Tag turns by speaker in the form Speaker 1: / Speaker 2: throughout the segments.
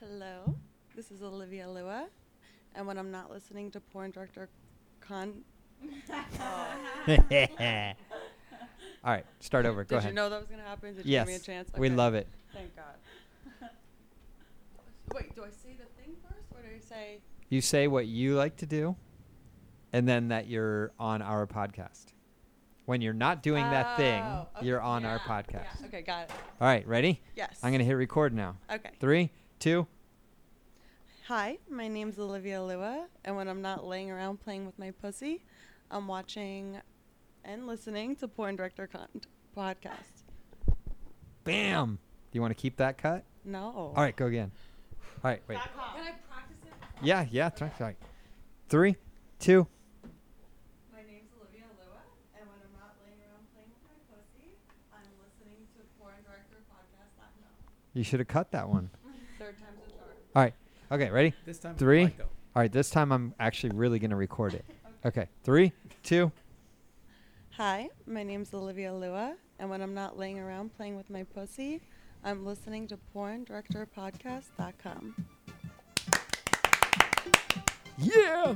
Speaker 1: Hello, this is Olivia Lua, and when I'm not listening to porn director Con,
Speaker 2: All right, start over.
Speaker 1: did
Speaker 2: Go ahead.
Speaker 1: you know that was gonna happen? Did you
Speaker 2: yes,
Speaker 1: give me a chance?
Speaker 2: we
Speaker 1: Okay,
Speaker 2: love it.
Speaker 1: Thank God. Wait, do I say the thing first, or do I say?
Speaker 2: You say what you like to do, and then that you're on our podcast. When you're not doing that thing,
Speaker 1: Oh, okay,
Speaker 2: you're on our
Speaker 1: yeah,
Speaker 2: podcast.
Speaker 1: yeah, okay, got it.
Speaker 2: All right, ready?
Speaker 1: Yes.
Speaker 2: I'm gonna hit record now.
Speaker 1: Okay.
Speaker 2: Three, two.
Speaker 1: Hi, my name's Olivia Lua, and when I'm not laying around playing with my pussy, I'm watching and listening to porn director Con podcast.
Speaker 2: Bam. Do you want to keep that cut?
Speaker 1: No.
Speaker 2: All right, go again. All right, wait.
Speaker 1: Can I practice it?
Speaker 2: Yeah, yeah. Try, try. Three, two.
Speaker 1: My name's Olivia Lua, and when I'm not laying around playing with my pussy, I'm listening to porn director podcast. Not no.
Speaker 2: You should have cut that one.
Speaker 1: Third time's a charm.
Speaker 2: All right. Okay, ready?
Speaker 3: This time,
Speaker 2: Three.
Speaker 3: Mic, though.
Speaker 2: All right, this time I'm actually really gonna record it. Okay, three, two.
Speaker 1: Hi, my name's Olivia Lua, and when I'm not laying around playing with my pussy, I'm listening to porndirectorpodcast.com.
Speaker 2: Yeah.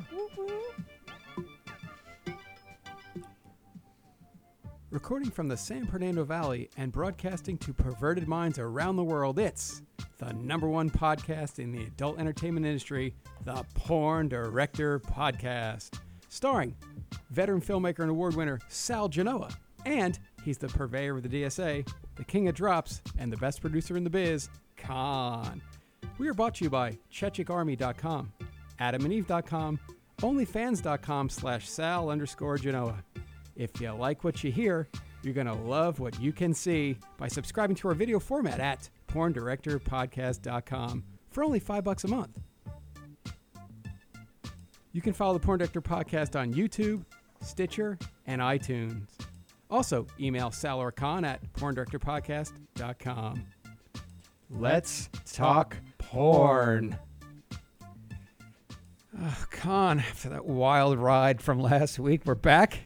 Speaker 3: Recording from the San Fernando Valley and broadcasting to perverted minds around the world, it's the number one podcast in the adult entertainment industry, the Porn Director Podcast. Starring veteran filmmaker and award winner Sal Genoa. And he's the purveyor of the DSA, the king of drops, and the best producer in the biz, Khan. We are brought to you by ChechikArmy.com, AdamandEve.com, OnlyFans.com slash Sal underscore Genoa. If you like what you hear, you're going to love what you can see by subscribing to our video format at PornDirectorPodcast.com for only five bucks a month. You can follow the Porn Director Podcast on YouTube, Stitcher, and iTunes. Also, email Sal or Khan at PornDirectorPodcast.com.
Speaker 2: Let's talk porn.
Speaker 3: Oh, Khan, after that wild ride from last week, we're back.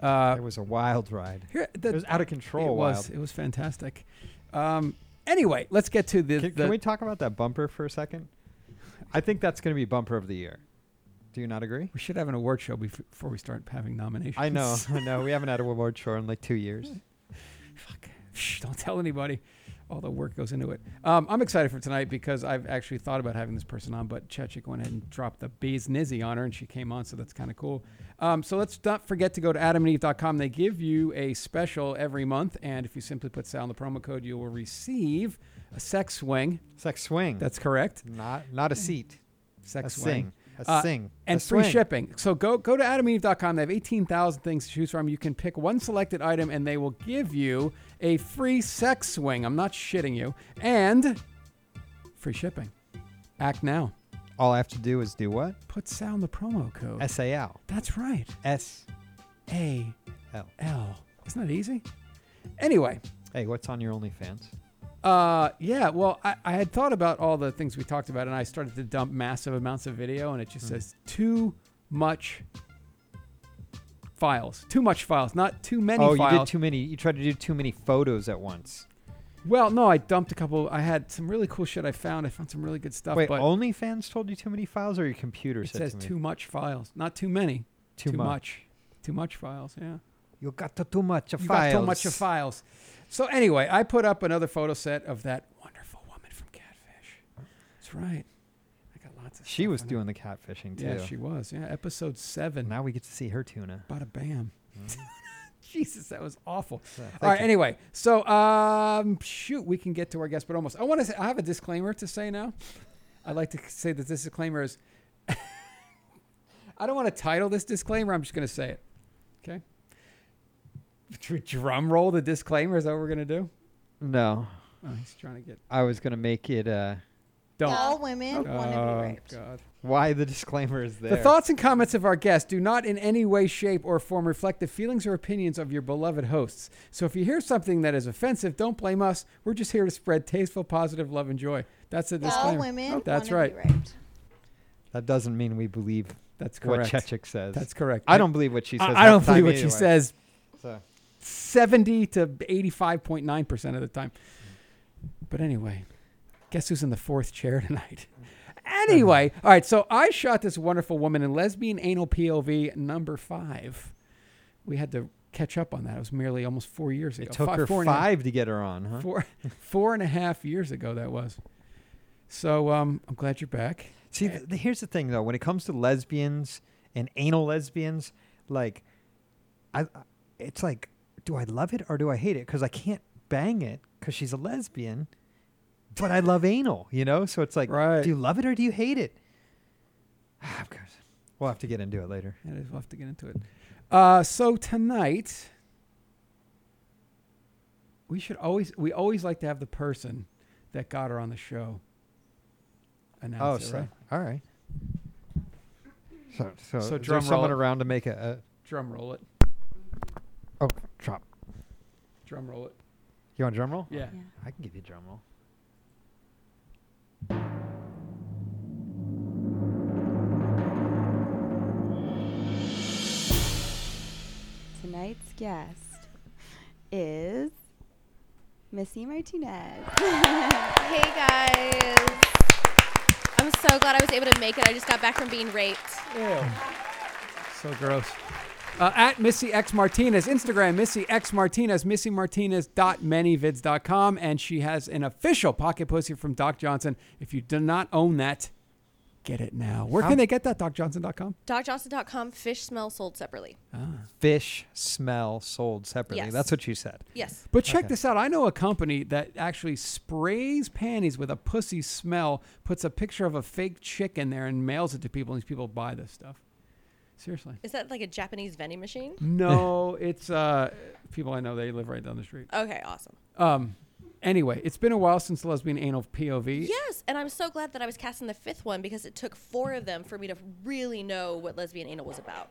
Speaker 3: Uh,
Speaker 2: It was a wild ride.
Speaker 3: here, the,
Speaker 2: It was out of control.
Speaker 3: It was. It was fantastic. Um, anyway, let's get to the.
Speaker 2: Wild. Can,
Speaker 3: the
Speaker 2: can we talk about that bumper for a second? I think that's going to be bumper of the year. Do you not agree?
Speaker 3: we should have an award show bef- before we start having nominations.
Speaker 2: I know. I know. We haven't had a award show in like two years.
Speaker 3: Fuck. Shh, don't tell anybody. All the work goes into it. Um, I'm excited for tonight because I've actually thought about having this person on, but Chechik went ahead and dropped the bees nizzy on her, and she came on, so that's kind of cool. Um, so let's not forget to go to adamandeve.com. They give you a special every month, and if you simply put Sal in the promo code, you will receive a sex swing.
Speaker 2: Sex swing.
Speaker 3: That's correct.
Speaker 2: not not a seat. A
Speaker 3: Sex swing.
Speaker 2: sing. A
Speaker 3: Uh,
Speaker 2: sing.
Speaker 3: and
Speaker 2: a
Speaker 3: free
Speaker 2: swing.
Speaker 3: shipping. So go go to adamandeve.com. They have 18,000 things to choose from. You can pick one selected item and they will give you a free sex swing. I'm not shitting you. And free shipping. Act now.
Speaker 2: All I have to do is do what?
Speaker 3: Put Sal in the promo code.
Speaker 2: S A L
Speaker 3: That's right.
Speaker 2: S
Speaker 3: A
Speaker 2: L.
Speaker 3: L. Isn't that easy? Anyway,
Speaker 2: Hey, what's on your OnlyFans?
Speaker 3: Uh, yeah. Well, I, I had thought about all the things we talked about, and I started to dump massive amounts of video, and it just
Speaker 2: Mm-hmm.
Speaker 3: says too much files, too much files, not too many
Speaker 2: oh,
Speaker 3: files.
Speaker 2: you did too many. You tried to do too many photos at once.
Speaker 3: well, no, I dumped a couple. I had some really cool shit. I found. I found some really good stuff.
Speaker 2: Wait,
Speaker 3: but
Speaker 2: OnlyFans told you too many files, or your computer
Speaker 3: it
Speaker 2: said
Speaker 3: says
Speaker 2: too many?
Speaker 3: too much files, not too many.
Speaker 2: Too much.
Speaker 3: Too much files. Yeah.
Speaker 2: You got too much of
Speaker 3: you
Speaker 2: files.
Speaker 3: got too much of files. So anyway, I put up another photo set of that wonderful woman from Catfish. That's right. I got lots of.
Speaker 2: She
Speaker 3: stuff
Speaker 2: was
Speaker 3: on it.
Speaker 2: doing the catfishing too.
Speaker 3: Yeah, she was. Yeah, episode seven.
Speaker 2: now we get to see her tuna.
Speaker 3: Bada bam. Jesus, that was awful.
Speaker 2: So, Mm-hmm. thank
Speaker 3: All right.
Speaker 2: you.
Speaker 3: Anyway, so um, shoot, we can get to our guest, but almost. I want to. say I have a disclaimer to say now. I'd like to say that this disclaimer is. I don't want to title this disclaimer. I'm just going to say it. Okay. Dr- Drum roll. The disclaimer is that what we're going to do.
Speaker 2: no,
Speaker 3: Oh, he's trying to get.
Speaker 2: I was gonna make it. Uh,
Speaker 3: Don't.
Speaker 1: All women want to
Speaker 3: Oh,
Speaker 1: be raped.
Speaker 3: God.
Speaker 2: why the disclaimer is there?
Speaker 3: The thoughts and comments of our guests do not in any way, shape, or form reflect the feelings or opinions of your beloved hosts. So if you hear something that is offensive, don't blame us. We're just here to spread tasteful, positive love and joy. That's a disclaimer.
Speaker 4: All women.
Speaker 3: Oh, that's
Speaker 4: wanna
Speaker 3: right.
Speaker 4: Be raped.
Speaker 2: that doesn't mean we believe
Speaker 3: That's
Speaker 2: what
Speaker 3: correct.
Speaker 2: Chechik says.
Speaker 3: That's correct.
Speaker 2: I don't believe what she says.
Speaker 3: I, I
Speaker 2: half
Speaker 3: don't
Speaker 2: the time
Speaker 3: believe what she
Speaker 2: anyway.
Speaker 3: says.
Speaker 2: So,
Speaker 3: Seventy to eighty-five point nine percent of the time. But anyway, Guess who's in the fourth chair tonight? Anyway, all right. So I shot this wonderful woman in lesbian anal POV number five. We had to catch up on that. It was merely almost four years ago.
Speaker 2: It took
Speaker 3: Fi-
Speaker 2: her
Speaker 3: four and a half-
Speaker 2: five to get her on, huh?
Speaker 3: four four and a half years ago that was. So um, I'm glad you're back.
Speaker 2: See, th- th- here's the thing though. When it comes to lesbians and anal lesbians, like, I, I- it's like, do I love it or do I hate it? Because I can't bang it because she's a lesbian, but I love anal. You know, so it's like,
Speaker 3: Right.
Speaker 2: do you love it or do you hate it? Ah, Of course. We'll have to get into it later.
Speaker 3: Yeah, we'll have to get into it. Uh, so tonight, we should always we always like to have the person that got her on the show.
Speaker 2: oh,
Speaker 3: Announce it,
Speaker 2: so
Speaker 3: right?
Speaker 2: all right. So, so,
Speaker 3: So
Speaker 2: is there
Speaker 3: drum roll
Speaker 2: someone
Speaker 3: it.
Speaker 2: around to make a,
Speaker 3: Drum roll it.
Speaker 2: a oh drop.
Speaker 3: Drum roll it.
Speaker 2: You want a drum roll?
Speaker 3: Yeah.
Speaker 2: I can give you a drum roll.
Speaker 4: Tonight's guest is Missy Martinez.
Speaker 5: Hey guys. I'm so glad I was able to make it. I just got back from being raped.
Speaker 3: So gross. Uh, at Missy X Martinez, Instagram, Missy X Martinez, missymartinez.manyvids.com. And she has an official pocket pussy from Doc Johnson. If you do not own that, get it now. Where
Speaker 2: How-
Speaker 3: can they get that? DocJohnson.com?
Speaker 5: DocJohnson.com, fish smell sold separately.
Speaker 2: Fish smell sold separately.
Speaker 5: Yes.
Speaker 2: That's what you said.
Speaker 5: Yes.
Speaker 3: But check
Speaker 2: Okay.
Speaker 3: this out. I know a company that actually sprays panties with a pussy smell, puts a picture of a fake chick in there, and mails it to people. And these people buy this stuff. Seriously.
Speaker 5: Is that like a Japanese vending machine?
Speaker 3: No, it's uh, people I know. They live right down the street.
Speaker 5: Okay, awesome.
Speaker 3: Um, anyway, it's been a while since lesbian anal POV.
Speaker 5: Yes, and I'm so glad that I was casting the fifth one because it took four of them for me to really know what lesbian anal was about.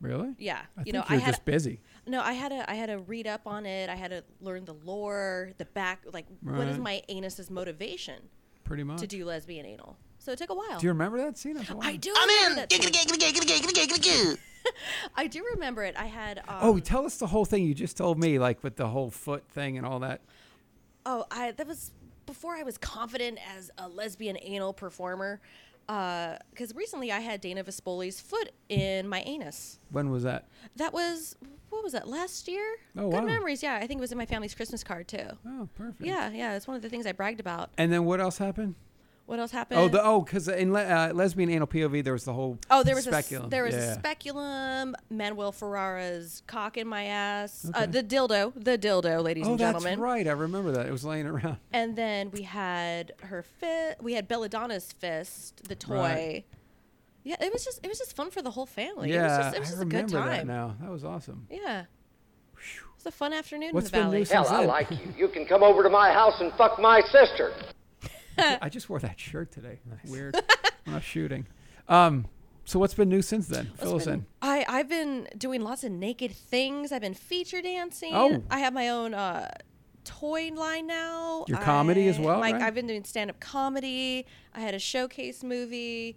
Speaker 3: Really?
Speaker 5: Yeah.
Speaker 3: I
Speaker 5: you
Speaker 3: think
Speaker 5: know, I
Speaker 3: you're
Speaker 5: had
Speaker 3: just busy.
Speaker 5: no, I had to I had to read up on it. I had to learn the lore, the back like what is
Speaker 3: Right.
Speaker 5: my anus's motivation
Speaker 3: Pretty much.
Speaker 5: to do lesbian anal? So it took a while.
Speaker 3: Do you remember that scene? That's a while.
Speaker 5: I do
Speaker 6: I'm
Speaker 5: remember
Speaker 6: in.
Speaker 5: that scene.
Speaker 6: Giggity-giggity-giggity-giggity-giggity-goo.
Speaker 5: I do remember it. I had um,
Speaker 3: Oh, tell us the whole thing you just told me, like with the whole foot thing and all that.
Speaker 5: Oh, I that was before I was confident as a lesbian anal performer. Because recently I had Dana Vespoli's foot in my anus.
Speaker 3: When was that?
Speaker 5: That was what was that last year?
Speaker 3: Oh,
Speaker 5: Good
Speaker 3: wow.
Speaker 5: memories. Yeah, I think it was in my family's Christmas card too.
Speaker 3: Oh, perfect.
Speaker 5: Yeah, yeah, it's one of the things I bragged about.
Speaker 3: And then what else happened?
Speaker 5: What else happened?
Speaker 3: Oh, the oh, because in le- uh, lesbian anal POV, there was the whole
Speaker 5: Oh, there was
Speaker 3: speculum.
Speaker 5: a there was
Speaker 3: yeah.
Speaker 5: a speculum. Manuel Ferrara's cock in my ass. Uh,
Speaker 3: Okay.
Speaker 5: the dildo, the dildo, ladies
Speaker 3: Oh,
Speaker 5: and
Speaker 3: that's
Speaker 5: gentlemen.
Speaker 3: right. I remember that. It was laying around.
Speaker 5: And then we had her fist. We had Belladonna's fist, the toy.
Speaker 3: Right.
Speaker 5: Yeah, it was just it was just fun for the whole family.
Speaker 3: yeah,
Speaker 5: it was just, it was
Speaker 3: I
Speaker 5: just a
Speaker 3: remember
Speaker 5: good time.
Speaker 3: that now. That was awesome.
Speaker 5: Yeah, it was a fun afternoon
Speaker 3: What's
Speaker 5: in the
Speaker 3: been
Speaker 5: valley.
Speaker 3: new since
Speaker 7: Hell, I
Speaker 3: then?
Speaker 7: like you. You can come over to my house and fuck my sister.
Speaker 3: I just wore that shirt today. Weird. I'm not shooting. Um, so what's been new since then? Fill us in.
Speaker 5: I I've been doing lots of naked things. I've been feature dancing.
Speaker 3: Oh.
Speaker 5: I have my own uh, toy line now.
Speaker 3: Your comedy as
Speaker 5: I-
Speaker 3: well,
Speaker 5: My,
Speaker 3: right?
Speaker 5: I've been doing stand up comedy. I had a showcase movie.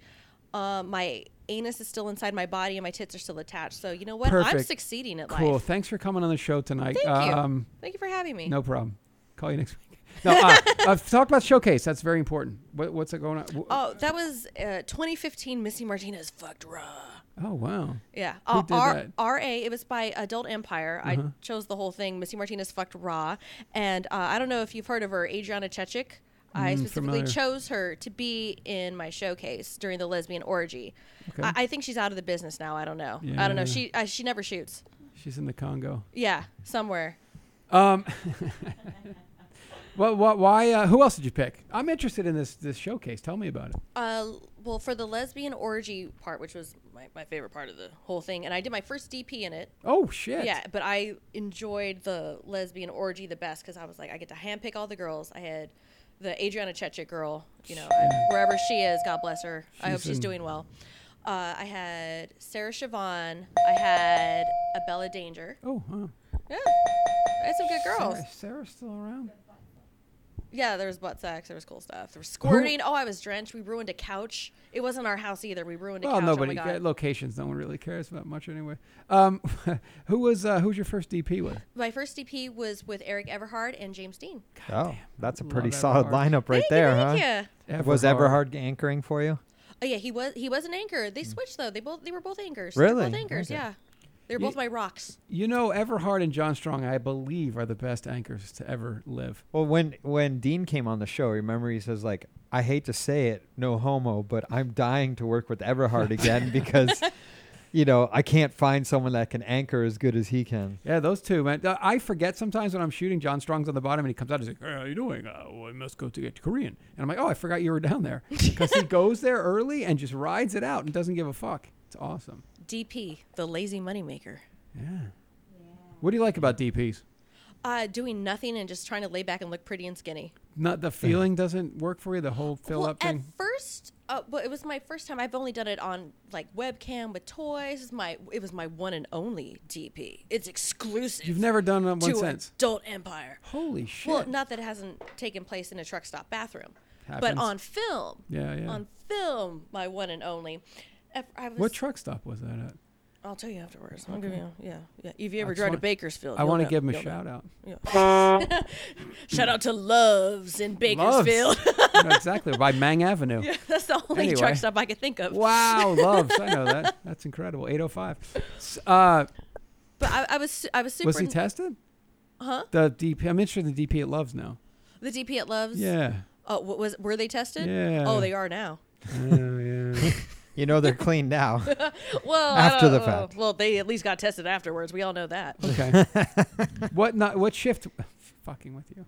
Speaker 5: Um, my anus is still inside my body, and my tits are still attached. So you know what? I'm
Speaker 3: Perfect.
Speaker 5: succeeding at
Speaker 3: Cool.
Speaker 5: life.
Speaker 3: Thanks for coming on the show tonight.
Speaker 5: Thank you.
Speaker 3: um,
Speaker 5: Thank you for having me.
Speaker 3: No problem. Call you next week. No, uh, I've talked about showcase. That's very important. What, what's it going on? Wh-
Speaker 5: Oh, that was uh, 2015. Missy Martinez fucked raw.
Speaker 3: oh, wow.
Speaker 5: Yeah,
Speaker 3: Who
Speaker 5: uh,
Speaker 3: did
Speaker 5: R-
Speaker 3: that? Uh-huh.
Speaker 5: RA. It was by Adult Empire. I chose the whole thing. Missy Martinez fucked raw, and uh, I don't know if you've heard of her, Adriana Chechik. I specifically
Speaker 3: Mm, familiar.
Speaker 5: chose her to be in my showcase during the lesbian orgy.
Speaker 3: Okay.
Speaker 5: I, I think she's out of the business now. I don't know. I don't
Speaker 3: Yeah.
Speaker 5: know. She uh, she never shoots.
Speaker 3: She's in the Congo.
Speaker 5: Yeah, somewhere.
Speaker 3: Um, what, what, why? Uh, who else did you pick? I'm interested in this this showcase. Tell me about it.
Speaker 5: Uh, well, for the lesbian orgy part, which was my, my favorite part of the whole thing, and I did my first DP in it.
Speaker 3: Oh shit.
Speaker 5: Yeah, but I enjoyed the lesbian orgy the best because I was like, I get to handpick all the girls. I had the Adriana Chechik girl, you know, I- wherever she is, God bless her. I hope
Speaker 3: She's
Speaker 5: she's
Speaker 3: in-
Speaker 5: doing well. Uh, I had Sarah Siobhan. I had Abella Danger.
Speaker 3: Oh, huh.
Speaker 5: Yeah, I had some good girls.
Speaker 3: Sarah, Sarah's still around.
Speaker 5: Yeah, there was butt sex. There was cool stuff. There was squirting. Oh, I was drenched. We ruined a couch. It wasn't our house either. We ruined a
Speaker 3: Well,
Speaker 5: couch.
Speaker 3: nobody
Speaker 5: oh my God.
Speaker 3: locations. No one really cares about much anyway. Um, who was uh, who was your first DP with?
Speaker 5: My first DP was with Eric Everhard and James Dean.
Speaker 2: Oh, that's a
Speaker 3: Love
Speaker 2: pretty
Speaker 3: Everhard.
Speaker 2: solid lineup
Speaker 5: Thank
Speaker 2: right
Speaker 5: you,
Speaker 2: there,
Speaker 5: thank
Speaker 2: huh?
Speaker 5: you.
Speaker 2: Was Everhard anchoring for you?
Speaker 5: Oh yeah, he was. He was an anchor.
Speaker 3: Mm.
Speaker 5: They switched though. They both. They were both anchors. They were
Speaker 2: Really?
Speaker 5: both anchors.
Speaker 2: Okay.
Speaker 5: Yeah. They were
Speaker 3: Ye-
Speaker 5: both my rocks.
Speaker 3: You know, Everhard and John Strong, I believe, are the best anchors to ever live.
Speaker 2: Well, when when Dean came on the show, remember he says like, "I hate to say it, no homo, but I'm dying to work with Everhard again because, you know, I can't find someone that can anchor as good as he can."
Speaker 3: Yeah, those two, man. Uh, I forget sometimes when I'm shooting. John Strong's on the bottom, and he comes out. He's like, "Hey, "How you doing? Uh, well, I must go to get Korean." And I'm like, "Oh, I forgot you were down there," because he goes there early and just rides it out and doesn't give a fuck. It's awesome.
Speaker 5: DP, the lazy moneymaker.
Speaker 3: Yeah. What do you like about DPS?
Speaker 5: Uh, doing nothing and just trying to lay back and look pretty and skinny.
Speaker 3: Not the feeling doesn't work for you. The whole fill
Speaker 5: well,
Speaker 3: up thing.
Speaker 5: at first, uh, well, it was my first time. I've only done it on like webcam with toys. It's My it was my one and only DP. It's exclusive.
Speaker 3: You've never done it on one
Speaker 5: to
Speaker 3: sense.
Speaker 5: Adult Empire.
Speaker 3: Holy shit!
Speaker 5: Well, not that it hasn't taken place in a truck stop bathroom, but
Speaker 3: Happens.
Speaker 5: on film.
Speaker 3: Yeah, yeah.
Speaker 5: On film, my one and only. If I was,
Speaker 3: what truck stop was that at?
Speaker 5: I'll tell you afterwards. I'll give you. Yeah, yeah. If you
Speaker 3: I
Speaker 5: ever
Speaker 3: just
Speaker 5: drive to
Speaker 3: wanna-
Speaker 5: Bakersfield,
Speaker 3: I
Speaker 5: you'll
Speaker 3: want to
Speaker 5: know.
Speaker 3: give him a
Speaker 5: You'll know.
Speaker 3: shout out.
Speaker 5: Shout out to Loves in Bakersfield.
Speaker 3: I know exactly by Mang Avenue.
Speaker 5: That's the only
Speaker 3: Anyway.
Speaker 5: truck stop I could think of.
Speaker 3: Wow, loves. I know that. That's incredible. 805. S- Uh,
Speaker 5: But I, I was su- I was super.
Speaker 3: was he
Speaker 5: in-
Speaker 3: tested?
Speaker 5: Huh?
Speaker 3: The DP. I'm interested in the DP at Loves now.
Speaker 5: the DP at Loves.
Speaker 3: Yeah.
Speaker 5: Oh, wa- was were they tested?
Speaker 3: Yeah.
Speaker 5: Oh, they are now.
Speaker 2: You know, they're clean now.
Speaker 5: Well, I
Speaker 2: After
Speaker 5: don't-
Speaker 2: the fact.
Speaker 5: Well, they at least got tested afterwards. We all know that.
Speaker 3: Okay. what not? What shift? Fucking with you.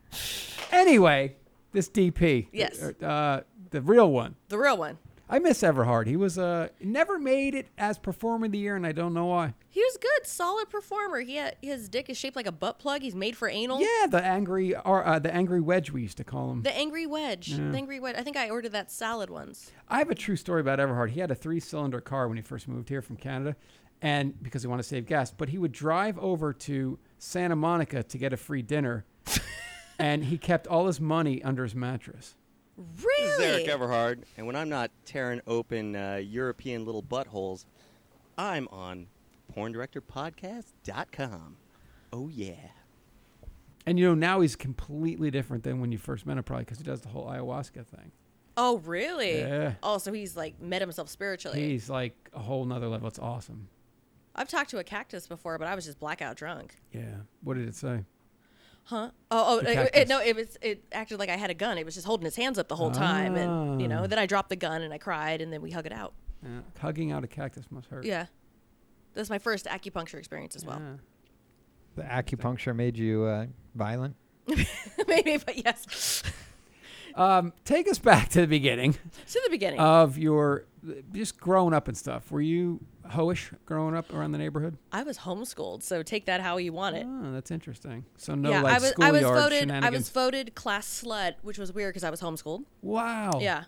Speaker 3: Anyway, this DP.
Speaker 5: Yes.
Speaker 3: Uh, the real one.
Speaker 5: The real one.
Speaker 3: I miss Everhard. He was uh never made it as performer of the year, and I don't know why.
Speaker 5: He was good, solid performer. He had, his dick is shaped like a butt plug. He's made for anal.
Speaker 3: Yeah, the angry or uh, the angry wedge we used to call him.
Speaker 5: The angry wedge. The angry wedge. I think I ordered that salad once.
Speaker 3: I have a true story about Everhard. He had a three-cylinder car when he first moved here from Canada, and because he wanted to save gas, but he would drive over to Santa Monica to get a free dinner, and he kept all his money under his mattress.
Speaker 5: Really?
Speaker 8: This is Eric Everhard, and when I'm not tearing open uh, European little buttholes, I'm on PornDirectorPodcast.com. Oh yeah.
Speaker 3: And you know now he's completely different than when you first met him, probably because he does the whole ayahuasca thing.
Speaker 5: Oh, really?
Speaker 3: Yeah.
Speaker 5: Oh, so he's like met himself spiritually.
Speaker 3: He's like a whole nother level. It's awesome.
Speaker 5: I've talked to a cactus before, but I was just blackout drunk.
Speaker 3: Yeah. What did it say?
Speaker 5: Huh? Oh, oh
Speaker 3: The
Speaker 5: it,
Speaker 3: cactus.
Speaker 5: it, no, it was it acted like I had a gun. It was just holding his hands up the whole time, and you know,
Speaker 3: Ah.
Speaker 5: then I dropped the gun and I cried, and then we hug it out.
Speaker 3: Yeah. Hugging out a cactus must hurt.
Speaker 5: Yeah, that's my first acupuncture experience as well.
Speaker 3: Yeah.
Speaker 2: the acupuncture made you uh, violent.
Speaker 5: Maybe, but yes.
Speaker 3: Um, take us back to the beginning.
Speaker 5: to the beginning.
Speaker 3: of your just growing up and stuff. Were you hoish growing up around the neighborhood?
Speaker 5: I was homeschooled, so take that how you want it.
Speaker 3: Oh, that's interesting. So no
Speaker 5: yeah,
Speaker 3: like
Speaker 5: I was I was
Speaker 3: schoolyard
Speaker 5: voted I
Speaker 3: shenanigans.
Speaker 5: was voted class slut, which was weird because I was homeschooled.
Speaker 3: wow.
Speaker 5: Yeah,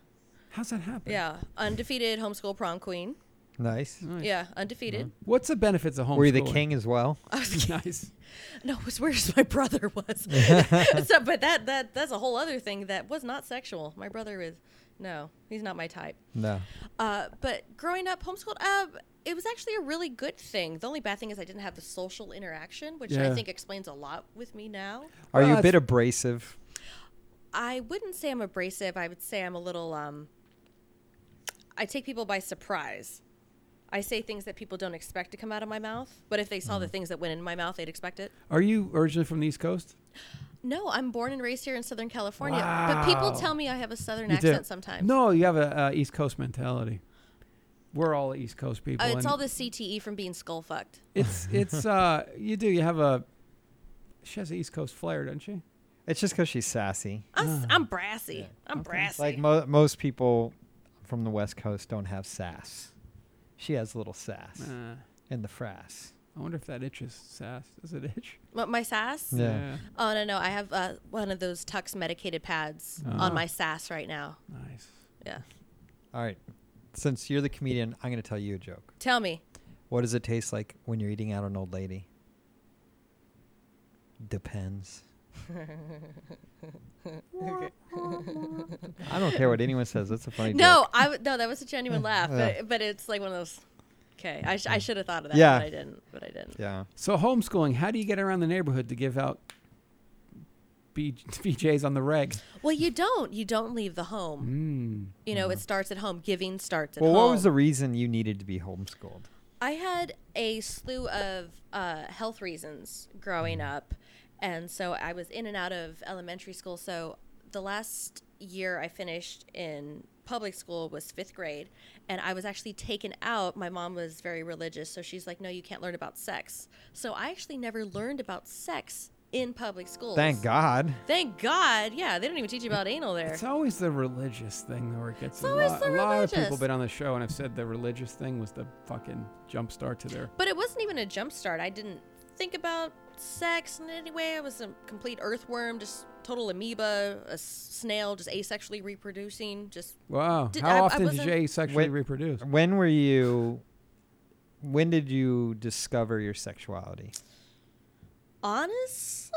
Speaker 3: How's that happen?
Speaker 5: yeah, undefeated homeschool prom queen.
Speaker 2: Nice.
Speaker 5: Yeah, undefeated.
Speaker 3: What's the benefits of homeschooling?
Speaker 2: Were you the king as well?
Speaker 5: I was
Speaker 3: nice.
Speaker 5: No, it was worse. My brother was. so, but that that that's a whole other thing that was not sexual. My brother is, no, he's not my type.
Speaker 2: No.
Speaker 5: Uh, but growing up homeschooled, uh, it was actually a really good thing. The only bad thing is I didn't have the social interaction, which
Speaker 3: Yeah.
Speaker 5: I think explains a lot with me now.
Speaker 2: Are you
Speaker 3: Well,
Speaker 2: a bit abrasive?
Speaker 5: I wouldn't say I'm abrasive. I would say I'm a little. Um, I take people by surprise. I say things that people don't expect to come out of my mouth, but if they saw the things that went in my mouth, they'd expect it.
Speaker 3: Are you originally from the East Coast?
Speaker 5: No, I'm born and raised here in Southern California. But people
Speaker 3: Wow.
Speaker 5: tell me I have a Southern
Speaker 3: You do.
Speaker 5: accent sometimes.
Speaker 3: No, you have a uh, East Coast mentality. We're all East Coast people.
Speaker 5: Uh, it's
Speaker 3: and
Speaker 5: all the CTE from being skull fucked.
Speaker 3: It's it's uh you do you have a she has an East Coast flair, doesn't she?
Speaker 2: It's just because she's sassy.
Speaker 5: I'm, s am brassy. I'm brassy.
Speaker 2: Like mo- most people from the West Coast don't have sass. She has a little sass
Speaker 3: Uh,
Speaker 2: in the frass.
Speaker 3: I wonder if that itches. Sass does it itch?
Speaker 5: my, my sass?
Speaker 2: Yeah.
Speaker 5: Oh, no, no. I have uh, one of those Tux medicated pads
Speaker 3: Ah.
Speaker 2: Uh-huh.
Speaker 5: on my sass right now.
Speaker 3: Nice.
Speaker 5: Yeah.
Speaker 2: All right. Since you're the comedian, I'm going to tell you a joke.
Speaker 5: Tell me.
Speaker 2: What does it taste like when you're eating out an old lady? Depends.
Speaker 5: Okay.
Speaker 2: don't care what anyone says. That's a funny
Speaker 5: No,
Speaker 2: joke.
Speaker 5: I w- no, that was a genuine laugh,
Speaker 2: Yeah.
Speaker 5: but, but it's like one of those. Okay, I, sh- I should have thought of that,
Speaker 2: Yeah.
Speaker 5: but I didn't. But I didn't.
Speaker 2: Yeah.
Speaker 3: So homeschooling, how do you get around the neighborhood to give out B- BJ's on the reg?
Speaker 5: Well, you don't. You don't leave the home.
Speaker 2: Hmm.
Speaker 3: Mm.
Speaker 5: You know, it starts at home. Giving starts at
Speaker 2: Well,
Speaker 5: home.
Speaker 2: what was the reason you needed to be homeschooled?
Speaker 5: I had a slew of uh, health reasons growing
Speaker 2: Mm.
Speaker 5: up, and so I was in and out of elementary school. So the last year I finished in public school was fifth grade, and I was actually taken out. My mom was very religious, so she's like, "No, you can't learn about sex." So I actually never learned about sex in public school.
Speaker 2: Thank God.
Speaker 5: Thank God. Yeah, they don't even teach you about anal there.
Speaker 3: It's always the religious thing where it gets
Speaker 5: It's
Speaker 3: a,
Speaker 5: always
Speaker 3: lot,
Speaker 5: the
Speaker 3: a lot of people
Speaker 5: religious.
Speaker 3: been on the show and have said the religious thing was the fucking jumpstart to their.
Speaker 5: But it wasn't even a jump start. I didn't think about sex in any way. I was a complete earthworm, just total amoeba, a s- snail, just asexually reproducing. Just
Speaker 3: Wow.
Speaker 5: Did- I- I
Speaker 3: How often did
Speaker 5: wasn't-
Speaker 3: you sexually
Speaker 2: Wait.
Speaker 3: reproduce?
Speaker 2: When were you? When did you discover your sexuality?
Speaker 5: honestly,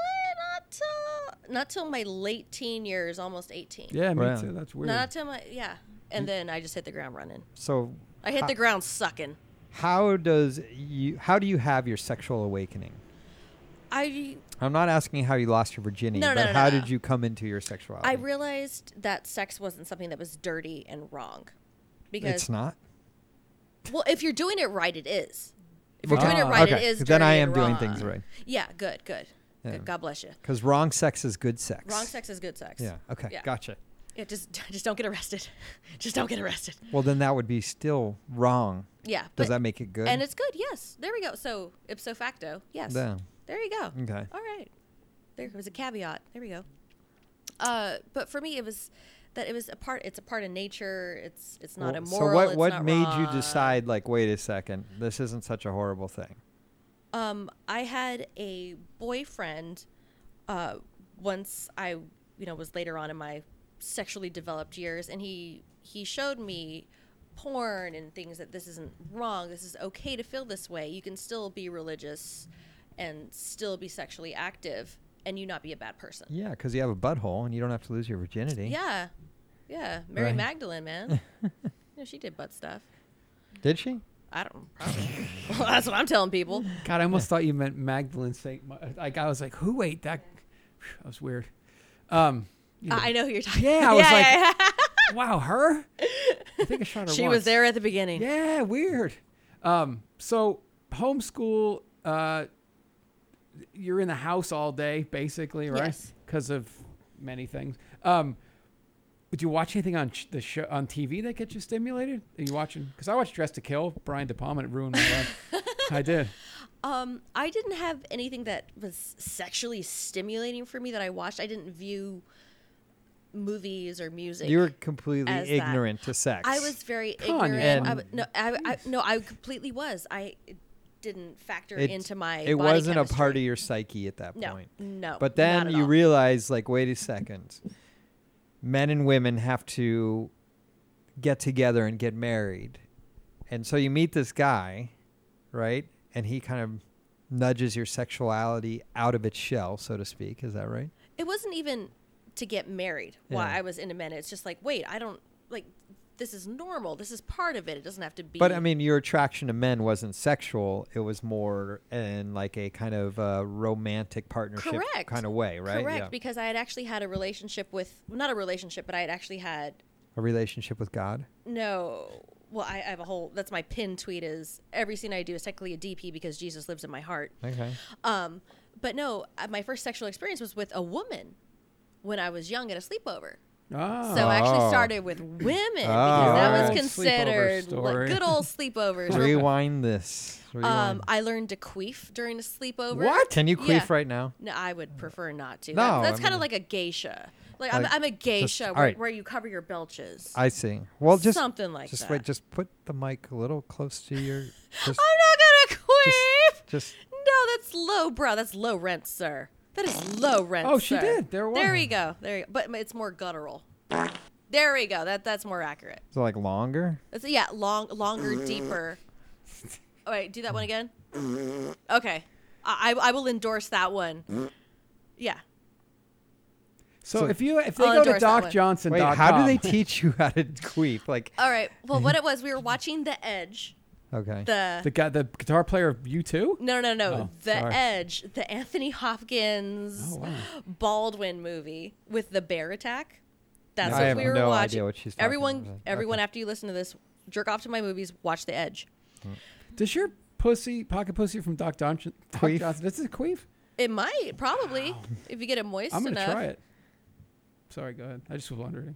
Speaker 5: not till not till my late teen years, almost eighteen.
Speaker 3: Yeah, me
Speaker 2: Wow.
Speaker 3: too. That's weird. Mm.
Speaker 5: Not till my yeah. And then I just hit the ground running.
Speaker 2: So,
Speaker 5: I hit
Speaker 2: ho-
Speaker 5: the ground sucking.
Speaker 2: How does you? How do you have your sexual awakening?
Speaker 5: I
Speaker 2: I'm not asking how you lost your virginity,
Speaker 5: No, no,
Speaker 2: but
Speaker 5: no, no,
Speaker 2: how
Speaker 5: no.
Speaker 2: did you come into your sexuality?
Speaker 5: I realized that sex wasn't something that was dirty and wrong. Because
Speaker 2: it's not.
Speaker 5: Well, if you're doing it right, it is. If you're doing it
Speaker 2: Ah.
Speaker 5: right, it
Speaker 2: Okay,
Speaker 5: is.
Speaker 2: then I
Speaker 5: dirty
Speaker 2: am
Speaker 5: and
Speaker 2: doing
Speaker 5: wrong.
Speaker 2: things right.
Speaker 5: Yeah, good, good.
Speaker 2: Yeah.
Speaker 5: Good. God bless you.
Speaker 2: Because wrong sex is good sex.
Speaker 5: Wrong sex is good sex.
Speaker 2: Yeah. Okay.
Speaker 5: Yeah.
Speaker 2: Gotcha.
Speaker 5: Yeah, just just don't get arrested. just don't get arrested.
Speaker 2: Well, then that would be still wrong.
Speaker 5: Yeah.
Speaker 2: Does
Speaker 5: but-
Speaker 2: that make it good?
Speaker 5: And it's good. Yes. There we go. So ipso facto. Yes.
Speaker 2: Yeah.
Speaker 5: There you go.
Speaker 2: Okay.
Speaker 5: All right. There was a caveat. There we go. Uh, but for me, it was that it was a part. It's a part of nature. It's it's not
Speaker 2: Well,
Speaker 5: immoral.
Speaker 2: So what
Speaker 5: it's
Speaker 2: what
Speaker 5: not
Speaker 2: made you
Speaker 5: wrong.
Speaker 2: decide like wait a second this isn't such a horrible thing?
Speaker 5: Um, I had a boyfriend uh, once I, you know, was later on in my sexually developed years, and he he showed me porn and things that this isn't wrong. This is okay to feel this way. You can still be religious and still be sexually active, and you not be a bad person.
Speaker 2: Yeah, because you have a butthole and you don't have to lose your virginity.
Speaker 5: Yeah, yeah. Mary
Speaker 2: Right.
Speaker 5: Magdalene, man. you know, she did butt stuff.
Speaker 2: Did she?
Speaker 5: I don't. Probably. well, that's what I'm telling people.
Speaker 3: God, I almost thought you meant Magdalene Saint. Ma- Like I was like, who ate that? That was weird. Um, you
Speaker 5: I I know who you're talking.
Speaker 3: Yeah, I was like,
Speaker 5: yeah, yeah.
Speaker 3: wow, her. I think I shot her.
Speaker 5: she
Speaker 3: once.
Speaker 5: was there at the beginning.
Speaker 3: Yeah, weird. Um, so homeschool, uh, you're in the house all day basically, right?
Speaker 5: Yes.
Speaker 3: Because of many things. Um, do you watch anything on sh- the show on TV that gets you stimulated? Are you watching? Because I watched Dress to Kill. Brian De Palma and it ruined my life. I did.
Speaker 5: Um, I didn't have anything that was sexually stimulating for me that I watched. I didn't view movies or music.
Speaker 2: You were completely
Speaker 5: as that.
Speaker 2: ignorant to sex.
Speaker 5: I was very
Speaker 3: Con
Speaker 5: ignorant. I
Speaker 2: Ed.
Speaker 5: w- no, I, I, no, I completely was. I didn't factor
Speaker 2: It-
Speaker 5: into my.
Speaker 2: It
Speaker 5: body
Speaker 2: wasn't a part of
Speaker 5: chemistry.
Speaker 2: your psyche at that
Speaker 5: No,
Speaker 2: point.
Speaker 5: no.
Speaker 2: But
Speaker 5: not
Speaker 2: then
Speaker 5: at
Speaker 2: you
Speaker 5: all.
Speaker 2: realize like wait a second, men and women have to get together and get married, and so you meet this guy, right? And he kind of nudges your sexuality out of its shell, so to speak. Is that right?
Speaker 5: It wasn't even to get married. Why
Speaker 2: Yeah.
Speaker 5: I was into men. It's just like, wait, I don't like. This is normal. This is part of it. It doesn't have to be.
Speaker 2: But I mean, your attraction to men wasn't sexual; it was more in like a kind of uh, romantic partnership
Speaker 5: Correct.
Speaker 2: kind of way, right?
Speaker 5: Correct,
Speaker 2: Yeah.
Speaker 5: because I had actually had a relationship with well, not a relationship, but I had actually had
Speaker 2: a relationship with God.
Speaker 5: no. Well, I, I have a whole. That's my pin tweet. Is every scene I do is technically a DP because Jesus lives in my heart.
Speaker 2: Okay.
Speaker 5: Um, but no, uh, my first sexual experience was with a woman when I was young at a sleepover.
Speaker 3: Ah.
Speaker 5: So I actually
Speaker 2: Oh.
Speaker 5: started with women because that
Speaker 2: Oh.
Speaker 5: was
Speaker 3: Good old sleepover
Speaker 5: considered like
Speaker 3: story.
Speaker 5: good old sleepovers.
Speaker 2: Rewind this. Rewind.
Speaker 5: um, I learned to queef during a sleepover.
Speaker 2: Can you queef
Speaker 5: Yeah.
Speaker 2: right now?
Speaker 5: No, I would prefer not to.
Speaker 2: No,
Speaker 5: That-
Speaker 2: I
Speaker 5: that's kind
Speaker 2: mean-
Speaker 5: of like a geisha. Like, I'm,
Speaker 2: Like,
Speaker 5: I'm a
Speaker 2: just-
Speaker 5: geisha
Speaker 2: all
Speaker 5: where,
Speaker 2: right.
Speaker 5: where you cover your belches. I,
Speaker 2: I see. Well, just
Speaker 5: Something like
Speaker 2: just
Speaker 5: that.
Speaker 2: wait. Just put the mic a little close to your. Just,
Speaker 5: am not gonna queef.
Speaker 2: just
Speaker 5: no, that's low, bro. That's low rent, sir. That is low rent.
Speaker 3: Oh, she
Speaker 5: sir.
Speaker 3: did. There was-
Speaker 5: There we go. There, you go. but it's more guttural. There we go. That that's more accurate.
Speaker 2: so like longer.
Speaker 5: That's, yeah, long, longer, deeper. All right, do that one again. Okay, I I I will endorse that one. Yeah.
Speaker 3: So,
Speaker 2: So-
Speaker 3: if you if they
Speaker 5: I'll
Speaker 3: go to
Speaker 5: endorse that
Speaker 3: Doc
Speaker 5: one.
Speaker 3: Johnson,
Speaker 2: Wait, how do they teach you how to queef? Like,
Speaker 5: All right. Well, what it was, we were watching The Edge.
Speaker 2: okay,
Speaker 5: The,
Speaker 3: the guy, the guitar player of U two?
Speaker 5: no, no, no.
Speaker 3: Oh,
Speaker 5: the
Speaker 3: sorry.
Speaker 5: Edge, the Anthony Hopkins
Speaker 3: Oh, wow.
Speaker 5: Baldwin movie with the bear attack. That's
Speaker 2: I
Speaker 5: what
Speaker 2: have
Speaker 5: we were
Speaker 2: no idea
Speaker 5: watching.
Speaker 2: what she's talking
Speaker 5: everyone,
Speaker 2: about.
Speaker 5: everyone,
Speaker 2: Okay.
Speaker 5: after you listen to this, jerk off to my movies. Watch The Edge.
Speaker 3: Does your pussy pocket pussy from Doc Johnson? Doc
Speaker 2: Queef.
Speaker 3: Johnson does it queef?
Speaker 5: It might probably if you get it moist
Speaker 3: I'm gonna
Speaker 5: enough.
Speaker 3: try it. Sorry, go ahead. I just was wondering.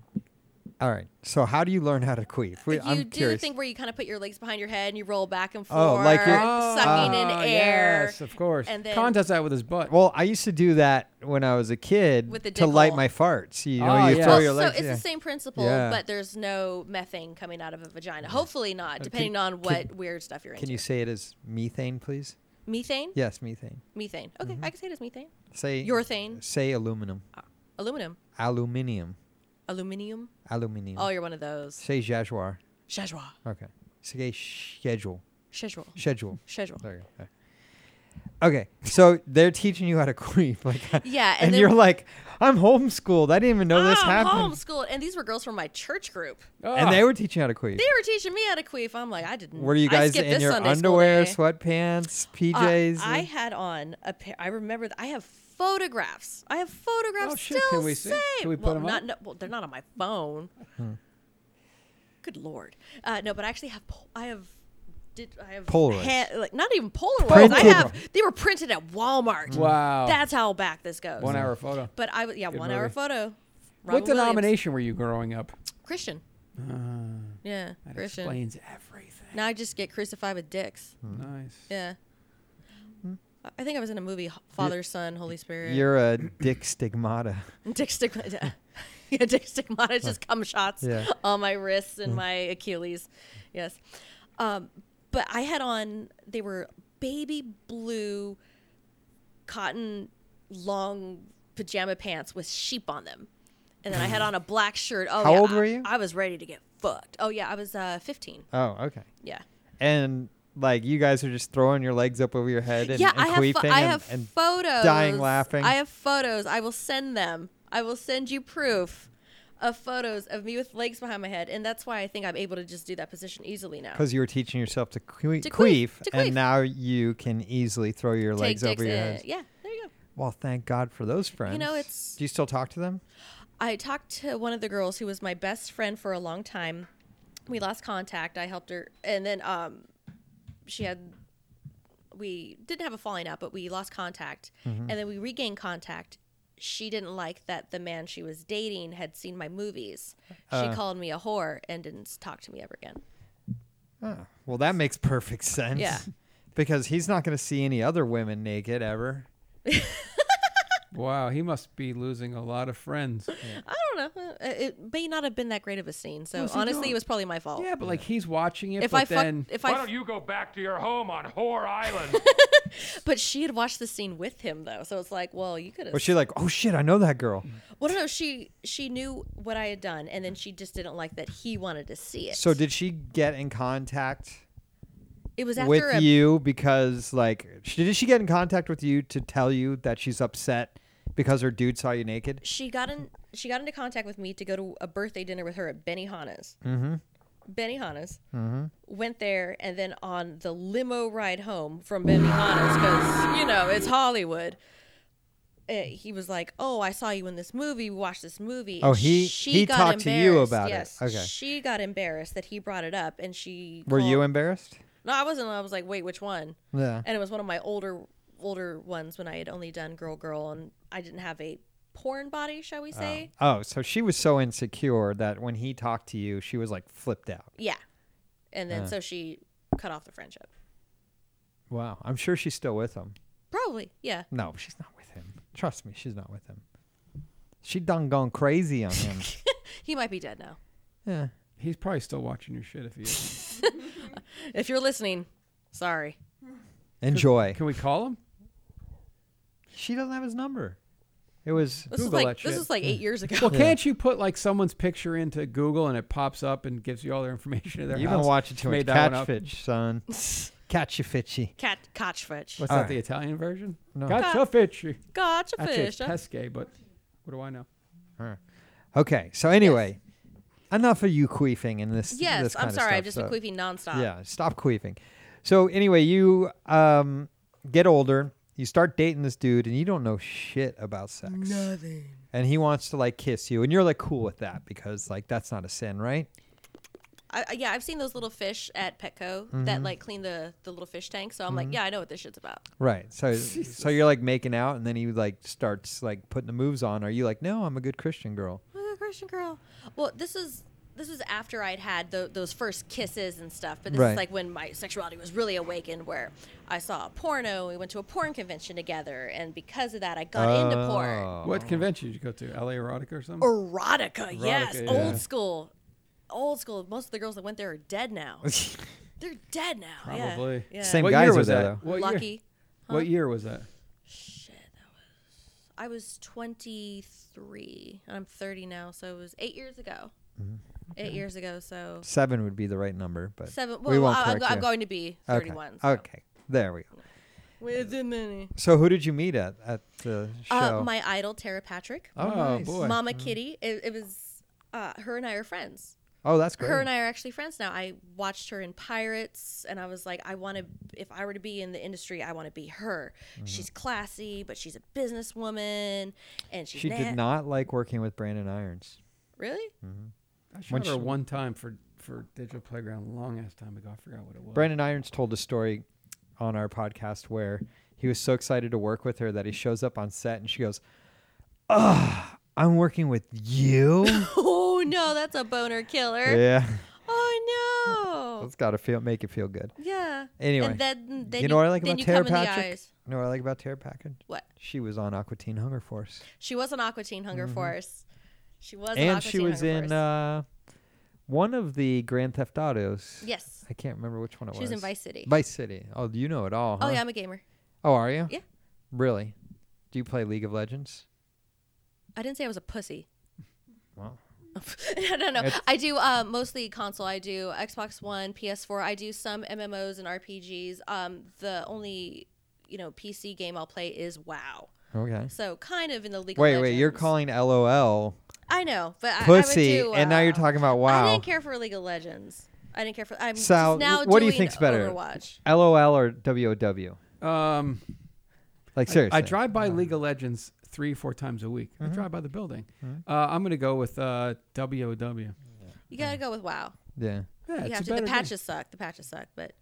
Speaker 2: all right. So how do you learn how to queef? We-
Speaker 5: you
Speaker 2: I'm
Speaker 5: do
Speaker 2: curious.
Speaker 5: the thing where you kind of put your legs behind your head and you roll back and
Speaker 2: Oh,
Speaker 5: forth,
Speaker 2: like it-
Speaker 5: sucking in
Speaker 3: Ah,
Speaker 5: air.
Speaker 3: Yes, of course.
Speaker 5: and then-
Speaker 3: Con does that with his butt.
Speaker 2: well, I used to do that when I was a kid
Speaker 5: With the
Speaker 2: to light
Speaker 5: dickhole.
Speaker 2: my farts. You know,
Speaker 3: Oh,
Speaker 2: you
Speaker 3: yeah.
Speaker 2: throw
Speaker 5: Well,
Speaker 2: your
Speaker 5: so
Speaker 2: legs.
Speaker 5: it's
Speaker 2: yeah.
Speaker 5: the same principle,
Speaker 2: Yeah.
Speaker 5: but there's no methane coming out of a vagina. Hopefully not, depending on what weird stuff you're into.
Speaker 2: Uh, Can you say it as methane, please?
Speaker 5: methane?
Speaker 2: Yes, methane.
Speaker 5: Methane. Okay,
Speaker 2: Mm-hmm.
Speaker 5: I can say it as methane.
Speaker 2: Say
Speaker 5: Urethane.
Speaker 2: Say aluminum.
Speaker 5: Aluminum.
Speaker 2: Aluminium.
Speaker 5: Aluminium.
Speaker 2: Aluminium.
Speaker 5: Oh, you're one of those.
Speaker 2: Say jaguar.
Speaker 5: Schedule.
Speaker 2: Okay. Say schedule.
Speaker 5: Schedule.
Speaker 2: Schedule.
Speaker 5: Schedule.
Speaker 2: There you go. Okay. So they're teaching you how to queef. Like,
Speaker 5: Yeah, and
Speaker 2: And,
Speaker 5: then-
Speaker 2: you're like, I'm homeschooled. I didn't even know this
Speaker 5: I'm
Speaker 2: happened.
Speaker 5: homeschooled, Ah, and these were girls from my church group.
Speaker 3: Ah,
Speaker 2: And they were teaching you how to queef.
Speaker 5: They were teaching me how to queef. I'm like, I didn't.
Speaker 2: Were you
Speaker 5: I
Speaker 2: guys
Speaker 5: skipped
Speaker 2: in
Speaker 5: this
Speaker 2: your
Speaker 5: Sunday school
Speaker 2: underwear,
Speaker 5: day.
Speaker 2: sweatpants,
Speaker 5: Uh,
Speaker 2: PJs?
Speaker 5: I had on a pair. I remember. Th- I have photographs. I have photographs
Speaker 3: Oh, shit.
Speaker 5: still
Speaker 3: Can we see?
Speaker 5: saved.
Speaker 3: Can we put
Speaker 5: well,
Speaker 3: 'em
Speaker 5: not,
Speaker 3: up? Hmm.
Speaker 5: No, well, they're not on my phone. Good lord. Uh, no, but I actually have. Pol- I have. Did I have
Speaker 2: Polaroids.
Speaker 5: ha- like not even Polaroids. I
Speaker 2: Printed.
Speaker 5: have. They were printed at Walmart.
Speaker 3: Wow.
Speaker 5: That's how back this goes.
Speaker 3: one hour photo.
Speaker 5: But I was yeah
Speaker 3: Good
Speaker 5: one hour
Speaker 3: movie.
Speaker 5: photo.
Speaker 3: What
Speaker 5: Robin Williams.
Speaker 3: denomination were you growing up?
Speaker 5: Christian.
Speaker 2: Uh,
Speaker 5: yeah,
Speaker 3: That
Speaker 5: Christian.
Speaker 3: explains everything.
Speaker 5: Now I just get crucified with dicks.
Speaker 2: Hmm.
Speaker 3: Nice.
Speaker 5: Yeah. I- I think I was in a movie, H- Father, Son, Holy Spirit.
Speaker 2: You're a dick stigmata.
Speaker 5: Dick stigmata. yeah, dick stigmata is just cum shots
Speaker 2: Yeah. Hmm.
Speaker 5: on my wrists and my Achilles. Yes. Um, but I had on, they were baby blue cotton long pajama pants with sheep on them. And then I had on a black shirt. Oh,
Speaker 2: How
Speaker 5: yeah,
Speaker 2: old
Speaker 5: I-
Speaker 2: were you?
Speaker 5: I was ready to get fucked. Oh, yeah, I was uh, 15.
Speaker 2: Oh, okay.
Speaker 5: Yeah.
Speaker 2: And like you guys are just throwing your legs up over your head and,
Speaker 5: yeah,
Speaker 2: and
Speaker 5: I have,
Speaker 2: queefing
Speaker 5: pho- I
Speaker 2: and-
Speaker 5: have
Speaker 2: and,
Speaker 5: photos.
Speaker 2: dying laughing.
Speaker 5: I have photos. I will send them. I will send you proof of photos of me with legs behind my head, and that's why I think I'm able to just do that position easily now.
Speaker 2: because you were teaching yourself to, que-
Speaker 5: To queef,
Speaker 2: queef,
Speaker 5: to queef.
Speaker 2: and now you can easily throw your
Speaker 5: Take
Speaker 2: legs over
Speaker 5: dicks
Speaker 2: your
Speaker 5: in-
Speaker 2: head.
Speaker 5: Yeah, there you go.
Speaker 2: Well, thank God for those friends.
Speaker 5: it's-
Speaker 2: Do you still talk to them?
Speaker 5: I talked to one of the girls who was my best friend for a long time. We lost contact. I helped her, and then um, she had. We didn't have a falling out, but we lost contact, and then we regained contact. She didn't like that the man she was dating had seen my movies. She called me a whore and didn't talk to me ever again.
Speaker 2: Well, that makes perfect sense.
Speaker 5: Yeah.
Speaker 2: because he's not going to see any other women naked ever.
Speaker 3: Wow, he must be losing a lot of friends.
Speaker 5: I don't know. Uh, It may not have been that great of a scene. So
Speaker 3: Was he
Speaker 5: honestly,
Speaker 3: doing-
Speaker 5: it was probably my fault.
Speaker 3: Yeah, but like he's watching it.
Speaker 5: Oh, If
Speaker 3: but
Speaker 5: I fuck,
Speaker 3: then
Speaker 5: if I, f-
Speaker 9: you go back to your home on Whore Island?
Speaker 5: but she had watched the scene with him though, so it's like, well, you could have
Speaker 2: Was she like, oh shit, I know that girl?
Speaker 5: Well, no, she she knew what I had done, and then she just didn't like that he wanted to see it.
Speaker 2: So did she get in contact
Speaker 5: it was after
Speaker 2: with
Speaker 5: a,
Speaker 2: you because like sh- did she get in contact with you to tell you that she's upset because her dude saw you naked?
Speaker 5: she got in she got into contact with me to go to a birthday dinner with her at Benihana's. Mm-hmm. Benihana's. Mm-hmm. Went there, and then on the limo ride home from Benihana's, because you know it's Hollywood. uh, he was like, "Oh, I saw you in this movie. We watched this movie."
Speaker 2: Oh,
Speaker 5: and
Speaker 2: he-
Speaker 5: she
Speaker 2: he
Speaker 5: got
Speaker 2: talked to you
Speaker 5: embarrassed.
Speaker 2: about it.
Speaker 5: yes,
Speaker 2: Okay.
Speaker 5: She got embarrassed that he brought it up, and she
Speaker 2: Were you
Speaker 5: called-
Speaker 2: embarrassed?
Speaker 5: No, I wasn't. I was like, "Wait, which one?"
Speaker 2: Yeah.
Speaker 5: and it was one of my older older ones when I had only done girl girl and I didn't have a porn body, shall we say?
Speaker 2: Oh, so she was so insecure that when he talked to you, she was like flipped out.
Speaker 5: Yeah. And then so she cut off the friendship.
Speaker 2: Wow. I'm sure she's still with him.
Speaker 5: Probably, yeah.
Speaker 2: No, she's not with him. Trust me, she's not with him. She done gone crazy on him.
Speaker 5: He might be dead now.
Speaker 2: yeah.
Speaker 3: he's probably still watching your shit. If he is.
Speaker 5: If you're listening, sorry.
Speaker 2: Enjoy.
Speaker 3: can we call him?
Speaker 2: She doesn't have his number. It was
Speaker 5: This
Speaker 3: Google
Speaker 5: is
Speaker 3: that
Speaker 5: like this
Speaker 3: shit.
Speaker 5: is like eight years ago.
Speaker 3: Well, can't you put like someone's picture into Google and it pops up and gives you all their information of their
Speaker 2: you've been
Speaker 3: house?
Speaker 2: watching
Speaker 3: Just
Speaker 2: too much
Speaker 3: made that one
Speaker 2: catch
Speaker 3: up.
Speaker 2: fish, son. catch you fishy.
Speaker 5: Cat catch fish.
Speaker 3: What's
Speaker 2: All
Speaker 3: that?
Speaker 2: right.
Speaker 3: The Italian version?
Speaker 2: No.
Speaker 3: Gotcha, Fitchy.
Speaker 5: Gotcha
Speaker 3: Actually, it's
Speaker 5: fish.
Speaker 3: pesque, but what do I know?
Speaker 2: Huh. Okay. So anyway, enough of you queefing in this.
Speaker 5: Yes,
Speaker 2: this
Speaker 5: I'm
Speaker 2: kinda
Speaker 5: sorry. I've
Speaker 2: stuff,
Speaker 5: just
Speaker 2: so-
Speaker 5: been queefing nonstop.
Speaker 2: Yeah, stop queefing. So anyway, you um, get older, you start dating this dude, and you don't know shit about sex. Nothing. And he wants to like kiss you, and you're like cool with that because like that's not a sin, right?
Speaker 5: I, I- yeah, I've seen those little fish at Petco that like clean the, the little fish tank. So I'm like, yeah, I know what this shit's about.
Speaker 2: Right. So so you're like making out, and then he like starts like putting the moves on. Are you like, no, I'm a good Christian girl?
Speaker 5: I'm a good Christian girl. Well, this is this was after I'd had tho- those first kisses and stuff, but this
Speaker 2: Right.
Speaker 5: is like when my sexuality was really awakened, where I saw a porno. We went to a porn convention together, and because of that, I got into porn.
Speaker 2: Oh.
Speaker 3: What convention did you go to? LA Erotica or something?
Speaker 5: Erotica, yes,
Speaker 3: Erotica, yeah.
Speaker 5: old school, old school. Most of the girls that went there are dead now. They're dead now. yeah.
Speaker 3: Probably.
Speaker 5: Yeah.
Speaker 2: Same
Speaker 3: what
Speaker 2: guys
Speaker 3: year
Speaker 2: were
Speaker 3: was
Speaker 2: there,
Speaker 3: that?
Speaker 2: though.
Speaker 3: What
Speaker 5: Lucky.
Speaker 3: Year? What year was that?
Speaker 5: I was 23 and I'm 30 now, so it was eight years ago.
Speaker 2: Mm-hmm.
Speaker 5: Eight years ago, so
Speaker 2: Seven would be the right number, but
Speaker 5: seven.
Speaker 2: we
Speaker 5: Well,
Speaker 2: won't
Speaker 5: I, am
Speaker 2: correct you.
Speaker 5: going to be
Speaker 2: Okay.
Speaker 5: 31. so.
Speaker 2: Okay. There we go.
Speaker 5: With the money.
Speaker 2: So who did you meet at at the show?
Speaker 5: Uh, my idol, Tara Patrick,
Speaker 2: oh,
Speaker 3: Oh,
Speaker 2: nice.
Speaker 3: boy.
Speaker 5: Mama Kitty. It, it was uh, her and I are friends.
Speaker 2: Oh, that's great.
Speaker 5: Her and I are actually friends now. I watched her in Pirates, and I was like, I want to. If I were to be in the industry, I want to be her.
Speaker 2: Mm-hmm.
Speaker 5: She's classy, but she's a businesswoman, and she's
Speaker 2: she did
Speaker 5: na-
Speaker 2: not Mm. like working with Brandon Irons.
Speaker 5: really.
Speaker 3: I
Speaker 2: When
Speaker 3: shot her
Speaker 2: she-
Speaker 3: one time for for Digital Playground a long ass time ago. I forgot what it was.
Speaker 2: Brandon Irons told a story on our podcast where he was so excited to work with her that he shows up on set and she goes, "Ugh, I'm working with you."
Speaker 5: Oh no, that's a boner killer.
Speaker 2: yeah,
Speaker 5: Oh no.
Speaker 2: that's got to feel make it feel good.
Speaker 5: Yeah.
Speaker 2: Anyway,
Speaker 5: and then, then
Speaker 2: you know what I like
Speaker 5: then
Speaker 2: about
Speaker 5: you
Speaker 2: Tara
Speaker 5: come in the
Speaker 2: Patrick?
Speaker 5: eyes.
Speaker 2: You know what I like about Tara Patrick?
Speaker 5: What?
Speaker 2: She was on Aqua Teen Hunger Force,
Speaker 5: She was an Aqua Teen Hunger Force. She was an
Speaker 2: Mm-hmm. and
Speaker 5: Aqua
Speaker 2: she
Speaker 5: Teen
Speaker 2: was
Speaker 5: Hunger
Speaker 2: in
Speaker 5: Force.
Speaker 2: uh, one of the Grand Theft Autos.
Speaker 5: Yes.
Speaker 2: I can't remember which one it
Speaker 5: She
Speaker 2: was.
Speaker 5: was in Vice City.
Speaker 2: Vice City. Oh, you know it all. Huh?
Speaker 5: Oh yeah, I'm a gamer.
Speaker 2: Oh, are you?
Speaker 5: Yeah.
Speaker 2: Really? Do you play League of Legends?
Speaker 5: I didn't say I was a pussy.
Speaker 2: Wow.
Speaker 5: no, no, no.
Speaker 2: It's-
Speaker 5: I do uh, mostly console. I do Xbox One, PS4. I do some MMOs and RPGs. Um, the only you know PC game I'll play is WoW.
Speaker 2: Okay.
Speaker 5: So kind of in the League. of
Speaker 2: Hmm. Wait, wait, you're
Speaker 5: Legends.
Speaker 2: calling LOL
Speaker 5: I know, but I-
Speaker 2: pussy,
Speaker 5: I, would do,
Speaker 2: and now you're
Speaker 5: uh,
Speaker 2: talking about wow.
Speaker 5: I didn't care for League of Legends. I didn't care for. I'm
Speaker 2: Sal,
Speaker 5: just now
Speaker 2: wh- what do you
Speaker 5: doing
Speaker 2: think's better?
Speaker 5: Overwatch.
Speaker 2: LOL or WOW?
Speaker 3: Um,
Speaker 2: Like seriously, Mm-hmm.
Speaker 3: I drive by League of Legends three, four times a week. I drive by the building. Uh, I'm going to go with uh, WOW.
Speaker 5: You gotta go with WoW.
Speaker 2: Yeah.
Speaker 3: Yeah,
Speaker 5: you have
Speaker 3: it's a
Speaker 5: to. The
Speaker 3: better game.
Speaker 5: patches suck. The patches suck, but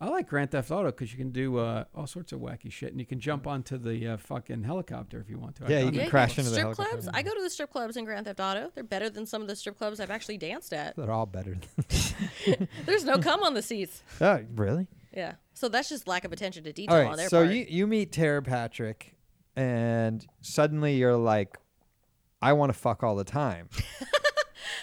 Speaker 3: I like Grand Theft Auto because you can do uh, all sorts of wacky shit, and you can jump onto the uh, fucking helicopter if you want to. I've
Speaker 2: Yeah, you
Speaker 3: done
Speaker 2: can
Speaker 3: that.
Speaker 2: crash into the
Speaker 5: strip
Speaker 2: helicopter.
Speaker 5: clubs. I go to the strip clubs in Grand Theft Auto. They're better than some of the strip clubs I've actually danced at.
Speaker 2: They're all better.
Speaker 5: There's no cum on the seats.
Speaker 2: oh, really?
Speaker 5: Yeah. So that's just lack of attention to detail
Speaker 2: All
Speaker 5: on
Speaker 2: right.
Speaker 5: their
Speaker 2: So
Speaker 5: part.
Speaker 2: you you meet Tara Patrick, and suddenly you're like, I want to fuck all the time.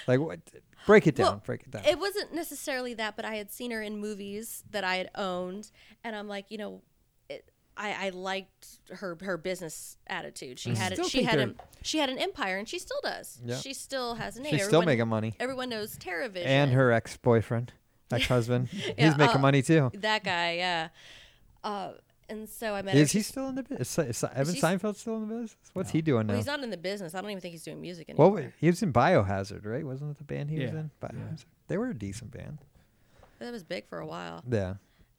Speaker 2: like what? Break it down.
Speaker 5: Well,
Speaker 2: break it down.
Speaker 5: it wasn't necessarily that, but I had seen her in movies that I had owned, and I'm like, you know, it, I, I liked her her business attitude.
Speaker 2: Mm-hmm.
Speaker 5: She had
Speaker 3: Still
Speaker 5: it. She
Speaker 3: think
Speaker 5: had
Speaker 3: they're-
Speaker 5: an she had an empire, and she still does.
Speaker 2: Yeah.
Speaker 5: She still has a name.
Speaker 2: She's still making money.
Speaker 5: Everyone knows TerraVision
Speaker 2: and her ex boyfriend, ex husband,
Speaker 5: Yeah,
Speaker 2: he's making
Speaker 5: uh,
Speaker 2: money too.
Speaker 5: That guy, yeah. Uh, and so I met.
Speaker 2: Is
Speaker 5: her.
Speaker 2: he still in the business? Is, Se- Evan
Speaker 5: She's-
Speaker 2: Seinfeld still in the business? What's he doing now?
Speaker 5: Well, he's not in the business. I don't even think he's doing music anymore.
Speaker 2: Well, wait, he was in Biohazard, right? Wasn't it the band he was
Speaker 3: Yeah,
Speaker 2: in? Biohazard. They were a decent band.
Speaker 5: That was big for a while.
Speaker 2: Yeah.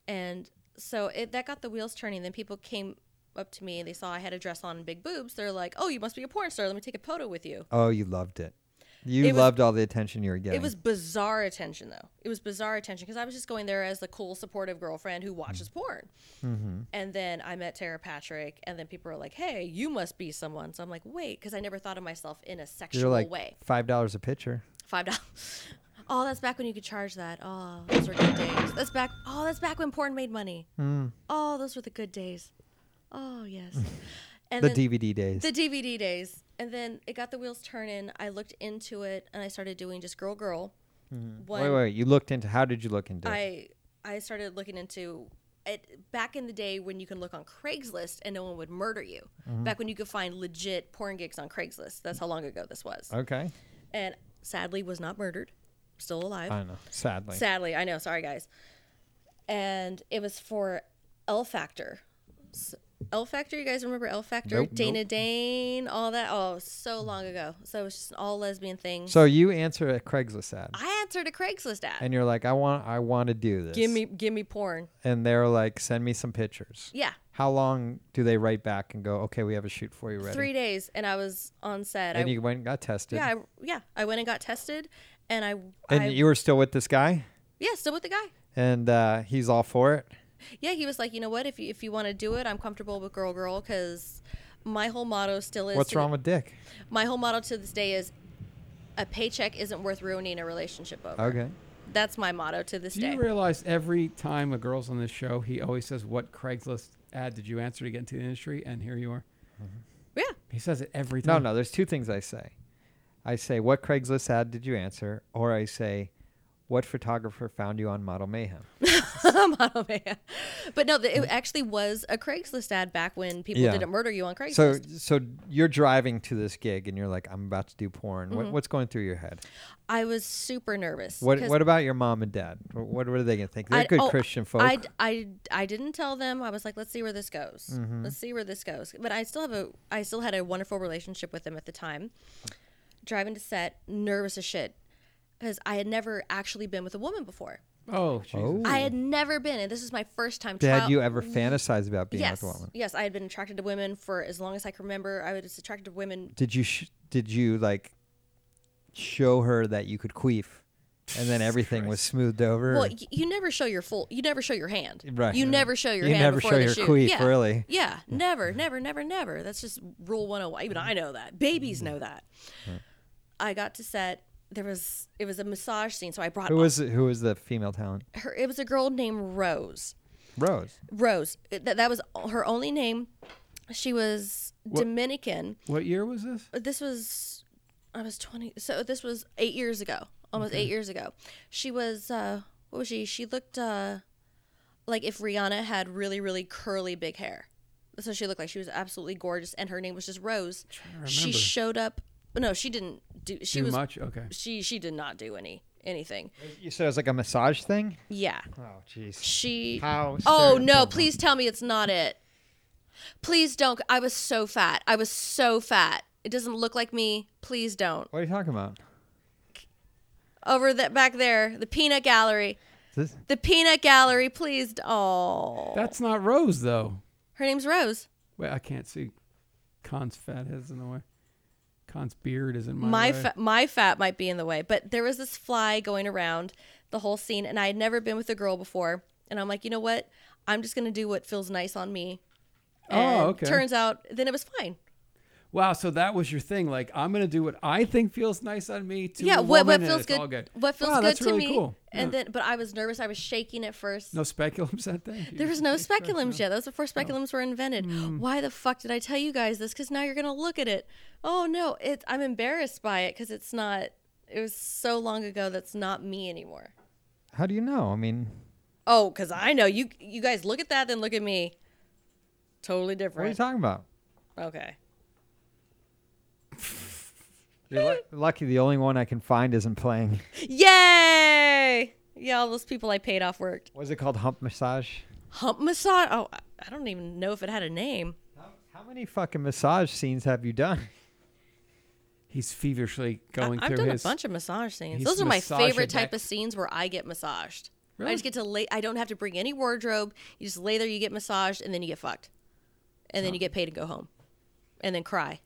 Speaker 5: and so it that got the wheels turning. Then people came up to me and they saw I had a dress on and big boobs. They're like, "Oh, you must be a porn star. Let me take a photo with you."
Speaker 2: Oh, you loved it. You
Speaker 5: It was-
Speaker 2: loved all the attention you were getting.
Speaker 5: It was bizarre attention though. It was bizarre attention because I was just going there as the cool, supportive girlfriend
Speaker 2: Mm-hmm.
Speaker 5: who watches porn. And then I met Tara Patrick, and then people were like, "Hey, you must be someone." So I'm like, "Wait," because I never thought of myself in a
Speaker 2: You're
Speaker 5: sexual
Speaker 2: like
Speaker 5: way.
Speaker 2: five dollars a picture.
Speaker 5: Five dollars. Oh, that's back when you could charge that. Oh, those were good days. That's back. Oh, that's back when porn made money.
Speaker 2: Mm.
Speaker 5: Oh, those were the good days. Oh yes. And
Speaker 2: The
Speaker 5: then-
Speaker 2: DVD days.
Speaker 5: the DVD days. And then it got the wheels turning. I looked into it and I started doing just girl girl. One,
Speaker 2: Mm-hmm. wait, wait. You looked into how did you look into? it?
Speaker 5: I I started looking into it back in the day when you can look on Craigslist and no one would murder you.
Speaker 2: Mm-hmm.
Speaker 5: Back when you could find legit porn gigs on Craigslist. That's how long ago this was.
Speaker 2: Okay.
Speaker 5: and sadly was not murdered. Still alive.
Speaker 2: I know. Sadly.
Speaker 5: Sadly, I know. Sorry, guys. And it was for L Factor. S- L Factor. You guys remember L Factor?
Speaker 2: Nope.
Speaker 5: Dana
Speaker 2: Nope.
Speaker 5: Dane, all that. Oh, so long ago. So it was just an all lesbian thing.
Speaker 2: So you answer a Craigslist ad,
Speaker 5: I answered a Craigslist ad.
Speaker 2: and you're like, I want, I want to do this.
Speaker 5: give me, give me porn.
Speaker 2: And they're like, send me some pictures.
Speaker 5: Yeah,
Speaker 2: How long do they write back and go, okay, we have a shoot for you ready?
Speaker 5: three days, and I was on set.
Speaker 2: And
Speaker 5: I,
Speaker 2: you went and got tested.
Speaker 5: yeah, I, yeah. I went and got tested, and I,
Speaker 2: and
Speaker 5: I
Speaker 2: you were still with this guy,
Speaker 5: yeah, still with the guy.
Speaker 2: and uh, he's all for it.
Speaker 5: Yeah, he was like, you know what? If you if you want to do it, I'm comfortable with girl girl because my whole motto still is
Speaker 2: What's
Speaker 5: to-
Speaker 2: wrong with Dick?
Speaker 5: my whole motto to this day is a paycheck isn't worth ruining a relationship over.
Speaker 2: Okay.
Speaker 5: That's my motto to this
Speaker 3: Do
Speaker 5: day.
Speaker 3: you realize every time a girl's on this show, he always says, "What Craigslist ad did you answer to get into the industry?" And here you are.
Speaker 5: yeah.
Speaker 3: He says it every
Speaker 2: No,
Speaker 3: time.
Speaker 2: no. There's two things I say. I say, what Craigslist ad did you answer? Or I say, what photographer found you on Model Mayhem?
Speaker 5: Model man. But no, th- it actually was a Craigslist ad back when people
Speaker 2: Yeah.
Speaker 5: didn't murder you on Craigslist.
Speaker 2: So, so you're driving to this gig, and you're like, I'm about to do porn. What, what's going through your head?
Speaker 5: I was super nervous.
Speaker 2: What
Speaker 5: Mm-hmm. 'cause
Speaker 2: What about your mom and dad? Wh- What, what are they gonna think? They're
Speaker 5: I-
Speaker 2: good
Speaker 5: oh,
Speaker 2: Christian folk.
Speaker 5: I, I, I didn't tell them. I was like, let's see where this goes.
Speaker 2: Mm-hmm.
Speaker 5: Let's see where this goes. But I still have a I still had a wonderful relationship with them at the time. Driving to set, nervous as shit, because I had never actually been with a woman before.
Speaker 3: Oh, Jesus.
Speaker 2: Oh.
Speaker 5: I had never been, and this is my first time.
Speaker 2: Dad,
Speaker 5: trial-
Speaker 2: you ever fantasize about being
Speaker 5: Yes,
Speaker 2: with a woman?
Speaker 5: yes, I had been attracted to women for as long as I can remember. I was attracted to women.
Speaker 2: Did you sh- Did you like show her that you could queef, and then everything was smoothed over?
Speaker 5: Well, y- you never show your full. You never show your hand.
Speaker 2: Right.
Speaker 5: You never show your
Speaker 2: You
Speaker 5: hand.
Speaker 2: never
Speaker 5: before
Speaker 2: show
Speaker 5: the
Speaker 2: your
Speaker 5: shoot.
Speaker 2: queef,
Speaker 5: yeah.
Speaker 2: really.
Speaker 5: Yeah. Never. Never. Never. Never. That's just rule one hundred and one.
Speaker 2: Mm-hmm.
Speaker 5: Even I know that. Babies know that. I got to set. There was it was a massage scene, so I brought
Speaker 2: who was who was the female talent?
Speaker 5: her. It was a girl named Rose.
Speaker 2: Rose.
Speaker 5: Rose. That that was her only name. She was Dominican.
Speaker 3: What year was this?
Speaker 5: this was I was 20 so this was 8 years ago almost 8 years ago she was uh what was she she looked uh like if Rihanna had really really curly big hair so she looked like she was absolutely gorgeous and her name was just Rose she
Speaker 3: remember.
Speaker 5: showed up no she didn't do she
Speaker 3: Too
Speaker 5: was
Speaker 3: much. Okay.
Speaker 5: she she did not do any anything
Speaker 2: You said it was like a massage thing.
Speaker 5: yeah
Speaker 2: Oh, jeez.
Speaker 5: she
Speaker 2: How
Speaker 5: Oh no,
Speaker 2: stereotypical.
Speaker 5: please tell me it's not it. Please don't I was so fat. I was so fat. It doesn't look like me. Please don't.
Speaker 2: What are you talking about?
Speaker 5: over that back there, the peanut gallery.
Speaker 2: Is this-
Speaker 5: The peanut gallery, please. Oh,
Speaker 3: That's not Rose though.
Speaker 5: her name's Rose.
Speaker 3: Wait, I can't see. Con's fat head's in the way. Con's beard is in my,
Speaker 5: My
Speaker 3: way.
Speaker 5: fa- my fat might be in the way, but there was this fly going around the whole scene, and I had never been with a girl before, and I'm like, you know what? I'm just gonna do what feels nice on me.
Speaker 3: Oh,
Speaker 5: And
Speaker 3: okay.
Speaker 5: Turns out, then it was fine.
Speaker 3: Wow, so that was your thing. Like, I'm gonna do what I think feels nice on me. To
Speaker 5: yeah,
Speaker 3: a
Speaker 5: what,
Speaker 3: woman,
Speaker 5: what
Speaker 3: and
Speaker 5: feels
Speaker 3: it's
Speaker 5: good,
Speaker 3: all good.
Speaker 5: What feels
Speaker 3: Wow,
Speaker 5: good
Speaker 3: that's
Speaker 5: to
Speaker 3: really
Speaker 5: me.
Speaker 3: Cool.
Speaker 5: And
Speaker 3: Yeah.
Speaker 5: then, but I was nervous. I was shaking at first.
Speaker 3: no speculums at that.
Speaker 5: There was no speculums yet. That was
Speaker 2: Oh.
Speaker 5: before speculums were invented.
Speaker 2: Hmm.
Speaker 5: Why the fuck did I tell you guys this? Because now you're gonna look at it. Oh no, it, I'm embarrassed by it because it's not. It was so long ago. That's not me anymore.
Speaker 2: How do you know? I mean,
Speaker 5: Oh, because I know you. You guys look at that, then look at me. Totally
Speaker 2: what are you
Speaker 5: different.
Speaker 2: talking about?
Speaker 5: okay.
Speaker 2: You're lu- lucky the only one I can find isn't playing.
Speaker 5: Yay! Yeah, all those people I paid off worked.
Speaker 2: Was it called Hump Massage?
Speaker 5: Hump massage. Oh, I- I don't even know if it had a name.
Speaker 2: How, how many fucking massage scenes have you done?
Speaker 3: He's feverishly going
Speaker 5: I- I've
Speaker 3: through
Speaker 5: done
Speaker 3: his.
Speaker 5: a bunch of massage scenes.
Speaker 3: his
Speaker 5: Those are my
Speaker 3: massage
Speaker 5: favorite type
Speaker 3: adept-
Speaker 5: of scenes where I get massaged.
Speaker 3: Really?
Speaker 5: I just get to lay. I don't have to bring any wardrobe. You just lay there, you get massaged, and then you get fucked, and then you get paid and go home, and then cry.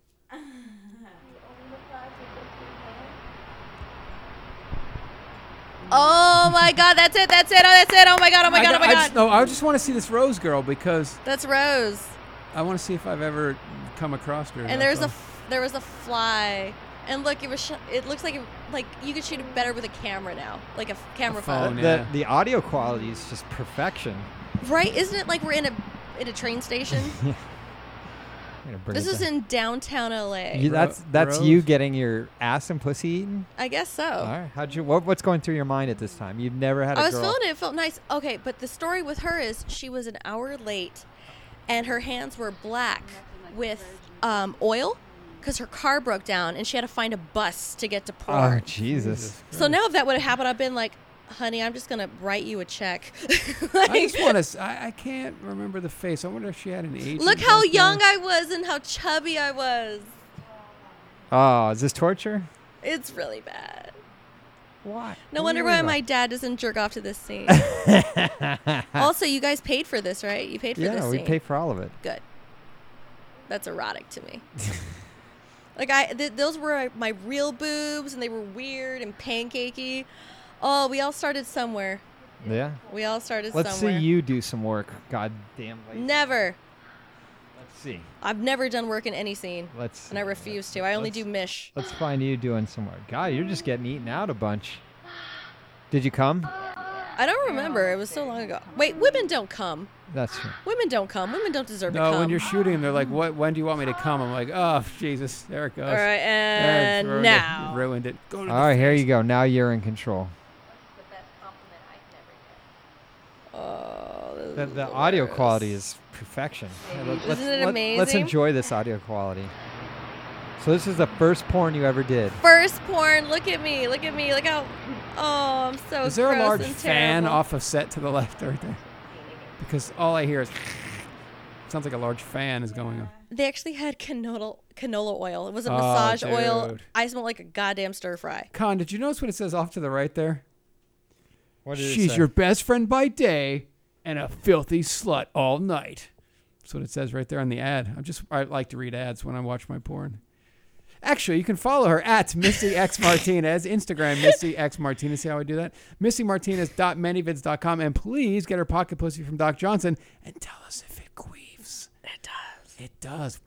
Speaker 5: oh my god, that's it, that's it, oh that's it, oh my god, oh my
Speaker 3: I
Speaker 5: god, oh
Speaker 3: got-
Speaker 5: my
Speaker 3: I
Speaker 5: god.
Speaker 3: Just, no, I just want to see this Rose girl because
Speaker 5: That's Rose,
Speaker 3: I want to see if I've ever come across her.
Speaker 5: and
Speaker 3: that's
Speaker 5: there's a
Speaker 3: all.
Speaker 5: f- there was a fly, and look, it was sh- it looks like it, like you could shoot it better with a camera now, like a f- camera
Speaker 3: phone,
Speaker 5: phone.
Speaker 3: yeah.
Speaker 2: the, the audio quality is just perfection.
Speaker 5: Right? Isn't it like we're in a in a train station?
Speaker 2: I'm gonna bring
Speaker 5: this
Speaker 2: it
Speaker 5: is
Speaker 2: down.
Speaker 5: in downtown LA.
Speaker 2: You,
Speaker 3: Ro-
Speaker 2: that's that's you
Speaker 3: Rose?
Speaker 2: getting your ass and pussy eaten.
Speaker 5: I guess so.
Speaker 2: All right, how'd you? What, what's going through your mind at this time? You've never had a
Speaker 5: Oh. I was
Speaker 2: girl.
Speaker 5: feeling it. It felt nice. Okay, but the story with her is she was an hour late, and her hands were black with um, oil because her car broke down, and she had to find a bus to get to
Speaker 2: Oh
Speaker 5: port.
Speaker 2: Jesus!
Speaker 3: Jesus
Speaker 5: so now if that would have happened, I've been like, honey, I'm just gonna write you a check.
Speaker 3: I
Speaker 5: Like,
Speaker 3: just want to. I, I can't remember the face. I wonder if she had an age.
Speaker 5: look how young I was and how chubby I was.
Speaker 2: Oh, is this torture?
Speaker 5: It's really bad.
Speaker 2: Why?
Speaker 5: No
Speaker 2: What are
Speaker 5: wonder
Speaker 2: you
Speaker 5: why
Speaker 2: worried
Speaker 5: my
Speaker 2: about?
Speaker 5: dad doesn't jerk off to this scene. also, you guys paid for this, right? You paid for this
Speaker 2: Yeah, we
Speaker 5: scene.
Speaker 2: pay for all of it.
Speaker 5: Good. That's erotic to me. like I, th- those were my real boobs, and they were weird and pancakey. Oh, we all started somewhere.
Speaker 2: Yeah.
Speaker 5: We all started
Speaker 2: Let's
Speaker 5: somewhere.
Speaker 2: see you do some work. God damn.
Speaker 5: Never.
Speaker 2: Let's see.
Speaker 5: I've never done work in any scene,
Speaker 2: Let's.
Speaker 5: and I
Speaker 2: see.
Speaker 5: refuse to. I only do mish.
Speaker 2: Let's find you doing some work. God, you're just getting eaten out a bunch. Did you come?
Speaker 5: I don't remember. It was so long ago. Wait, women don't come.
Speaker 2: That's true.
Speaker 5: Women don't come. Women don't deserve to
Speaker 3: No,
Speaker 5: come.
Speaker 3: when you're shooting, they're like, "What? When do you want me to come?" I'm like, "Oh, Jesus, there it goes."
Speaker 5: all right,
Speaker 3: There,
Speaker 5: and
Speaker 3: ruined it.
Speaker 5: now.
Speaker 3: ruined it. Go to
Speaker 2: All right, here you go. Now you're in control.
Speaker 5: Oh, this
Speaker 2: The,
Speaker 5: is
Speaker 2: the audio
Speaker 5: worst.
Speaker 2: quality is perfection. Yeah, let- let's-
Speaker 5: Isn't it
Speaker 2: let- Let's
Speaker 5: amazing?
Speaker 2: enjoy this audio quality. So this is the first porn you ever did.
Speaker 5: First porn. Look at me. Look at me. Look how. Oh, I'm so.
Speaker 3: Is there a
Speaker 5: gross
Speaker 3: large
Speaker 5: and
Speaker 3: fan
Speaker 5: terrible.
Speaker 3: off of set to the left right there? Because all I hear is sounds like a large fan is going on.
Speaker 5: They actually had canola canola oil. It was a
Speaker 3: Oh,
Speaker 5: massage oil.
Speaker 3: dude.
Speaker 5: I smelled like a goddamn stir fry.
Speaker 3: Con, did you notice what it says off to the right there?
Speaker 2: What did it
Speaker 3: She's
Speaker 2: say?
Speaker 3: your best friend by day and a filthy slut all night. That's what it says right there on the ad. I'm just I like to read ads when I watch my porn. Actually, you can follow her at Missy X Martinez, Instagram Missy X Martinez. See how I do that? MissyMartinez.manyvids.com. And please get her pocket pussy from Doc Johnson and tell us if it queefs. It does. It does.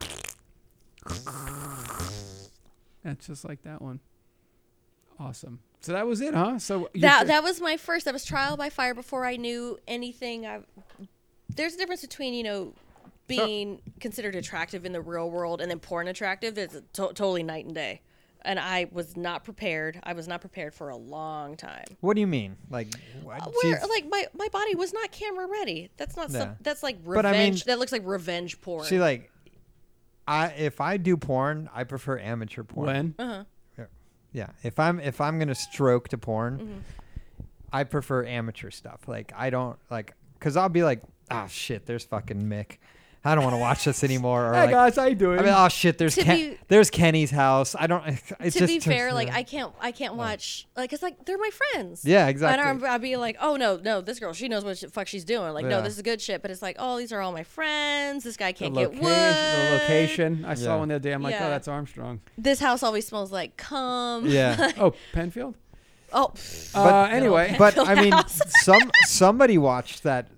Speaker 3: That's just like that one. Awesome. So that was it, huh? So your
Speaker 5: That
Speaker 3: fir-
Speaker 5: that was my first. That was trial by fire before I knew anything. I, there's a difference between you know being considered attractive in the real world and then porn attractive. It's to- totally night and day. And I was not prepared. I was not prepared for a long time.
Speaker 2: What do you mean? Like,
Speaker 5: Uh,
Speaker 2: what? do you-
Speaker 5: Where like my my body was not camera ready. That's not
Speaker 2: Yeah.
Speaker 5: some, that's like revenge.
Speaker 2: But I mean-
Speaker 5: that looks like revenge porn.
Speaker 2: see, like, I if I do porn, I prefer amateur porn.
Speaker 3: when?
Speaker 2: Yeah. If I'm if I'm gonna stroke to porn,
Speaker 5: Mm-hmm.
Speaker 2: I prefer amateur stuff. Like I don't like because I'll be like, ah shit, there's fucking Mick. I don't want to watch this anymore. Or
Speaker 3: Hey
Speaker 2: like,
Speaker 3: guys, how you doing?
Speaker 2: I mean, oh shit, there's
Speaker 5: To
Speaker 2: Ken-
Speaker 5: be-
Speaker 2: there's Kenny's house. I don't. It's
Speaker 5: to
Speaker 2: just
Speaker 5: be fair, like
Speaker 2: yeah.
Speaker 5: I can't I can't watch like it's like they're my friends.
Speaker 2: Yeah,
Speaker 5: And
Speaker 2: exactly.
Speaker 5: I'm, I'd be like, oh no, no, this girl, she knows what the fuck she's doing. Like,
Speaker 2: Yeah.
Speaker 5: no, this is good shit. But it's like, oh, these are all my friends. This guy can't get
Speaker 3: location,
Speaker 5: wood.
Speaker 3: the location. I
Speaker 2: Yeah.
Speaker 3: saw one the other day. I'm like,
Speaker 5: Yeah.
Speaker 3: oh, that's Armstrong.
Speaker 5: This house always smells like cum.
Speaker 2: Yeah.
Speaker 3: Oh, Penfield.
Speaker 5: oh, pff,
Speaker 3: uh, anyway,
Speaker 2: But I mean, some somebody watched that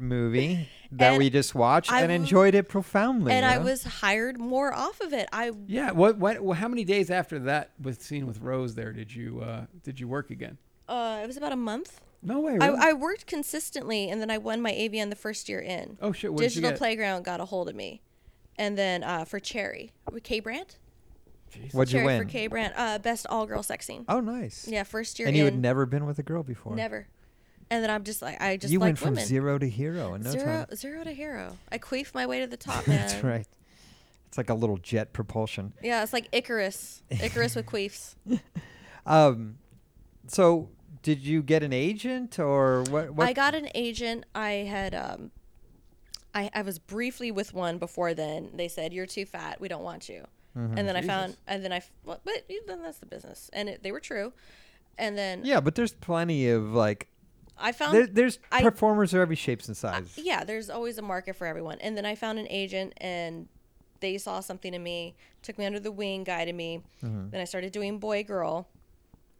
Speaker 2: movie that
Speaker 5: And
Speaker 2: we just watched
Speaker 5: I
Speaker 2: and
Speaker 5: w-
Speaker 2: enjoyed it profoundly.
Speaker 5: and
Speaker 2: you
Speaker 5: I
Speaker 2: know?
Speaker 5: was hired more off of it. I
Speaker 3: yeah. What? What? wh- How many days after that with scene with Rose? There did you uh, did you work again?
Speaker 5: uh, it was about a month.
Speaker 3: No way. Really?
Speaker 5: I, I worked consistently, and then I won my AVN the first year in.
Speaker 3: Oh, shit, what did you
Speaker 5: Digital
Speaker 3: get?
Speaker 5: Playground got a hold of me, and then uh, for Cherry with K Brandt.
Speaker 2: What'd you
Speaker 5: Cherry
Speaker 2: win?
Speaker 5: for K Brandt, uh, best all girl sex scene.
Speaker 2: oh, nice.
Speaker 5: Yeah, first year
Speaker 2: And
Speaker 5: in.
Speaker 2: you had never been with a girl before.
Speaker 5: never. And then I'm just like I just
Speaker 2: you
Speaker 5: like
Speaker 2: went from
Speaker 5: women.
Speaker 2: zero to hero in no
Speaker 5: zero,
Speaker 2: time.
Speaker 5: zero to hero. I queef my way to the top, man.
Speaker 2: That's right. It's like a little jet propulsion.
Speaker 5: Yeah, it's like Icarus. Icarus with queefs.
Speaker 2: Um, so did you get an agent or what? what
Speaker 5: I got an agent. I had um, I I was briefly with one before then. They said you're too fat. We don't want you.
Speaker 2: Mm-hmm.
Speaker 5: And then I found, and then I, f- well, but then that's the business, and it, they were true. And then
Speaker 2: yeah, but there's plenty of like
Speaker 5: I found
Speaker 2: there, there's
Speaker 5: I-
Speaker 2: performers of every shapes and sizes.
Speaker 5: yeah, there's always a market for everyone. And then I found an agent and they saw something in me, took me under the wing, guided me. Then I started doing boy girl.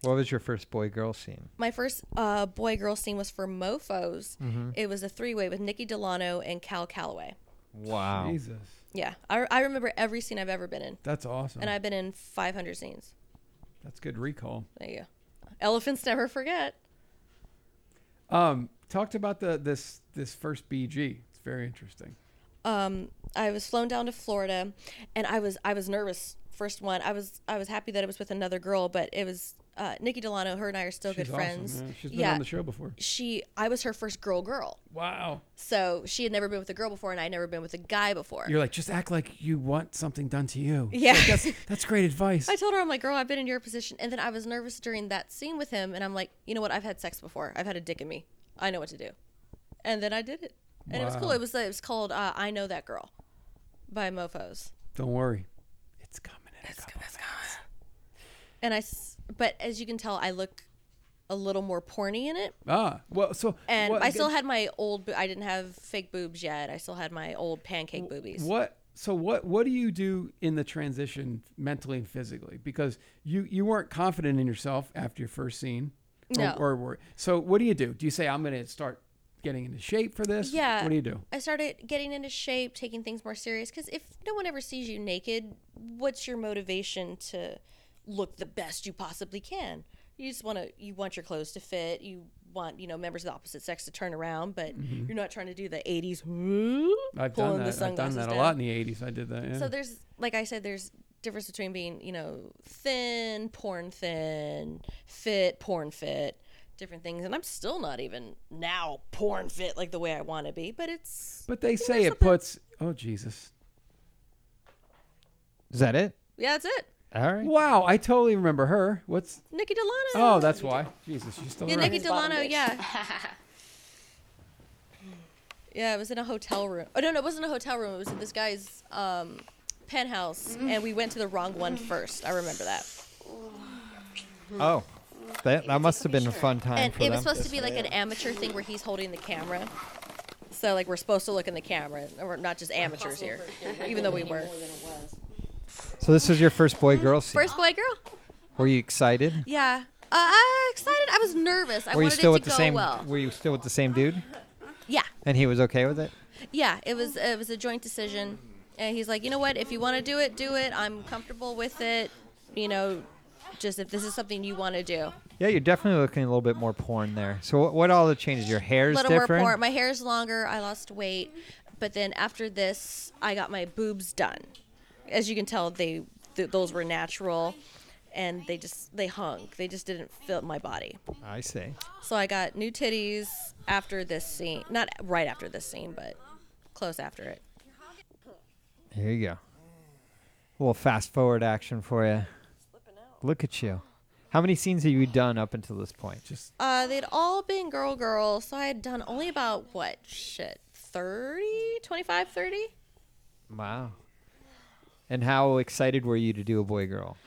Speaker 2: What was your first boy girl scene?
Speaker 5: My first uh, boy girl scene was for Mofos. It was a three way with Nikki Delano and Cal Calloway.
Speaker 2: Wow.
Speaker 3: Jesus,
Speaker 5: Yeah, I, I remember every scene I've ever been in.
Speaker 3: that's awesome.
Speaker 5: And I've been in 500 scenes.
Speaker 3: that's good recall.
Speaker 5: There you go. Elephants never forget.
Speaker 3: Um, talked about the this this first BG. It's very interesting.
Speaker 5: um, I was flown down to Florida, and I was I was nervous. First one, I was I was happy that it was with another girl, but it was uh, uh, Nikki Delano, her and I are still
Speaker 3: She's
Speaker 5: good
Speaker 3: awesome,
Speaker 5: friends.
Speaker 3: yeah. She's been on the show before.
Speaker 5: She, I was her first girl girl.
Speaker 3: Wow.
Speaker 5: So she had never been with a girl before, and I had never been with a guy before.
Speaker 3: You're like, just act like you want something done to you. It's
Speaker 5: Yeah.
Speaker 3: like, that's, that's great advice.
Speaker 5: I told her, I'm like, girl, I've been in your position. And then I was nervous during that scene with him. And I'm like, you know what? I've had sex before. I've had a dick in me. I know what to do. And then I did it. And it was cool.
Speaker 3: Wow.
Speaker 5: It was it was called uh, I Know That Girl by Mofos.
Speaker 3: Don't worry. It's coming in a couple
Speaker 5: And I, s- but as you can tell, I look a little more porny in it.
Speaker 3: Ah, well, so
Speaker 5: And
Speaker 3: what-
Speaker 5: I still had my old, bo- I didn't have fake boobs yet. I still had my old pancake boobies.
Speaker 3: what. So what? What do you do in the transition mentally and physically? Because you you weren't confident in yourself after your first scene. Or,
Speaker 5: No.
Speaker 3: Or, were so what do you do? Do you say I'm going to start getting into shape for this?
Speaker 5: Yeah.
Speaker 3: What do you do?
Speaker 5: I started getting into shape, taking things more serious. Because if no one ever sees you naked, what's your motivation to look the best you possibly can? You just want to. You want your clothes to fit. You want you know members of the opposite sex to turn around, but you're not trying to do the '80s. "Woo,"
Speaker 3: Mm-hmm. I've
Speaker 5: pulling the
Speaker 3: done that. I've done
Speaker 5: sunglasses
Speaker 3: that a
Speaker 5: down.
Speaker 3: lot in the '80s. I did that. Yeah.
Speaker 5: So there's like I said, there's difference between being you know thin, porn thin, fit, porn fit. Different things, and I'm still not even now porn fit like the way I want to be, but it's
Speaker 3: but they
Speaker 5: you know,
Speaker 3: say it
Speaker 5: something-
Speaker 3: puts. Oh Jesus!
Speaker 2: Is that it?
Speaker 5: Yeah, that's it.
Speaker 2: All right.
Speaker 3: Wow, I totally remember her. What's?
Speaker 5: Nikki Delano.
Speaker 3: Oh, that's why. Jesus, you still
Speaker 5: yeah,
Speaker 3: right.
Speaker 5: Nikki Delano. Yeah. yeah, it was in a hotel room. Oh no, no, it wasn't a hotel room. It was at this guy's um, penthouse, and we went to the wrong one first. I remember that.
Speaker 2: Oh, that, that must have been a fun time
Speaker 5: And
Speaker 2: for
Speaker 5: it was
Speaker 2: them.
Speaker 5: supposed to be like an amateur thing where he's holding the camera. So like we're supposed to look in the camera, and we're not just amateurs here, even though we were
Speaker 2: So this was your first boy-girl scene.
Speaker 5: Mm, first boy girl.
Speaker 2: Were you excited?
Speaker 5: Yeah. Uh, uh, excited. I was nervous. I
Speaker 2: were you
Speaker 5: wanted
Speaker 2: still
Speaker 5: it
Speaker 2: with
Speaker 5: to
Speaker 2: the
Speaker 5: go
Speaker 2: same?
Speaker 5: well.
Speaker 2: Were you still with the same dude?
Speaker 5: Yeah.
Speaker 2: And he was okay with it.
Speaker 5: Yeah, it was it was a joint decision, and he's like, you know what? If you want to do it, do it. I'm comfortable with it. You know, just if this is something you want to do.
Speaker 2: Yeah, you're definitely looking a little bit more porn there. So what, what all the changes? Your hair's
Speaker 5: little
Speaker 2: different.
Speaker 5: more porn. My hair's longer. I lost weight, but then after this, I got my boobs done. As you can tell, they th- those were natural, and they just they hung. They just didn't fit my body.
Speaker 2: I see.
Speaker 5: So I got new titties after this scene. Not right after this scene, but close after it.
Speaker 2: Here you go. A little fast forward action for you. Look at you. How many scenes have you done up until this point? Just
Speaker 5: Uh, they'd all been girl girl, so I had done only about what shit 30, 25, 30.
Speaker 2: wow. And how excited were you to do a boy girl?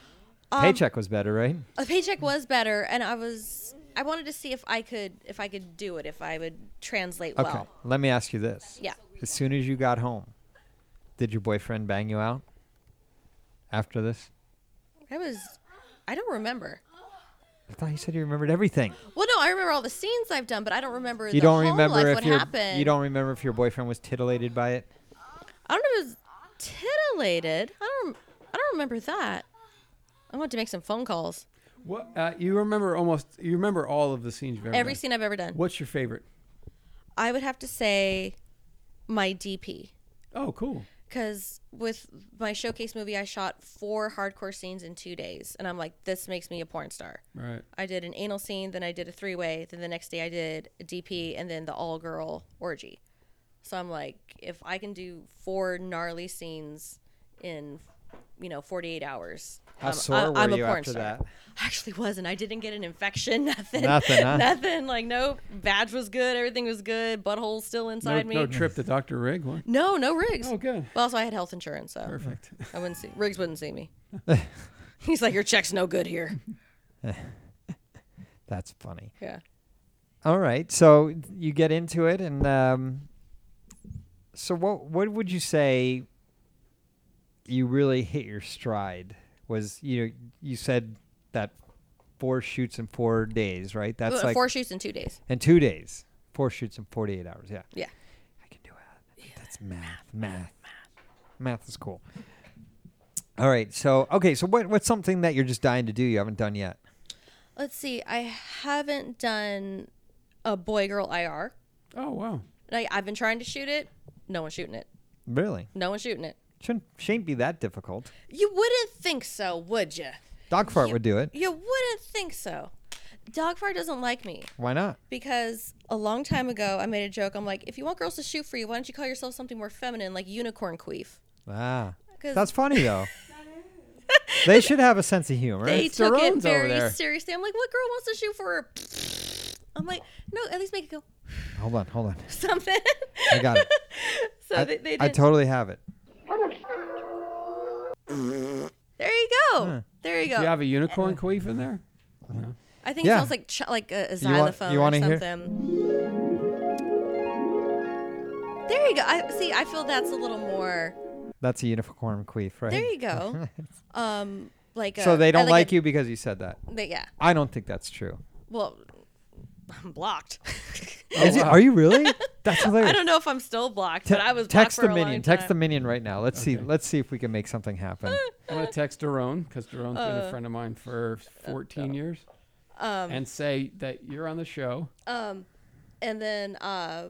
Speaker 5: Um,
Speaker 2: Paycheck was better, right?
Speaker 5: A paycheck was better, and I was I wanted to see if I could if I could do it if I would translate
Speaker 2: Okay.
Speaker 5: well.
Speaker 2: Let me ask you this.
Speaker 5: Yeah,
Speaker 2: As soon as you got home, did your boyfriend bang you out? After this,
Speaker 5: I was I don't remember.
Speaker 2: I thought you said you remembered everything.
Speaker 5: Well, no, I remember all the scenes I've done, but I don't remember
Speaker 2: you
Speaker 5: the
Speaker 2: don't
Speaker 5: home
Speaker 2: remember
Speaker 5: life,
Speaker 2: if
Speaker 5: what
Speaker 2: your
Speaker 5: happened.
Speaker 2: you don't remember if your boyfriend was titillated by it.
Speaker 5: I don't know if it was titillated. I don't rem- I don't remember that. I want to make some phone calls.
Speaker 3: What uh, you remember almost? You remember all of the scenes you've ever
Speaker 5: Every
Speaker 3: done.
Speaker 5: scene I've ever done.
Speaker 3: What's your favorite?
Speaker 5: I would have to say my DP.
Speaker 3: Oh, cool.
Speaker 5: because with my showcase movie i shot four hardcore scenes in two days and i'm like this makes me a porn star
Speaker 3: Right.
Speaker 5: i did an anal scene then i did a three-way then the next day i did a dp and then the all-girl orgy so i'm like if i can do four gnarly scenes in you know 48 hours
Speaker 2: How
Speaker 5: I'm-
Speaker 2: sore
Speaker 5: I'm-
Speaker 2: were
Speaker 5: I'm a
Speaker 2: you
Speaker 5: porn
Speaker 2: after
Speaker 5: star.
Speaker 2: that?
Speaker 5: I actually wasn't. I didn't get an infection. Nothing.
Speaker 2: Nothing, huh?
Speaker 5: Nothing. Like nope. Badge was good. Everything was good. Butthole still
Speaker 3: No,
Speaker 5: inside me.
Speaker 3: no trip to Dr. Rig. What?
Speaker 5: No, no rigs.
Speaker 3: Oh, good.
Speaker 5: Well, also I had health insurance, so
Speaker 3: Perfect.
Speaker 5: I wouldn't see Riggs wouldn't see me. He's like, your check's no good here.
Speaker 2: That's funny.
Speaker 5: Yeah.
Speaker 2: All right, so you get into it, and um, so what? What would you say? You really hit your stride. Was you know you said that four shoots in four days, right? That's
Speaker 5: Uh,
Speaker 2: like
Speaker 5: Four shoots in two days.
Speaker 2: in two days, four shoots in forty-eight hours. Yeah,
Speaker 5: Yeah.
Speaker 2: I can do it. That's math, math, math is cool. All right, so okay, so what? What's something that you're just dying to do you haven't done yet?
Speaker 5: Let's see. I haven't done a boy girl IR.
Speaker 3: Oh, wow.
Speaker 5: I, I've been trying to shoot it. No one's shooting it.
Speaker 2: Really?
Speaker 5: No one's shooting it.
Speaker 2: Shouldn't shouldn't be that difficult.
Speaker 5: You wouldn't think so, would you?
Speaker 2: Dog fart would do it.
Speaker 5: You wouldn't think so. Dog fart doesn't like me
Speaker 2: Why not?
Speaker 5: because a long time ago I made a joke. I'm like, if you want girls to shoot for you, why don't you call yourself something more feminine, like unicorn queef?
Speaker 2: Ah,
Speaker 5: 'Cause-
Speaker 2: that's funny though. they should have a sense of humor.
Speaker 5: They
Speaker 3: It's the
Speaker 5: took it
Speaker 3: Rones over
Speaker 5: very
Speaker 3: there.
Speaker 5: seriously. I'm like, what girl wants to shoot for her? I'm like, no, at least make it go
Speaker 2: Hold on, hold on.
Speaker 5: something.
Speaker 2: I got it.
Speaker 5: so
Speaker 2: I,
Speaker 5: they, they didn't.
Speaker 2: I totally have it.
Speaker 5: there you go.
Speaker 2: Hmm.
Speaker 5: There you go.
Speaker 3: Do you have a unicorn queef in there?
Speaker 5: I think
Speaker 2: Yeah.
Speaker 5: it sounds like ch- like a, a
Speaker 2: You want-
Speaker 5: xylophone
Speaker 2: you
Speaker 5: or
Speaker 2: wanna hear-
Speaker 5: something. There you go. I see. I feel that's a little more.
Speaker 2: That's a unicorn queef, right?
Speaker 5: There you go. um, like a,
Speaker 2: so they
Speaker 5: I
Speaker 2: don't like
Speaker 5: a-
Speaker 2: you because you said that.
Speaker 5: They, yeah.
Speaker 2: I don't think that's true.
Speaker 5: Well, I'm blocked.
Speaker 2: Is it, are you really? That's hilarious.
Speaker 5: Oh, I don't know if I'm still blocked, but I was blocked
Speaker 2: text
Speaker 5: for
Speaker 2: the
Speaker 5: a
Speaker 2: minion.
Speaker 5: Long
Speaker 2: Text the
Speaker 5: time. Ah.
Speaker 2: minion right now. Let's see. Let's see if we can make something happen.
Speaker 3: I'm gonna text Daron because Daron's
Speaker 5: Uh,
Speaker 3: been a friend of mine for 14 years,
Speaker 5: um,
Speaker 3: and say that you're on the show.
Speaker 5: And then uh,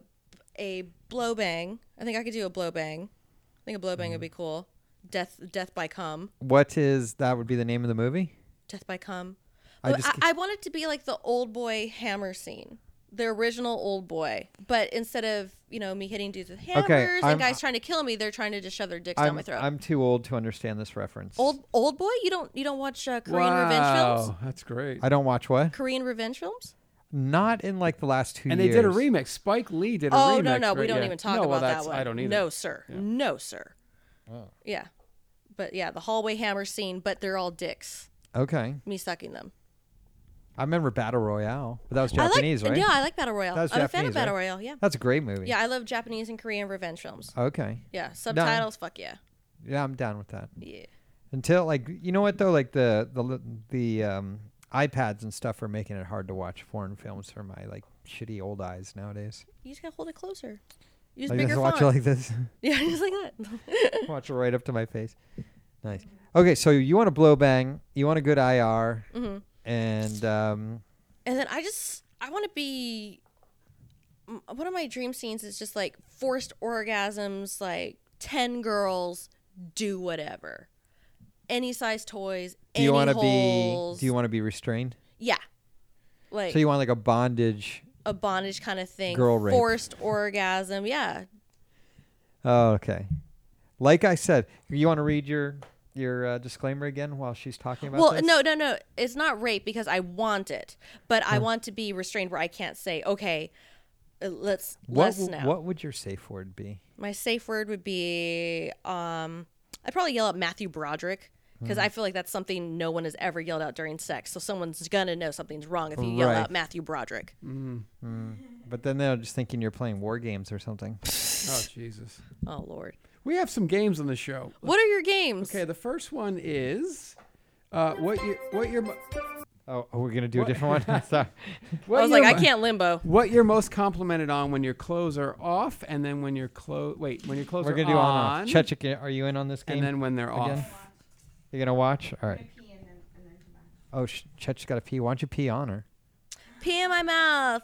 Speaker 5: a blow bang. I think I could do a blow bang. I think a blow bang would
Speaker 2: Mm.
Speaker 5: be cool. Death, death by cum.
Speaker 2: what is that? Would be the name of the movie?
Speaker 5: Death by Cum.
Speaker 2: I
Speaker 5: I,
Speaker 2: just ca-
Speaker 5: I, I want it to be like the old boy hammer scene, the original old boy. But instead of you know me hitting dudes with hammers
Speaker 2: I'm-
Speaker 5: and guys trying to kill me, they're trying to just shove their dicks down
Speaker 2: I'm,
Speaker 5: my throat.
Speaker 2: I'm too old to understand this reference.
Speaker 5: old old boy, you don't you don't watch uh, Korean
Speaker 3: wow,
Speaker 5: revenge films?
Speaker 3: that's great.
Speaker 2: I don't watch what.
Speaker 5: Korean revenge films?
Speaker 2: Not in like the last two
Speaker 3: and they
Speaker 2: years.
Speaker 3: did a remix. Spike Lee did a remix.
Speaker 5: Oh no no, we
Speaker 3: right?
Speaker 5: don't
Speaker 3: Yeah.
Speaker 5: even talk
Speaker 3: No,
Speaker 5: about
Speaker 3: well,
Speaker 5: that
Speaker 3: that's-
Speaker 5: one.
Speaker 3: I don't either.
Speaker 5: No sir, no sir. Yeah, but yeah, the hallway hammer scene, but they're all dicks.
Speaker 2: Okay.
Speaker 5: Me sucking them. I
Speaker 2: I remember Battle Royale, but that was
Speaker 5: like-
Speaker 2: Japanese, right?
Speaker 5: Yeah, I like battle royale.
Speaker 2: That
Speaker 5: I'm
Speaker 2: was
Speaker 5: a fan of
Speaker 2: Japanese, right?
Speaker 5: battle royale. Yeah,
Speaker 2: That's a great movie.
Speaker 5: yeah, I love Japanese and Korean revenge films.
Speaker 2: Okay.
Speaker 5: Yeah, subtitles. Fuck yeah.
Speaker 2: Yeah, I'm down with that.
Speaker 5: Yeah.
Speaker 2: Until like you know what though, like the the li- the um, iPads and stuff are making it hard to watch foreign films for my like shitty old eyes nowadays.
Speaker 5: You just gotta hold it closer. Use
Speaker 2: I
Speaker 5: bigger
Speaker 2: just watch
Speaker 5: font.
Speaker 2: it like this,
Speaker 5: yeah, just like that.
Speaker 2: watch it right up to my face. Nice. Okay, so you want a blow bang, you want a good IR,
Speaker 5: Mm-hmm.
Speaker 2: and um,
Speaker 5: and then I just I want to be. m- One of my dream scenes is just like forced orgasms, like ten girls do whatever, any size toys,
Speaker 2: do you
Speaker 5: any
Speaker 2: want to be
Speaker 5: holes.
Speaker 2: do you want to be restrained?
Speaker 5: yeah, like
Speaker 2: So you want like a bondage?
Speaker 5: a bondage kind of thing,
Speaker 2: Girl rape.
Speaker 5: forced orgasm. Yeah,
Speaker 2: Oh, okay. Like I said, you want to read your your uh, disclaimer again while she's talking about
Speaker 5: Well,
Speaker 2: this?
Speaker 5: no, no, no. It's not rape because I want it, but I want to be restrained where I can't say, okay, uh, let's
Speaker 2: What
Speaker 5: less
Speaker 2: w-
Speaker 5: now.
Speaker 2: what would your safe word be?
Speaker 5: My safe word would be, um, I'd probably yell at Matthew Broderick
Speaker 2: Hmm.
Speaker 5: because I feel like that's something no one has ever yelled out during sex. So someone's gonna know something's wrong if you yell
Speaker 2: Right. Mm.
Speaker 5: out Matthew Broderick.
Speaker 2: But then they're just thinking you're playing war games or something.
Speaker 3: Oh Jesus.
Speaker 5: Oh Lord,
Speaker 3: We have some games on the show.
Speaker 5: what are your games?
Speaker 3: Okay, the first one is uh, what your what your mo-
Speaker 2: Oh, oh we're gonna do a different one. Sorry.
Speaker 3: what
Speaker 5: I was
Speaker 3: your
Speaker 5: like, I
Speaker 3: mo-
Speaker 5: can't limbo.
Speaker 3: What you're most complimented on when your clothes are off, and then when your clothes wait when your clothes
Speaker 2: We're
Speaker 3: are
Speaker 2: gonna do on
Speaker 3: on,
Speaker 2: off. Chechik, uh, are you in on this game?
Speaker 3: and then when they're
Speaker 2: again?
Speaker 3: off.
Speaker 2: you're gonna watch. All right. Oh, sh- Chech's got to pee. Why don't you pee on her?
Speaker 5: Pee in my mouth.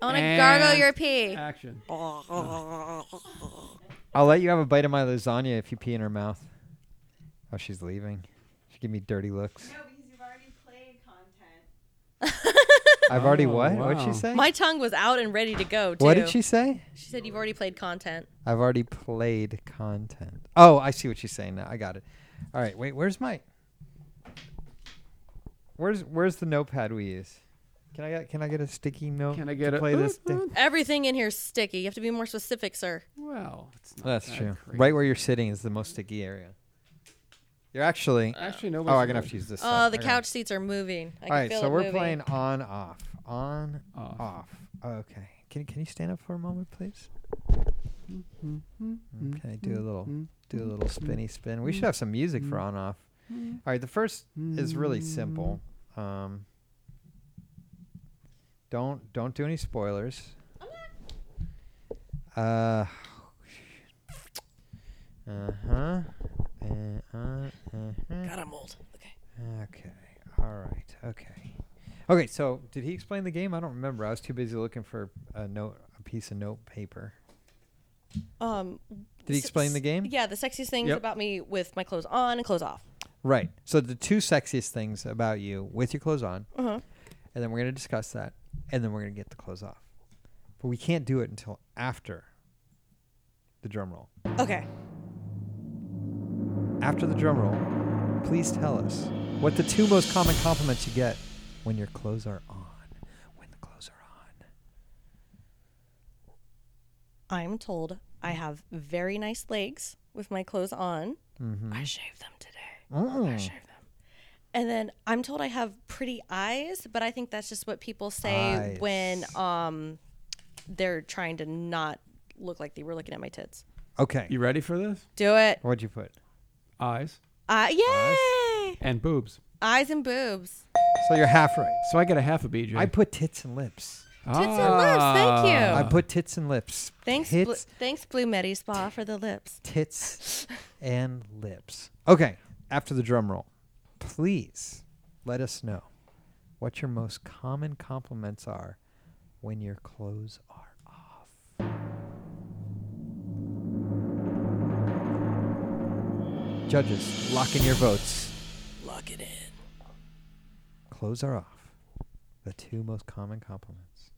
Speaker 5: I want to
Speaker 3: And-
Speaker 5: gargle your pee.
Speaker 3: Action.
Speaker 2: Oh, I'll let you have a bite of my lasagna if you pee in her mouth. Oh, she's leaving. She give me dirty looks.
Speaker 4: because you've already played content.
Speaker 2: I've already
Speaker 3: Oh,
Speaker 2: what? What'd she
Speaker 3: wow.
Speaker 2: say?
Speaker 5: My tongue was out and ready to go. Too.
Speaker 2: what did she say?
Speaker 5: She said you've already played content.
Speaker 2: I've already played content. Oh, I see what she's saying now. I got it. All right, wait. Where's my? Where's Where's the notepad we use? Can I get Can I get a sticky note?
Speaker 3: Can I get
Speaker 2: to
Speaker 3: a
Speaker 2: play this? Thing?
Speaker 5: Everything in here's sticky. You have to be more specific, sir.
Speaker 3: Well, it's not
Speaker 2: That's
Speaker 3: that
Speaker 2: true.
Speaker 3: crazy.
Speaker 2: Right where you're sitting is the most sticky area. You're actually.
Speaker 3: Actually, no.
Speaker 2: oh, I'm gonna have to use this.
Speaker 5: Oh,
Speaker 2: side.
Speaker 5: the
Speaker 2: Okay.
Speaker 5: couch seats are moving. I
Speaker 2: All right,
Speaker 5: can feel
Speaker 2: so
Speaker 5: it
Speaker 2: we're
Speaker 5: moving.
Speaker 2: playing on off, on
Speaker 3: Off.
Speaker 2: off. Okay. Can Can you stand up for a moment, please? Okay. Do a little do a little spinny spin. We should have some music for on off. All right. The first is really simple. Um, don't don't do any spoilers. Uh. Uh huh. Uh huh.
Speaker 5: God, I'm old. Okay.
Speaker 2: Okay. All right. Okay. Okay. So, did he explain the game? I don't remember. I was too busy looking for a note, a piece of note paper.
Speaker 5: Um.
Speaker 2: Did he explain the game?
Speaker 5: Yeah, the sexiest things
Speaker 3: Yep.
Speaker 5: about me with my clothes on and clothes off.
Speaker 2: Right. So the two sexiest things about you with your clothes on, and then we're gonna discuss that, and then we're gonna get the clothes off. But we can't do it until after the drum roll.
Speaker 5: Okay.
Speaker 2: After the drum roll, please tell us what the two most common compliments you get when your clothes are on. When the clothes are on.
Speaker 5: I'm told I have very nice legs with my clothes on.
Speaker 2: Mm-hmm.
Speaker 5: I shaved them today. I shaved them. And then I'm told I have pretty eyes, but I think that's just what people say when
Speaker 2: Eyes.
Speaker 5: um they're trying to not look like they were looking at my tits.
Speaker 2: Okay.
Speaker 3: You ready for this?
Speaker 5: Do it.
Speaker 2: What'd you put?
Speaker 3: Eyes
Speaker 5: Uh, yay!
Speaker 3: and boobs.
Speaker 5: Eyes and boobs.
Speaker 2: So you're half right.
Speaker 3: So I got a Ah, half a BJ.
Speaker 2: I put tits and lips.
Speaker 5: Tits and lips. Thank you.
Speaker 2: I put tits and lips.
Speaker 5: thanks,
Speaker 2: Tits,
Speaker 5: Blu- thanks, Blue Medi Spa for the lips.
Speaker 2: tits, and lips. Okay. After the drum roll, please let us know what your most common compliments are when your clothes are off. Judges, lock in your votes.
Speaker 5: Lock it in.
Speaker 2: Clothes are off. The two most common compliments.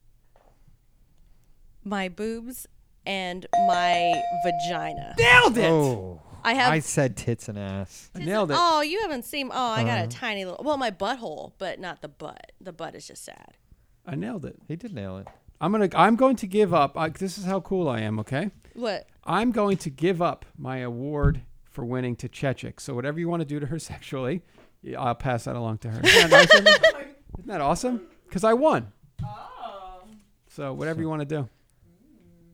Speaker 5: My boobs and my vagina.
Speaker 2: Nailed it! Oh,
Speaker 5: I have
Speaker 2: I said tits and ass.
Speaker 3: I nailed it.
Speaker 5: Oh, you haven't seen. Oh, I
Speaker 2: Uh-huh.
Speaker 5: got a tiny little. Well, my butthole, but not the butt. The butt is just sad.
Speaker 3: I nailed it.
Speaker 2: He did nail it.
Speaker 3: I'm gonna. I'm going to give up. I, this is how cool I am. Okay.
Speaker 5: What?
Speaker 3: I'm going to give up my award for winning to Chechik. So whatever you want to do to her sexually, yeah, I'll pass that along to her. Isn't that, nice of me? Isn't that awesome? Because I won. So whatever you want to do.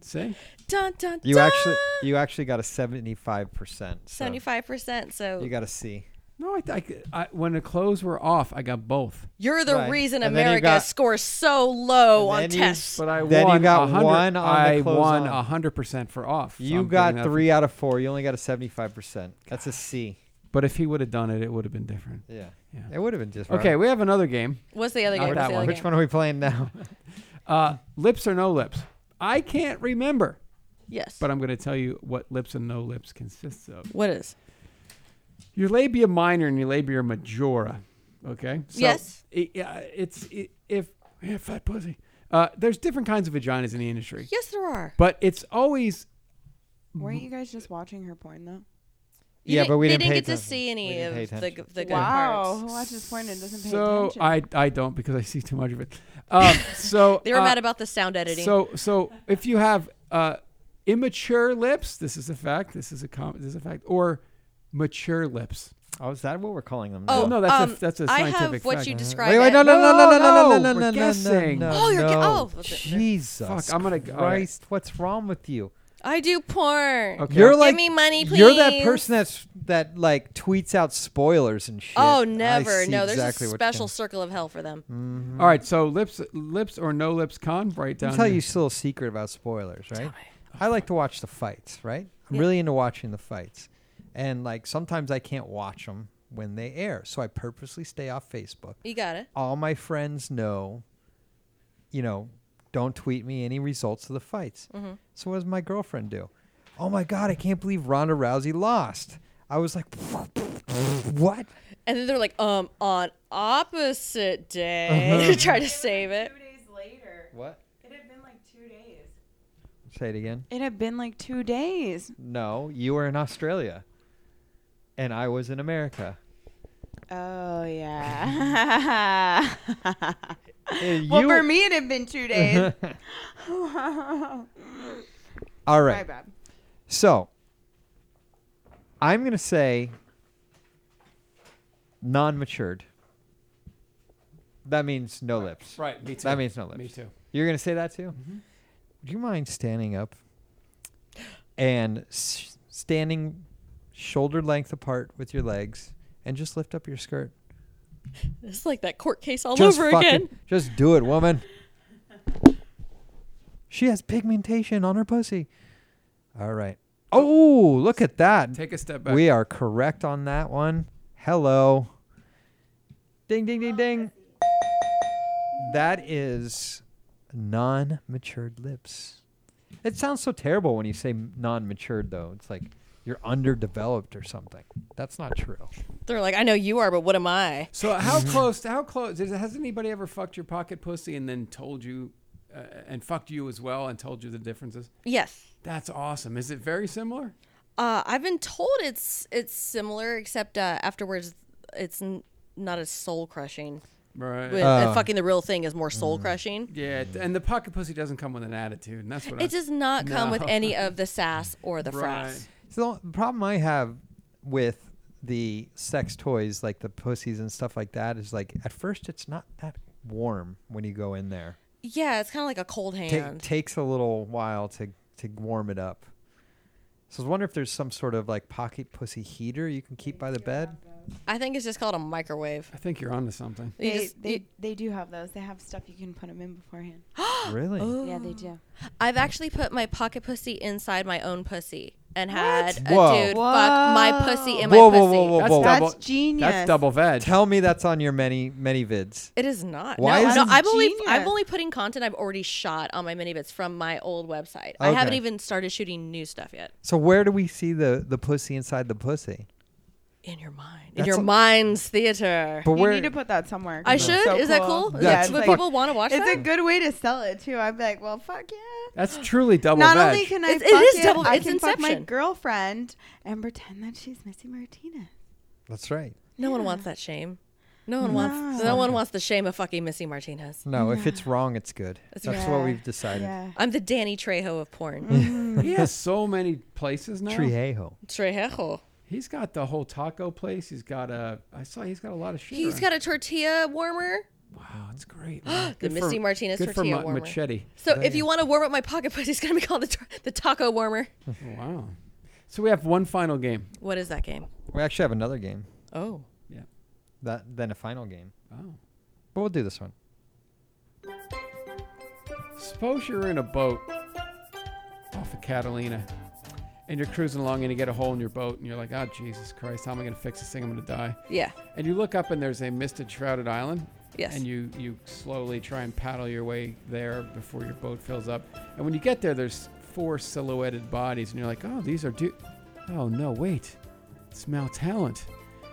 Speaker 3: See?
Speaker 5: Dun dun.
Speaker 2: You actually, you actually got a seventy-five percent.
Speaker 5: Seventy-five percent. So
Speaker 2: You got a C.
Speaker 3: No, I, I, I when the clothes were off, I got both.
Speaker 5: you're the
Speaker 2: Right.
Speaker 5: reason
Speaker 2: And then you
Speaker 5: America
Speaker 2: got-
Speaker 5: scores so low on
Speaker 2: And then you-
Speaker 5: tests.
Speaker 3: But I
Speaker 2: Then you
Speaker 3: won.
Speaker 2: got
Speaker 3: 100
Speaker 2: one on the
Speaker 3: I
Speaker 2: clothes
Speaker 3: won
Speaker 2: on.
Speaker 3: hundred percent for off. so
Speaker 2: You
Speaker 3: I'm giving
Speaker 2: got
Speaker 3: that-
Speaker 2: three out of four. You only got a seventy-five percent. That's a C.
Speaker 3: But if he would have done it, it would have been different.
Speaker 2: Yeah.
Speaker 3: Yeah.
Speaker 2: It would have been just
Speaker 3: Okay,
Speaker 2: Which
Speaker 3: we have another game.
Speaker 5: What's the other
Speaker 3: Not
Speaker 5: game?
Speaker 3: that
Speaker 5: What's the
Speaker 3: one.
Speaker 5: other
Speaker 3: Which
Speaker 5: game?
Speaker 2: one are we playing now?
Speaker 3: Uh, lips or no lips? I can't remember,
Speaker 5: Yes.
Speaker 3: but I'm going to tell you what lips and no lips consists of.
Speaker 5: what is?
Speaker 3: Your labia minor and your labia majora. Okay. So
Speaker 5: Yes.
Speaker 3: i- yeah, it's i if yeah, fat pussy. Uh, there's different kinds of vaginas in the industry,
Speaker 5: Yes, there are.
Speaker 3: but it's always
Speaker 1: Weren't you guys just watching her porn though?
Speaker 5: You
Speaker 2: yeah,
Speaker 5: didn't-
Speaker 2: but we
Speaker 5: they
Speaker 2: didn't,
Speaker 5: didn't
Speaker 2: pay
Speaker 5: get to
Speaker 2: attention.
Speaker 5: see
Speaker 2: We
Speaker 5: any
Speaker 2: didn't
Speaker 5: of
Speaker 2: pay
Speaker 5: the
Speaker 2: attention.
Speaker 5: g- the good
Speaker 1: Wow, who
Speaker 5: parts.
Speaker 1: watches porn and doesn't pay
Speaker 3: so.
Speaker 1: attention?
Speaker 3: I I don't because I see too much of it. Um, so
Speaker 5: They were
Speaker 3: uh,
Speaker 5: mad about the sound editing.
Speaker 3: So so if you have uh, immature lips, this is a fact. This is a com- this is a fact. Or mature lips.
Speaker 2: Oh, is that what we're calling them?
Speaker 5: Oh,
Speaker 2: now?
Speaker 3: no, that's a-
Speaker 5: um,
Speaker 3: that's a
Speaker 5: I have
Speaker 3: scientific
Speaker 5: what
Speaker 3: fact.
Speaker 5: you
Speaker 3: Uh,
Speaker 5: described.
Speaker 2: Wait, wait,
Speaker 5: it.
Speaker 2: no, no, no, no, no, no, no,
Speaker 3: no,
Speaker 2: no,
Speaker 3: Oh, we're
Speaker 2: no, no,
Speaker 3: guessing.
Speaker 2: no.
Speaker 5: Oh, you're ge-
Speaker 2: no.
Speaker 5: oh, well, th-
Speaker 2: Jesus.
Speaker 3: Fuck, I'm gonna go- all right.
Speaker 2: Christ, what's wrong with you?
Speaker 5: I do porn.
Speaker 3: Okay.
Speaker 2: You're like
Speaker 5: me money,
Speaker 2: You're that
Speaker 5: please.
Speaker 2: person that's that like tweets out spoilers and shit.
Speaker 5: Oh,
Speaker 2: I
Speaker 5: never.
Speaker 2: see
Speaker 5: No, there's
Speaker 2: exactly
Speaker 5: a
Speaker 2: what's
Speaker 5: special
Speaker 2: going-
Speaker 5: circle of hell for them.
Speaker 2: Mm.
Speaker 3: All right, so lips lips or no lips con right down.
Speaker 2: Let me tell
Speaker 3: here.
Speaker 2: you a little secret about spoilers, right? I like to watch the fights, right? I'm really into watching the fights. And like sometimes I can't watch them when they air, so I purposely stay off Facebook.
Speaker 5: You got it.
Speaker 2: All my friends know, you know, don't tweet me any results of the fights.
Speaker 1: Mm-hmm.
Speaker 2: So what does my girlfriend do? Oh my god, I can't believe Ronda Rousey lost. I was like, what?
Speaker 5: And then they're like, um, on opposite day.
Speaker 2: Uh-huh.
Speaker 5: Try to save it.
Speaker 4: Two days later.
Speaker 2: What?
Speaker 4: It had been like two days.
Speaker 2: Say it again.
Speaker 1: it had been like two days.
Speaker 2: No, you were in Australia, and I was in America.
Speaker 1: Oh yeah.
Speaker 2: Eh,
Speaker 1: well,
Speaker 2: you-
Speaker 1: for me it had been two days. My
Speaker 2: All right.
Speaker 1: bad.
Speaker 2: So I'm gonna say non-matured. That means no lips.
Speaker 3: Right, me too.
Speaker 2: That means no lips.
Speaker 3: Me too.
Speaker 2: You're gonna say that too. Do you mind standing up and s- standing shoulder length apart with your legs and just lift up your skirt?
Speaker 5: It's like that court case all
Speaker 2: just
Speaker 5: over
Speaker 2: fucking,
Speaker 5: again.
Speaker 2: Just do it, woman. She has pigmentation on her pussy. All right. Oh, look at that.
Speaker 3: Take a step back.
Speaker 2: We are correct on that one. Hello. Ding, ding, ding, ding. That is non matured lips. It sounds so terrible when you say non matured, though. It's like you're underdeveloped or something. That's not true.
Speaker 5: They're like, I know you are, but what am I?
Speaker 3: So how close? How close? Is, has anybody ever fucked your pocket pussy and then told you, uh, and fucked you as well, and told you the differences?
Speaker 5: Yes.
Speaker 3: That's awesome. Is it very similar?
Speaker 5: Uh, I've been told it's it's similar, except uh, afterwards, it's n- not as soul crushing.
Speaker 3: Right.
Speaker 5: But
Speaker 2: Oh.
Speaker 5: and fucking the real thing is more
Speaker 2: Mm.
Speaker 5: soul crushing.
Speaker 3: yeah, it- and the pocket pussy doesn't come with an attitude, and that's what I-
Speaker 5: It does not come with
Speaker 3: No.
Speaker 5: any of the sass or the
Speaker 3: Right.
Speaker 5: frass.
Speaker 2: So the problem I have with the sex toys, like the pussies and stuff like that, is like at first it's not that warm when you go in there.
Speaker 5: Yeah, it's kind of like a cold
Speaker 2: Ta-
Speaker 5: hand.
Speaker 2: takes a little while to to warm it up. So I was wondering if there's some sort of like pocket pussy heater you can keep by the bed.
Speaker 5: I think it's just called a microwave.
Speaker 3: I think you're onto something.
Speaker 5: You
Speaker 1: They,
Speaker 5: just-
Speaker 1: they,
Speaker 5: you-
Speaker 1: they do have those. They have stuff you can put them in beforehand.
Speaker 2: really?
Speaker 1: Yeah, they do.
Speaker 5: I've actually put my pocket pussy inside my own pussy and had a
Speaker 2: Whoa.
Speaker 5: dude fuck my pussy in my
Speaker 2: Whoa,
Speaker 5: pussy.
Speaker 2: whoa, whoa, whoa,
Speaker 3: That's
Speaker 2: whoa.
Speaker 3: double.
Speaker 1: That's genius.
Speaker 3: That's double veg.
Speaker 2: Tell me that's on your many many vids.
Speaker 5: It is not.
Speaker 2: Why
Speaker 5: no,
Speaker 2: is
Speaker 5: no,
Speaker 2: it-
Speaker 5: I'm only I'm
Speaker 1: Genius.
Speaker 5: only putting content I've already shot on my mini bits from my old website. I haven't
Speaker 2: Okay.
Speaker 5: even started shooting new stuff yet.
Speaker 2: So where do we see the the pussy inside the pussy?
Speaker 5: In your mind. In
Speaker 2: That's
Speaker 5: your
Speaker 2: a-
Speaker 5: mind's theater.
Speaker 2: But
Speaker 1: You
Speaker 2: where
Speaker 1: need to put that somewhere. 'cause
Speaker 5: I
Speaker 1: it's
Speaker 5: should?
Speaker 1: so
Speaker 5: Is that cool?
Speaker 1: Yeah,
Speaker 2: That's
Speaker 5: That's
Speaker 1: it's
Speaker 5: what
Speaker 1: like-
Speaker 5: people want to watch
Speaker 1: It's a
Speaker 5: that?
Speaker 1: good way to sell it too. I'm like, well, fuck yeah.
Speaker 3: That's truly double
Speaker 1: Not
Speaker 3: veg.
Speaker 1: only can I,
Speaker 5: It's- it
Speaker 1: fuck
Speaker 5: is
Speaker 1: him,
Speaker 5: double-
Speaker 1: I
Speaker 5: it's
Speaker 1: can fuck my
Speaker 5: Inception.
Speaker 1: girlfriend and pretend that she's Missy Martinez.
Speaker 2: That's right.
Speaker 5: no one wants that shame. No one wants no one wants the shame of fucking Missy Martinez.
Speaker 2: No, if it's wrong, it's good. That's, what
Speaker 1: Yeah.
Speaker 2: we've decided.
Speaker 1: Yeah.
Speaker 5: I'm the Danny Trejo of porn.
Speaker 2: Mm-hmm.
Speaker 3: he has so many places now.
Speaker 2: Triejo.
Speaker 5: Trejo.
Speaker 3: He's got the whole taco place. He's got a. I saw he's got a lot of shit.
Speaker 5: He's got a tortilla warmer.
Speaker 3: Wow, it's great. man.
Speaker 5: The
Speaker 3: Good
Speaker 5: Missy Martinez
Speaker 3: good for
Speaker 5: tortilla
Speaker 3: ma-
Speaker 5: warmer.
Speaker 3: machete.
Speaker 5: So if you want to warm up my pocket pussy, it's gonna be called the, tor- the taco warmer.
Speaker 3: Wow. So we have one final game.
Speaker 5: What is that game?
Speaker 2: We actually have another game
Speaker 5: Oh,
Speaker 3: Yeah.
Speaker 2: that then a final game,
Speaker 3: Wow.
Speaker 2: but we'll do this one.
Speaker 3: Suppose you're in a boat off of Catalina and you're cruising along and you get a hole in your boat and you're like, oh, Jesus Christ, how am I going to fix this thing? I'm going to die.
Speaker 5: yeah,
Speaker 3: And you look up and there's a misted, shrouded island.
Speaker 5: Yes.
Speaker 3: And you, you slowly try and paddle your way there before your boat fills up. And when you get there, there's four silhouetted bodies and you're like, oh, these are du Oh, no, wait. It's Mount Talent.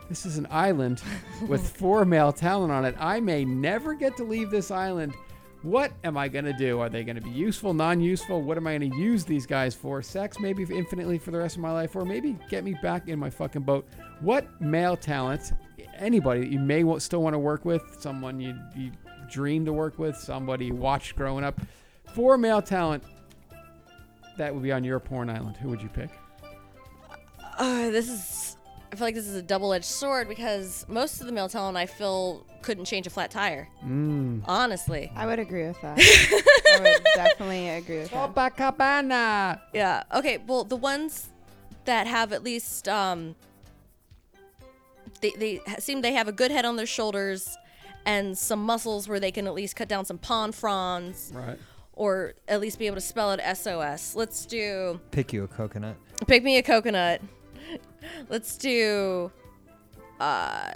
Speaker 3: This is an island with four male talent on it. I may never get to leave this island. What am I going to do? Are they going to be useful, non useful? What am I going to use these guys for? Sex, maybe infinitely for the rest of my life, or maybe get me back in my fucking boat. What male talent, anybody that you may wa- still want to work with, someone you, you dream to work with, somebody you watched growing up, four male talent that would be on your porn island. Who would you pick?
Speaker 5: uh, this is. I feel like this is a double-edged sword because most of the male talent I feel couldn't change a flat tire. Honestly,
Speaker 1: I would agree with that. I would definitely agree with that.
Speaker 3: Copacabana!
Speaker 5: yeah. Okay, well, the ones that have at least um, they they ha- seem they have a good head on their shoulders and some muscles where they can at least cut down some palm fronds
Speaker 3: Right.
Speaker 5: or at least be able to spell out SOS. Let's do.
Speaker 2: Pick you a coconut.
Speaker 5: Pick me a coconut. Let's do uh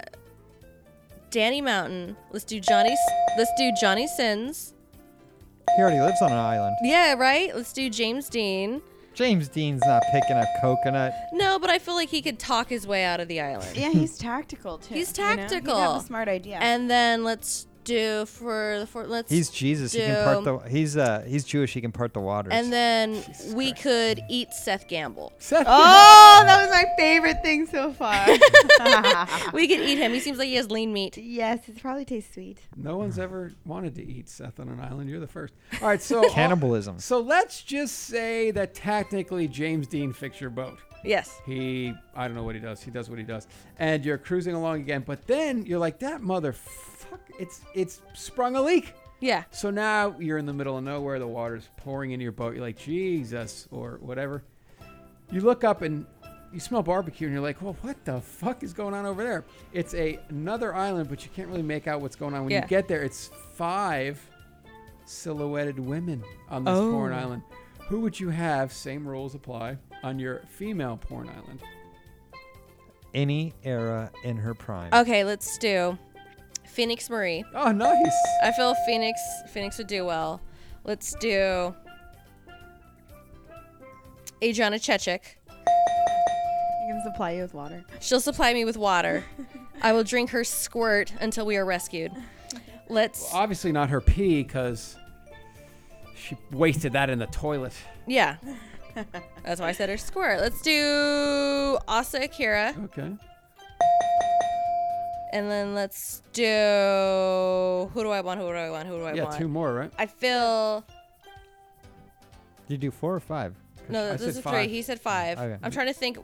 Speaker 5: Danny Mountain. Let's do Johnny Let's do Johnny Sins.
Speaker 2: He already lives on an island.
Speaker 5: Yeah, right? Let's do James Dean.
Speaker 2: James Dean's not picking a coconut.
Speaker 5: No, but I feel like he could talk his way out of the island.
Speaker 1: Yeah, he's tactical too.
Speaker 5: He's
Speaker 1: you know? He'd have a
Speaker 5: tactical.
Speaker 1: smart idea.
Speaker 5: And then let's do for the for let's
Speaker 2: He's Jesus. He can part
Speaker 5: do-
Speaker 2: the. He's uh. He's Jewish. He can part the waters.
Speaker 5: And then we could eat Seth Gamble.
Speaker 3: Seth,
Speaker 1: oh, that was my favorite thing so far.
Speaker 5: We could eat him. He seems like he has lean meat.
Speaker 1: yes, it probably tastes sweet.
Speaker 3: No one's ever wanted to eat Seth on an island. You're the first. All right, so uh,
Speaker 2: Cannibalism.
Speaker 3: So let's just say that technically James Dean fixed your boat.
Speaker 5: Yes.
Speaker 3: He, I don't know what he does. He does what he does, and you're cruising along again. But then you're like, that motherfucker! It's it's sprung a leak.
Speaker 5: Yeah.
Speaker 3: So now you're in the middle of nowhere. The water's pouring into your boat. You're like, Jesus, or whatever. You look up and you smell barbecue, and you're like, well, what the fuck is going on over there? It's a another island, but you can't really make out what's going on. When
Speaker 5: Yeah.
Speaker 3: you get there, it's five silhouetted women on this
Speaker 5: Oh.
Speaker 3: porn island. Who would you have? Same rules apply on your female porn island.
Speaker 2: Any era in her prime.
Speaker 5: Okay, let's do Phoenix Marie.
Speaker 3: Oh, nice.
Speaker 5: I feel Phoenix Phoenix would do well. Let's do Adriana Chechik.
Speaker 10: can supply you with water.
Speaker 5: She'll supply me with water. I will drink her squirt until we are rescued. Let's.
Speaker 3: Obviously not her pee, because she wasted that in the toilet.
Speaker 5: Yeah. That's why I said her squirt. Let's do Asa Akira.
Speaker 3: Okay.
Speaker 5: And then let's do. Who do I want? Who do I want? Who do I
Speaker 3: yeah,
Speaker 5: want?
Speaker 3: two more, right?
Speaker 5: I feel.
Speaker 2: You do four or five. 'Cause
Speaker 5: No,
Speaker 2: I
Speaker 5: those are
Speaker 2: said
Speaker 5: three.
Speaker 2: five.
Speaker 5: He said five.
Speaker 2: Okay.
Speaker 5: I'm trying to think.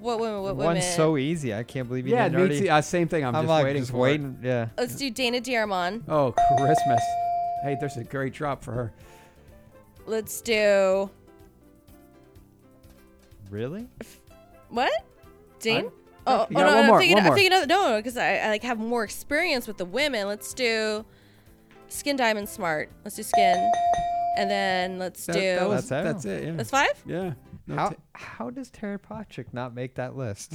Speaker 5: What women? What women?
Speaker 2: One's so easy. I can't believe you
Speaker 3: Yeah,
Speaker 2: didn't
Speaker 3: me
Speaker 2: already.
Speaker 3: too. Uh, same thing. I'm,
Speaker 2: I'm
Speaker 3: just
Speaker 2: like
Speaker 3: waiting
Speaker 2: just
Speaker 3: for it.
Speaker 2: waiting. Yeah.
Speaker 5: Let's do Dana Diarmond.
Speaker 3: Oh, Christmas. Hey, there's a great drop for her.
Speaker 5: Let's do
Speaker 2: Really?
Speaker 5: what? Dane?
Speaker 3: I'm-
Speaker 5: oh,
Speaker 3: You
Speaker 5: oh,
Speaker 3: got
Speaker 5: no,
Speaker 3: one
Speaker 5: I'm
Speaker 3: more,
Speaker 5: thinking,
Speaker 3: one
Speaker 5: I'm
Speaker 3: more.
Speaker 5: thinking of, no, because I, I like have more experience with the women. Let's do Skin Diamond Smart. Let's do Skin, and then let's
Speaker 3: That-
Speaker 5: do
Speaker 3: that was-
Speaker 2: That's
Speaker 3: that's it. Yeah.
Speaker 5: that's five.
Speaker 3: yeah. No Mm-hmm.
Speaker 2: How
Speaker 3: ta-
Speaker 2: how does Tara Patrick not make that list?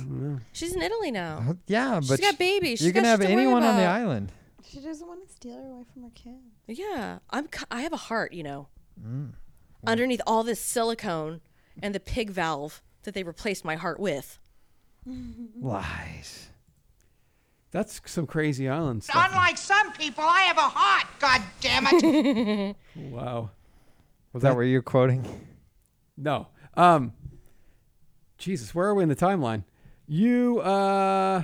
Speaker 5: She's in Italy now.
Speaker 2: Yeah,
Speaker 5: She's
Speaker 2: Uh-huh, but
Speaker 5: got
Speaker 2: sh-
Speaker 5: babies. She's
Speaker 2: You can
Speaker 5: got
Speaker 2: have
Speaker 5: shit to worry
Speaker 2: anyone on the
Speaker 5: about.
Speaker 2: island.
Speaker 10: She doesn't want to steal her away from her kid.
Speaker 5: Yeah, I'm. c- I have a heart, you know.
Speaker 2: Mm.
Speaker 5: Underneath all this silicone and the pig valve that they replaced my heart with. Mm-hmm.
Speaker 2: Lies.
Speaker 3: that's some crazy island stuff.
Speaker 6: Unlike some people, I have a heart, God damn it!
Speaker 3: Wow.
Speaker 2: Was that what you're quoting?
Speaker 3: No. Um. Jesus, where are we in the timeline? You uh.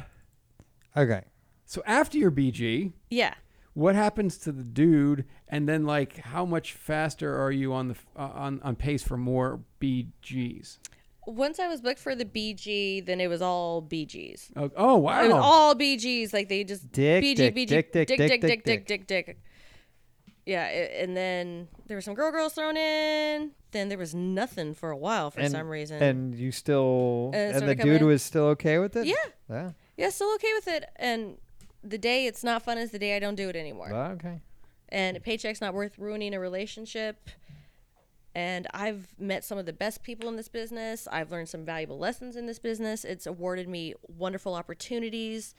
Speaker 2: Okay.
Speaker 3: So after your BG,
Speaker 5: Yeah.
Speaker 3: what happens to the dude? And then like, how much faster are you on the f- uh, on on pace for more BGs?
Speaker 5: Once I was booked for the BG, then it was all BGs.
Speaker 3: Oh, oh wow.
Speaker 5: It was all BGs. Like they just
Speaker 2: Dick,
Speaker 5: BG,
Speaker 2: dick,
Speaker 5: BG,
Speaker 2: dick, dick,
Speaker 5: dick,
Speaker 2: dick,
Speaker 5: dick, dick,
Speaker 2: dick,
Speaker 5: dick, dick, dick. Yeah, a- and then there were some girl girls thrown in. Then there was nothing for a while for
Speaker 2: and,
Speaker 5: some reason.
Speaker 2: And you still
Speaker 5: Uh,
Speaker 2: and
Speaker 5: started
Speaker 2: the
Speaker 5: coming
Speaker 2: dude
Speaker 5: in.
Speaker 2: was still okay with it?
Speaker 5: Yeah.
Speaker 2: Yeah.
Speaker 5: yeah, still okay with it. And the day it's not fun is the day I don't do it anymore.
Speaker 2: Well, okay.
Speaker 5: and a paycheck's not worth ruining a relationship. And I've met some of the best people in this business. I've learned some valuable lessons in this business. It's awarded me wonderful opportunities,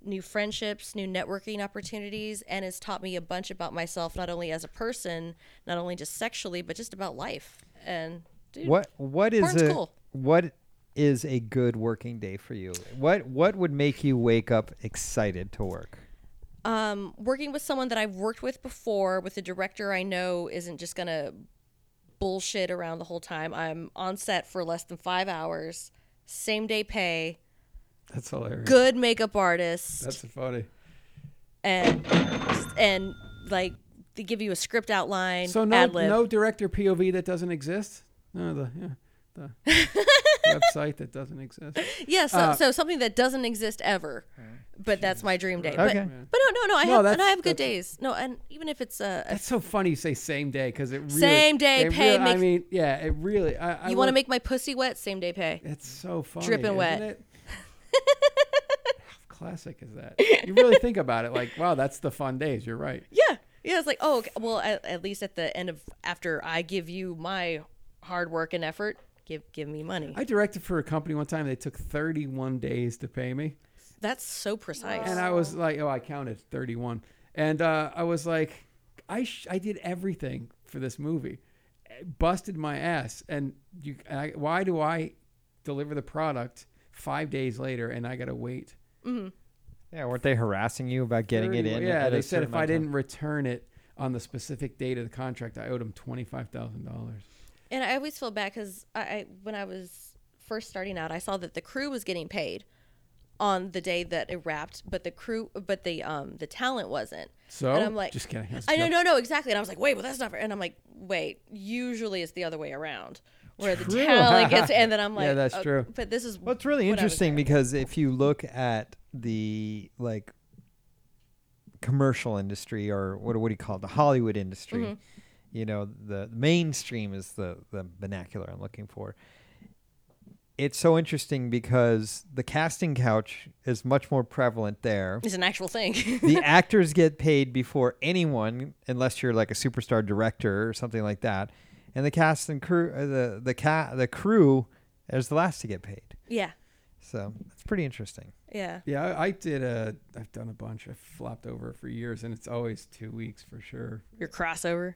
Speaker 5: new friendships, new networking opportunities, and it's taught me a bunch about myself, not only as a person, not only just sexually, but just about life. And dude,
Speaker 2: What what is
Speaker 5: porn's
Speaker 2: a
Speaker 5: cool.
Speaker 2: what is a good working day for you? What what would make you wake up excited to work?
Speaker 5: um, working with someone that I've worked with before, with a director I know isn't just gonna bullshit around the whole time. I'm on set for less than five hours, same day pay,
Speaker 3: That's hilarious.
Speaker 5: good makeup artist,
Speaker 3: That's funny.
Speaker 5: and and like they give you a script outline,
Speaker 3: So no,
Speaker 5: ad-lib.
Speaker 3: no director POV that doesn't exist. No, the yeah, the website that doesn't exist.
Speaker 5: yeah, so,
Speaker 3: uh,
Speaker 5: so something that doesn't exist ever. But that's my dream day.
Speaker 2: Okay.
Speaker 5: But, but no, no, no. I
Speaker 3: No,
Speaker 5: have
Speaker 3: that's-
Speaker 5: and I have good
Speaker 3: that's-
Speaker 5: days. No, and even if it's a, a
Speaker 3: That's so funny you say same day because it really
Speaker 5: Same day
Speaker 3: it
Speaker 5: pay
Speaker 3: really- I
Speaker 5: makes-
Speaker 3: mean, yeah, it really. I, I
Speaker 5: you want to
Speaker 3: love-
Speaker 5: make my pussy wet, same day pay.
Speaker 3: It's so funny.
Speaker 5: Dripping
Speaker 3: isn't
Speaker 5: wet.
Speaker 3: It? How classic is that? You really think about it, like, wow, that's the fun days. You're right.
Speaker 5: Yeah. Yeah. It's like, oh, okay. well, at, at least at the end of after I give you my hard work and effort, give give me money.
Speaker 3: I directed for a company one time. They took 31 days to pay me,
Speaker 5: That's so precise.
Speaker 3: and I was like, oh, I counted 31, and uh, I was like, I sh- I did everything for this movie, It busted my ass, and you, and I, why do I deliver the product five days later and I gotta wait?
Speaker 2: Yeah, weren't they harassing you about getting it
Speaker 3: 30
Speaker 2: in?
Speaker 3: Yeah,
Speaker 2: at a
Speaker 3: they said
Speaker 2: certain
Speaker 3: if
Speaker 2: amount
Speaker 3: I
Speaker 2: of time?
Speaker 3: didn't return it on the specific date of the contract, I owed them twenty five thousand dollars.
Speaker 5: and I always feel bad because I, I when I was first starting out, I saw that the crew was getting paid on the day that it wrapped, but the crew, but the um the talent wasn't.
Speaker 3: So
Speaker 5: and I'm like,
Speaker 3: just kidding. That's a
Speaker 5: I no
Speaker 3: joke.
Speaker 5: no no exactly. And I was like, wait, well that's not fair. And I'm like, wait, usually it's the other way around, where the
Speaker 3: True.
Speaker 5: talent gets, and then I'm
Speaker 3: Yeah,
Speaker 5: like,
Speaker 3: that's
Speaker 5: "Oh,"
Speaker 3: true.
Speaker 5: But this is
Speaker 2: Well, it's really
Speaker 5: what I was
Speaker 2: interesting
Speaker 5: doing.
Speaker 2: because if you look at the like commercial industry or what what do you call it, the Hollywood industry, you know, the mainstream is the the vernacular I'm looking for. It's so interesting because the casting couch is much more prevalent there.
Speaker 5: it's an actual thing.
Speaker 2: the actors get paid before anyone, unless you're like a superstar director or something like that. And the cast and crew, uh, the the ca- the crew, is the last to get paid.
Speaker 5: Yeah.
Speaker 2: So that's pretty interesting.
Speaker 5: Yeah.
Speaker 3: Yeah, I, I did a. I've done a bunch. I've flopped over for years, and it's always two weeks for sure.
Speaker 5: Your crossover.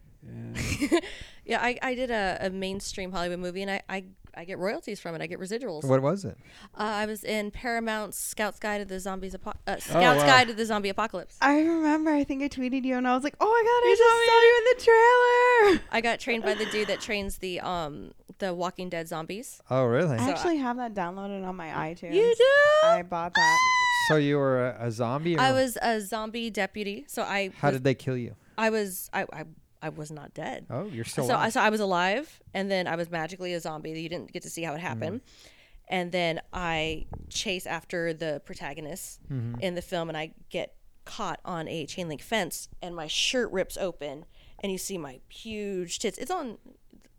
Speaker 5: Yeah, I, I did a, a mainstream Hollywood movie and I, I, I get royalties from it. I get residuals.
Speaker 2: What was it?
Speaker 5: Uh, I was in Paramount's Scout's Guide to the Zombies Apo- uh, Scout's
Speaker 3: wow.
Speaker 5: Guide to the Zombie Apocalypse.
Speaker 10: I remember. I think I tweeted you, and I was like, "Oh my god, I just saw you in the trailer."
Speaker 5: I got trained by the dude that trains the um the Walking Dead zombies.
Speaker 2: Oh, really?
Speaker 10: I actually have that downloaded on my iTunes.
Speaker 5: You do?
Speaker 10: I bought that.
Speaker 2: so you were a, a zombie? Or
Speaker 5: I was a zombie deputy, so I
Speaker 2: How
Speaker 5: was,
Speaker 2: did they kill you?
Speaker 5: I was I, I I was not dead.
Speaker 2: Oh, you're still.
Speaker 5: So I,
Speaker 2: alive.
Speaker 5: so I was alive, and then I was magically a zombie. You didn't get to see how it happened. And then I chase after the protagonist in the film, and I get caught on a chain link fence, and my shirt rips open, and you see my huge tits. It's on.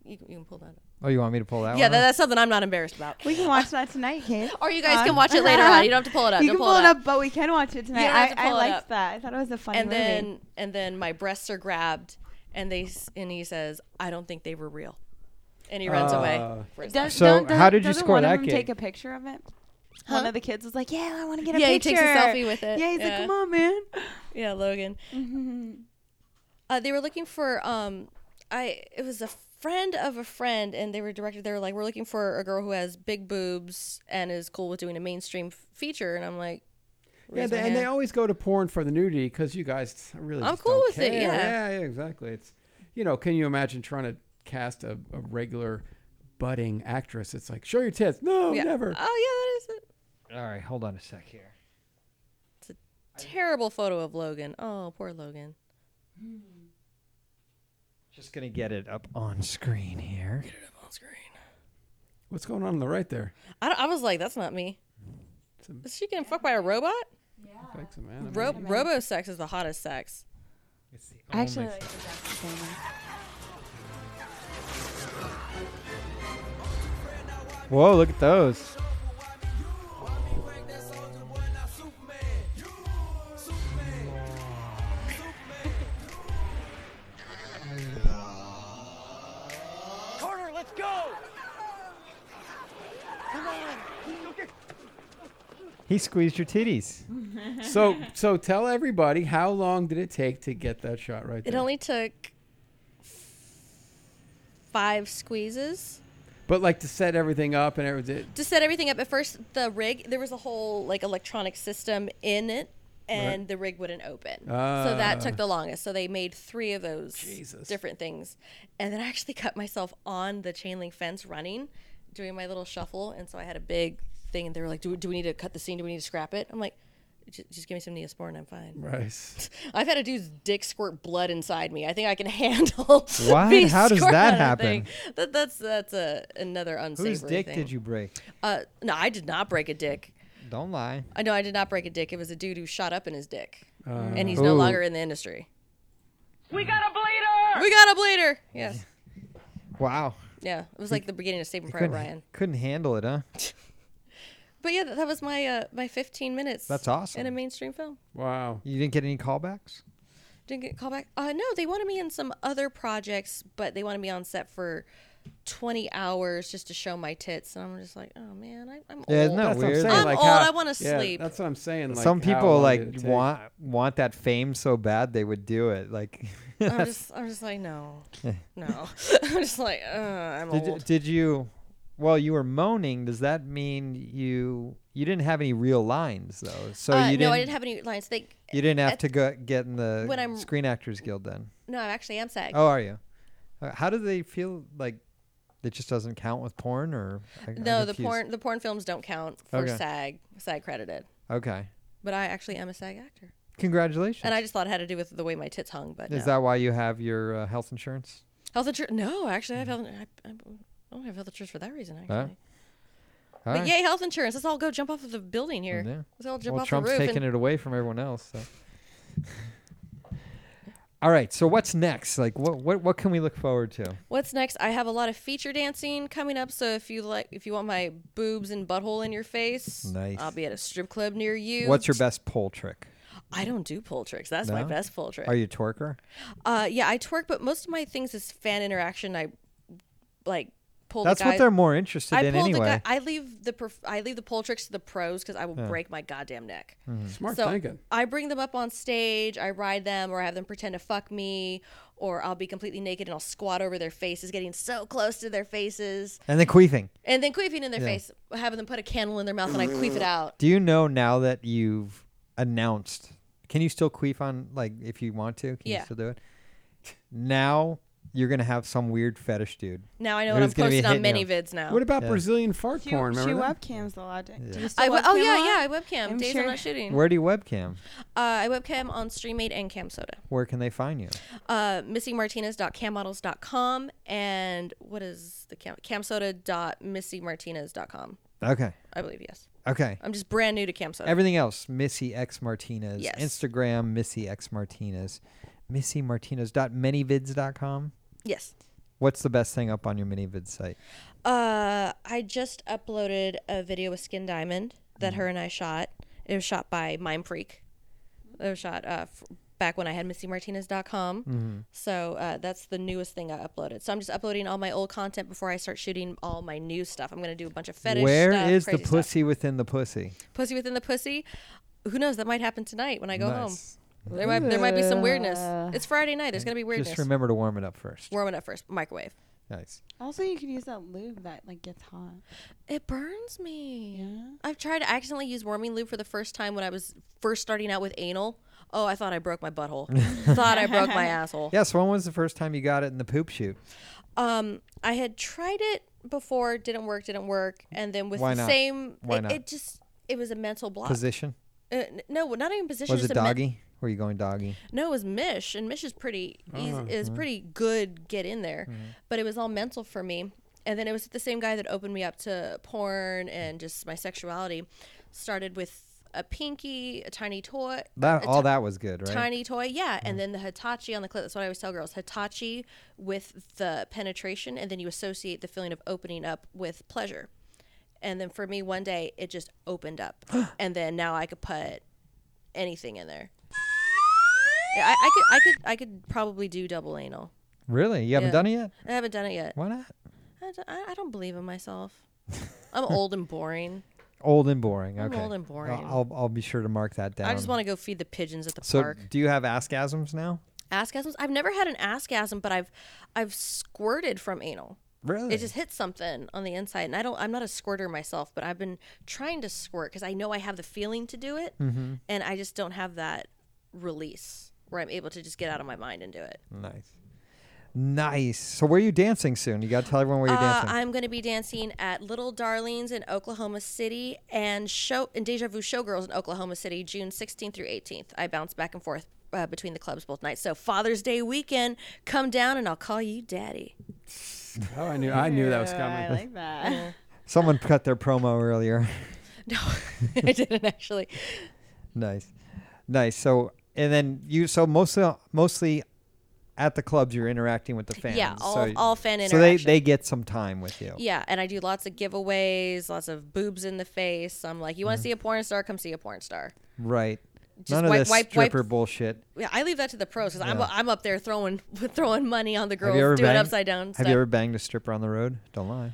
Speaker 5: You, you can pull that. Up.
Speaker 2: oh, you want me to pull that
Speaker 5: Yeah,
Speaker 2: one?
Speaker 5: that, that's something I'm not embarrassed about.
Speaker 10: We can watch that tonight, Kate.
Speaker 5: Or you guys can watch it later on. You don't have to pull it up.
Speaker 10: You
Speaker 5: Don't
Speaker 10: can pull it up, but we can watch it tonight.
Speaker 5: don't have to
Speaker 10: I, I
Speaker 5: pull it
Speaker 10: liked
Speaker 5: up.
Speaker 10: that. I thought it was a funny
Speaker 5: and
Speaker 10: movie.
Speaker 5: then and then my breasts are grabbed and they s- and he says i don't think they were real and he runs away for his life.
Speaker 10: Does-
Speaker 2: So
Speaker 10: does-
Speaker 2: how did you
Speaker 10: doesn't
Speaker 2: score
Speaker 10: one of
Speaker 2: that
Speaker 10: them
Speaker 2: gig?
Speaker 10: Take a picture of it. One of the kids was like, "Yeah, I want to get a
Speaker 5: Yeah, he
Speaker 10: picture."
Speaker 5: takes a selfie with it.
Speaker 10: Yeah, he's
Speaker 5: Yeah.
Speaker 10: like, "Come on, man."
Speaker 5: yeah logan Mm-hmm. uh, they were looking for um i it was a friend of a friend and they were directed they were like we're looking for a girl who has big boobs and is cool with doing a mainstream f- feature and i'm like
Speaker 3: Yeah,
Speaker 5: raise
Speaker 3: they,
Speaker 5: my
Speaker 3: and they
Speaker 5: hand.
Speaker 3: always go to porn for the nudity because you guys really.
Speaker 5: I'm
Speaker 3: just
Speaker 5: cool
Speaker 3: don't
Speaker 5: with it,
Speaker 3: care.
Speaker 5: yeah.
Speaker 3: yeah, exactly. It's you know, can you imagine trying to cast a, a regular budding actress? It's like show your tits. No,
Speaker 5: yeah.
Speaker 3: never.
Speaker 5: oh yeah that is
Speaker 2: All right, hold on a sec here.
Speaker 5: a terrible photo of logan oh poor logan
Speaker 2: Just gonna get it up on screen here.
Speaker 5: on screen
Speaker 3: What's going on on the right there?
Speaker 5: I, don't- I was like that's not me
Speaker 3: Some-
Speaker 5: is she getting fucked by a robot
Speaker 3: Like some anime.
Speaker 5: Ro- Robo sex is the hottest sex.
Speaker 2: It's the
Speaker 10: I actually
Speaker 2: only-
Speaker 10: like the Jackson Family.
Speaker 2: Whoa! Look at those. He squeezed your titties.
Speaker 10: Mm,
Speaker 3: so so tell everybody how long did it take to get that shot right there?
Speaker 5: It only took five squeezes
Speaker 3: but like to set everything up and everything.
Speaker 5: to set everything up. At first, the rig there was a whole like electronic system in it, and the rig wouldn't open. so
Speaker 2: Ah.
Speaker 5: that took the longest. So they made three of those
Speaker 3: Jesus.
Speaker 5: different things, and then I actually cut myself on the chain link fence running, doing my little shuffle, and so I had a big thing. And they were like, "Do, do we need to cut the scene? Do we need to scrap it?" I'm like, "J- "Just give me some Neosporin, I'm fine."
Speaker 3: Rice.
Speaker 5: I've had a dude's dick squirt blood inside me. I think I can handle.
Speaker 2: What?
Speaker 5: being
Speaker 2: How does
Speaker 5: squirted
Speaker 2: that
Speaker 5: at a thing. That, that's that's a, another unsavory
Speaker 2: Whose dick
Speaker 5: thing.
Speaker 2: did you break?
Speaker 5: Uh, no, I did not break a dick.
Speaker 2: Don't lie.
Speaker 5: I know I did not break a dick. It was a dude who shot up in his dick,
Speaker 3: uh,
Speaker 5: and he's no
Speaker 2: Ooh.
Speaker 5: longer in the industry.
Speaker 4: We got a bleeder!
Speaker 5: We got a bleeder. Yes.
Speaker 2: Wow.
Speaker 5: Yeah. It was like the beginning of Saving Private
Speaker 2: Couldn't,
Speaker 5: Ryan.
Speaker 2: couldn't handle it, huh?
Speaker 5: But yeah, that, that was my uh, my 15 minutes.
Speaker 2: That's awesome.
Speaker 5: In a mainstream film.
Speaker 3: Wow.
Speaker 2: You didn't get any callbacks?
Speaker 5: Didn't get called back. Uh, no, they wanted me in some other projects, but they wanted me on set for 20 hours just to show my tits. And I'm just like, oh man, I, I'm
Speaker 2: Yeah,
Speaker 5: old.
Speaker 2: no.
Speaker 3: That's what I'm
Speaker 2: Weird.
Speaker 3: saying.
Speaker 5: I'm
Speaker 3: like
Speaker 5: old,
Speaker 3: how-
Speaker 5: I wanna
Speaker 3: yeah,
Speaker 5: sleep.
Speaker 3: That's what I'm saying. Like
Speaker 2: Some
Speaker 3: how
Speaker 2: people
Speaker 3: long
Speaker 2: like
Speaker 3: did it take?
Speaker 2: want want that fame so bad they would do it. Like
Speaker 5: I'm just, I'm just like, no, no. I'm just like, uh, I'm
Speaker 2: did, you-
Speaker 5: old.
Speaker 2: did you well, you were moaning, does that mean you you didn't have any real lines though? So
Speaker 5: uh,
Speaker 2: you
Speaker 5: no,
Speaker 2: didn't,
Speaker 5: I didn't have any lines. They,
Speaker 2: you didn't have
Speaker 5: at-
Speaker 2: to go get in the
Speaker 5: when I'm-
Speaker 2: Screen Actors Guild then.
Speaker 5: no, I actually am SAG.
Speaker 2: Oh, are you? Uh, How do they feel like it just doesn't count with porn or I, I'm
Speaker 5: no, the
Speaker 2: confused.
Speaker 5: porn, the porn films don't count for
Speaker 2: Okay.
Speaker 5: SAG, SAG credited.
Speaker 2: Okay.
Speaker 5: But I actually am a SAG actor,
Speaker 2: Congratulations.
Speaker 5: and I just thought it had to do with the way my tits hung. But
Speaker 2: Is
Speaker 5: no.
Speaker 2: that why you have your uh, health insurance?
Speaker 5: health insurance? No, actually, I have health. I, I, I don't have health insurance for that reason. Actually.
Speaker 2: All
Speaker 5: But
Speaker 2: right.
Speaker 5: yay, health insurance. Let's all go jump off of the building here.
Speaker 2: Yeah.
Speaker 5: Let's all jump
Speaker 2: well,
Speaker 5: off
Speaker 2: Trump's
Speaker 5: the roof.
Speaker 2: taking
Speaker 5: and
Speaker 2: it away from everyone else. So. All right. So what's next? Like, what what what can we look forward to?
Speaker 5: What's next? I have a lot of feature dancing coming up. So if you like, if you want my boobs and butthole in your face,
Speaker 2: Nice.
Speaker 5: I'll be at a strip club near you.
Speaker 2: What's your best pole trick?
Speaker 5: I don't do pole tricks. That's my
Speaker 2: No?
Speaker 5: best pole trick.
Speaker 2: Are you a twerker?
Speaker 5: uh, yeah, I twerk, but most of my things is fan interaction. I like pull.
Speaker 2: That's
Speaker 5: the
Speaker 2: what
Speaker 5: guy-
Speaker 2: they're more interested
Speaker 5: I
Speaker 2: in
Speaker 5: pull The
Speaker 2: anyway.
Speaker 5: guy, I leave the perf- I leave the poll tricks to the pros because I will
Speaker 2: Yeah.
Speaker 5: break my goddamn neck.
Speaker 2: Mhm.
Speaker 3: Smart
Speaker 5: so
Speaker 3: thinking.
Speaker 5: I bring them up on stage. I ride them, or I have them pretend to fuck me, or I'll be completely naked and I'll squat over their faces, getting so close to their faces,
Speaker 2: And then queefing.
Speaker 5: and then queefing in their
Speaker 2: Yeah.
Speaker 5: face, having them put a candle in their mouth and I queef it out.
Speaker 2: Do you know now that you've announced? Can you still queef on like if you want to? Can
Speaker 5: Yeah.
Speaker 2: you still do it? Now you're gonna have some weird fetish dude.
Speaker 5: Now I know what I'm
Speaker 2: who's gonna be
Speaker 5: posting on
Speaker 2: hitting you.
Speaker 5: many vids now.
Speaker 3: What about
Speaker 2: Yeah.
Speaker 3: Brazilian fart
Speaker 10: She,
Speaker 3: porn?
Speaker 10: she
Speaker 3: Remember that?
Speaker 10: webcams a lot. Do
Speaker 2: Yeah.
Speaker 10: you still
Speaker 5: I we- oh
Speaker 10: webcam a
Speaker 5: yeah,
Speaker 10: lot?
Speaker 5: yeah, I webcam.
Speaker 10: I'm
Speaker 5: Days
Speaker 10: sure-
Speaker 5: I'm not shooting.
Speaker 2: Where do you webcam?
Speaker 5: Uh, I webcam on StreamMate and Cam Soda.
Speaker 2: Where can they find you?
Speaker 5: Uh, MissyMartinez.cammodels.com and what is the cam? CamSoda.MissyMartinez.com.
Speaker 2: Okay.
Speaker 5: I believe yes.
Speaker 2: Okay.
Speaker 5: I'm just brand new to Cam Soda.
Speaker 2: Everything else, Missy X Martinez.
Speaker 5: Yes.
Speaker 2: Instagram, Missy X Martinez. Missy Martinez dot minivids dot com.
Speaker 5: yes.
Speaker 2: What's the best thing up on your minivid site?
Speaker 5: Uh, I just uploaded a video with Skin Diamond that her and I shot. It was shot by Mime Freak. It was shot uh, f- back when I had MissyMartinez.com.
Speaker 2: Mm-hmm.
Speaker 5: So uh, that's the newest thing I uploaded. So I'm just uploading all my old content before I start shooting all my new stuff. I'm gonna do a bunch of fetish.
Speaker 2: Where
Speaker 5: stuff,
Speaker 2: is the
Speaker 5: crazy stuff.
Speaker 2: pussy within the pussy?
Speaker 5: Pussy within the pussy. Who knows? That might happen tonight when I go
Speaker 2: Nice.
Speaker 5: home. There might there might be some weirdness. It's Friday night. There's gonna be weirdness.
Speaker 2: Just remember to warm it up first.
Speaker 5: Warm it up first. Microwave.
Speaker 2: Nice.
Speaker 10: Also, you could use that lube that like gets hot.
Speaker 5: It burns me. I've tried to accidentally use warming lube for the first time when I was first starting out with anal. Oh, I thought I broke my butthole. thought I broke my asshole.
Speaker 2: Yes, when was the first time you got it in the poop shoot?
Speaker 5: Um, I had tried it before, didn't work, didn't work, and then with
Speaker 2: Why
Speaker 5: the
Speaker 2: not?
Speaker 5: same,
Speaker 2: Why
Speaker 5: it,
Speaker 2: not?
Speaker 5: it just it was a mental block.
Speaker 2: Position?
Speaker 5: uh, n- no, not even position.
Speaker 2: Was
Speaker 5: just
Speaker 2: it
Speaker 5: a men- Uh,
Speaker 2: doggy? Were you going doggy?
Speaker 5: No, it was Mish, and Mish is pretty easy, is pretty good get in there, but it was all mental for me. And then it was the same guy that opened me up to porn and just my sexuality. Started with a pinky, a tiny toy,
Speaker 2: That
Speaker 5: a
Speaker 2: all
Speaker 5: ti-
Speaker 2: that was good, right?
Speaker 5: tiny toy, yeah. And then the Hitachi on the clip. That's what I always tell girls: Hitachi with the penetration, and then you associate the feeling of opening up with pleasure. And then for me, one day it just opened up, and then now I could put anything in there. Yeah, I, I could, I could, I could probably do double anal.
Speaker 2: Really? You haven't
Speaker 5: Yeah.
Speaker 2: done it yet?
Speaker 5: I haven't done it yet.
Speaker 2: Why not?
Speaker 5: I don't, I I don't believe in myself. I'm old and boring.
Speaker 2: Old and boring.
Speaker 5: I'm
Speaker 2: Okay.
Speaker 5: old and
Speaker 2: I'll-
Speaker 5: boring.
Speaker 2: I'll I'll be sure to mark that down.
Speaker 5: I just want to go feed the pigeons at the
Speaker 2: So,
Speaker 5: park.
Speaker 2: do you have askasms now?
Speaker 5: Askasms. I've never had an askasm, but I've, I've squirted from anal.
Speaker 2: Really?
Speaker 5: It just hits something on the inside, and I don't. I'm not a squirter myself, but I've been trying to squirt because I know I have the feeling to do it,
Speaker 2: Mm-hmm.
Speaker 5: and I just don't have that release where I'm able to just get out of my mind and do it.
Speaker 2: nice. Nice. So, where are you dancing soon? You got to tell everyone where you're
Speaker 5: Uh,
Speaker 2: dancing.
Speaker 5: I'm going to be dancing at Little Darlings in Oklahoma City and show and Deja Vu Showgirls in Oklahoma City, June 16th through 18th. I bounce back and forth uh, between the clubs both nights. So Father's Day weekend, come down and I'll call you daddy.
Speaker 3: Oh, I knew, I knew that was
Speaker 10: Ew,
Speaker 3: coming.
Speaker 10: I like that.
Speaker 2: Someone cut their promo earlier.
Speaker 5: No, I didn't actually.
Speaker 2: nice, nice. So, and then you. So mostly, mostly at the clubs, you're interacting with the fans.
Speaker 5: Yeah, all-
Speaker 2: so,
Speaker 5: all fan
Speaker 2: So they
Speaker 5: interaction.
Speaker 2: they get some time with you.
Speaker 5: Yeah, and I do lots of giveaways, lots of boobs in the face. I'm like, you want to see a porn star? Come see a porn star.
Speaker 2: Right.
Speaker 5: Just
Speaker 2: None of
Speaker 5: wipe-
Speaker 2: this
Speaker 5: wipe- wipe-
Speaker 2: stripper bullshit.
Speaker 5: Yeah, I leave that to the pros because I'm, I'm up there throwing throwing money on the
Speaker 2: Have
Speaker 5: girls,
Speaker 2: you ever
Speaker 5: doing
Speaker 2: banged,
Speaker 5: upside down
Speaker 2: Have
Speaker 5: stuff.
Speaker 2: you ever banged a stripper on the road? Don't lie.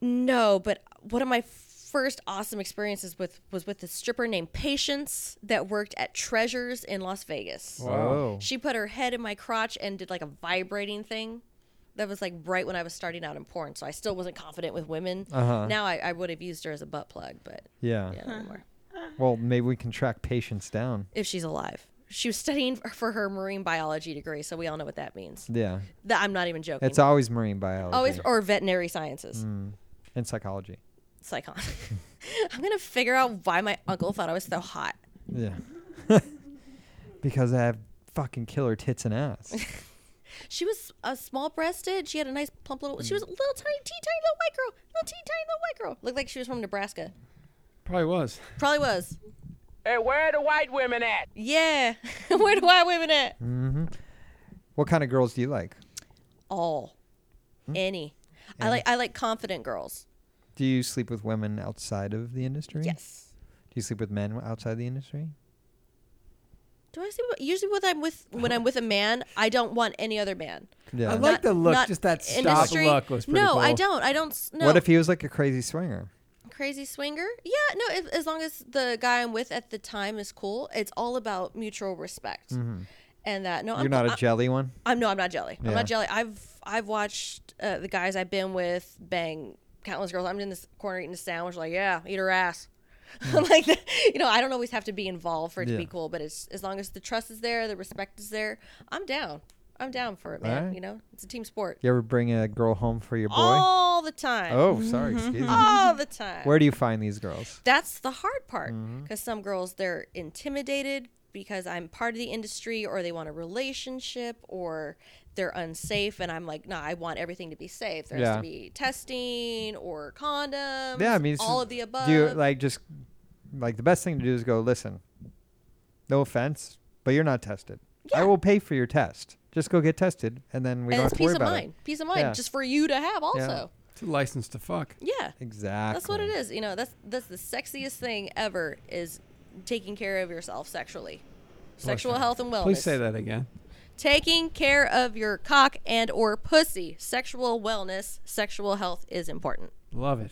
Speaker 5: No, but one of my first awesome experiences with was with a stripper named Patience that worked at Treasures in Las
Speaker 2: Oh.
Speaker 5: Vegas.
Speaker 2: Wow.
Speaker 5: She put her head in my crotch and did like a vibrating thing. That was like right when I was starting out in porn, so I still wasn't confident with women.
Speaker 2: Uh-huh.
Speaker 5: Now I, I would have used her as a butt plug, but
Speaker 2: Yeah.
Speaker 5: yeah, not anymore.
Speaker 2: Well, maybe we can track patients down.
Speaker 5: If she's alive, she was studying for- for her marine biology degree, so we all know what that means.
Speaker 2: Yeah.
Speaker 5: That I'm not even joking.
Speaker 2: It's always marine biology.
Speaker 5: always or veterinary sciences.
Speaker 2: and psychology.
Speaker 5: psychon. I'm gonna figure out why my uncle thought I was so hot.
Speaker 2: Yeah. because I have fucking killer tits and ass.
Speaker 5: She was uh, small-breasted. She had a nice plump little. She was a little tiny, teeny tiny little white girl. Little teeny tiny little white girl. Looked like she was from Nebraska.
Speaker 3: Probably was.
Speaker 5: Probably was.
Speaker 4: Hey, where are the white women at?
Speaker 5: Yeah. Where do I women at?
Speaker 2: what kind of girls do you like?
Speaker 5: All. Any. I like. I like confident girls.
Speaker 2: Do you sleep with women outside of the industry?
Speaker 5: Yes.
Speaker 2: Do you sleep with men outside the industry?
Speaker 5: Do I see? What, usually, when I'm with when I'm with a man, I don't want any other man.
Speaker 2: Yeah.
Speaker 3: I
Speaker 2: Not-
Speaker 3: like the look,
Speaker 5: not
Speaker 3: just that
Speaker 5: industry.
Speaker 3: stop look was pretty
Speaker 5: No, I
Speaker 3: cool.
Speaker 5: don't. I don't. s- No.
Speaker 2: What if he was like a crazy swinger?
Speaker 5: crazy swinger? Yeah, no. If, as long as the guy I'm with at the time is cool, it's all about mutual respect. And that no,
Speaker 2: Mm-hmm. You're
Speaker 5: I'm
Speaker 2: not
Speaker 5: I-
Speaker 2: a jelly one.
Speaker 5: I'm no, I'm not jelly. I'm
Speaker 2: Yeah.
Speaker 5: not jelly. I've I've watched uh, the guys I've been with bang countless girls. I'm in this corner eating a sandwich, like yeah, eat her ass. I'm like, you know, I don't always have to be involved for it to be
Speaker 2: Yeah.
Speaker 5: cool, but it's as long as the trust is there, the respect is there, I'm down. I'm down for it, man.
Speaker 2: Alright.
Speaker 5: You know, it's a team sport.
Speaker 2: You ever bring a girl home for your boy?
Speaker 5: All the time.
Speaker 2: Oh, sorry. Excuse me.
Speaker 5: All the time.
Speaker 2: Where do you find these girls?
Speaker 5: That's the hard part
Speaker 2: Mm-hmm.
Speaker 5: because some girls they're intimidated because I'm part of the industry or they want a relationship or they're unsafe and I'm like, no, I want everything to be safe. There has
Speaker 2: Yeah.
Speaker 5: to be testing or condoms.
Speaker 2: Yeah, I mean, it's
Speaker 5: all
Speaker 2: just-
Speaker 5: of the above.
Speaker 2: Do you like just like the best thing to do is go listen. No offense, but you're not tested. I will pay for your test. Just go get tested, and then we
Speaker 5: and
Speaker 2: don't
Speaker 5: it's
Speaker 2: have to worry
Speaker 5: peace of
Speaker 2: about
Speaker 5: mind.
Speaker 2: it.
Speaker 5: Peace of mind,
Speaker 2: Yeah.
Speaker 5: just for you to have also.
Speaker 3: It's a license to fuck.
Speaker 5: Yeah.
Speaker 2: Exactly.
Speaker 5: That's what it is. You know, that's that's the sexiest thing ever is taking care of yourself sexually. Sexual health and wellness.
Speaker 3: Please say that again.
Speaker 5: taking care of your cock and or pussy sexual wellness sexual health is important
Speaker 3: Love it.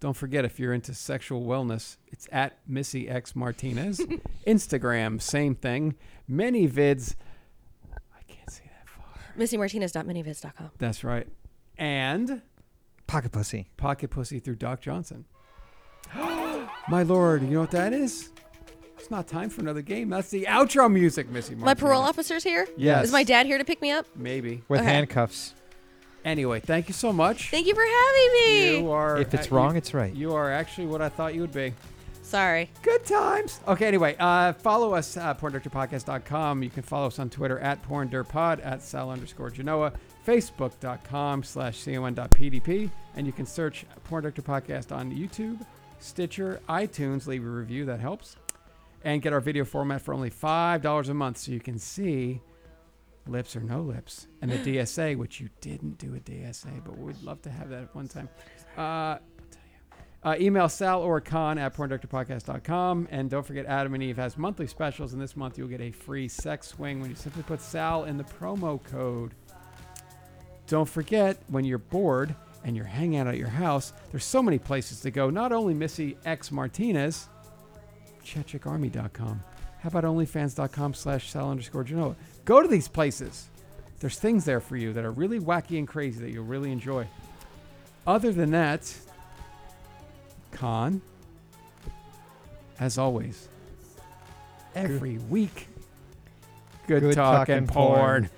Speaker 3: Don't forget if you're into sexual wellness, it's at Missy X Martinez. Instagram, same thing. Many vids. I can't see that far.
Speaker 5: missymartinez.miniviz.com
Speaker 3: That's right. And
Speaker 2: Pocket pussy.
Speaker 3: Pocket Pussy through Doc Johnson. My lord, you know what that is? It's not time for another game. That's the outro music, Missy.
Speaker 5: my parole
Speaker 3: Martinez.
Speaker 5: officer's here
Speaker 2: Yes.
Speaker 5: is my dad here to pick me up
Speaker 3: Maybe.
Speaker 2: With
Speaker 5: Okay.
Speaker 2: handcuffs.
Speaker 3: Anyway, thank you so much.
Speaker 5: thank you for having me
Speaker 3: you are.
Speaker 2: If it's
Speaker 3: uh, you-
Speaker 2: wrong, it's right.
Speaker 3: You are actually what I thought you would be.
Speaker 5: sorry
Speaker 3: Good times. Okay, anyway, uh, follow us, uh, porndirectorpodcast.com. You can follow us on Twitter at porndirpod, at sal underscore Genoa, facebook.com slash con.pdp, and you can search Porn Director Podcast on YouTube, Stitcher, iTunes, leave a review, that helps, and get our video format for only $5 a month so you can see lips or no lips and the DSA, which you didn't do a DSA, but we'd love to have that at one time. Uh, uh, email sal or con at porndirectorpodcast.com. And don't forget, Adam and Eve has monthly specials. And this month, you'll get a free sex swing when you simply put sal in the promo code. Don't forget, when you're bored and you're hanging out at your house, there's so many places to go. Not only Missy X Martinez, ChechikArmy.com. How about OnlyFans.com slash Sal underscore Genoa? Go to these places. There's things there for you that are really wacky and crazy that you'll really enjoy. Other than that, Con, as always, every week, good,
Speaker 2: Good
Speaker 3: talk,
Speaker 2: talk
Speaker 3: and
Speaker 2: and
Speaker 3: porn.
Speaker 2: porn.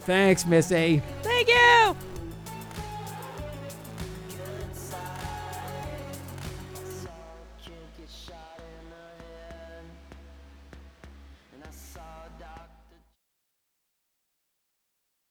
Speaker 3: Thanks, Missy.
Speaker 5: thank you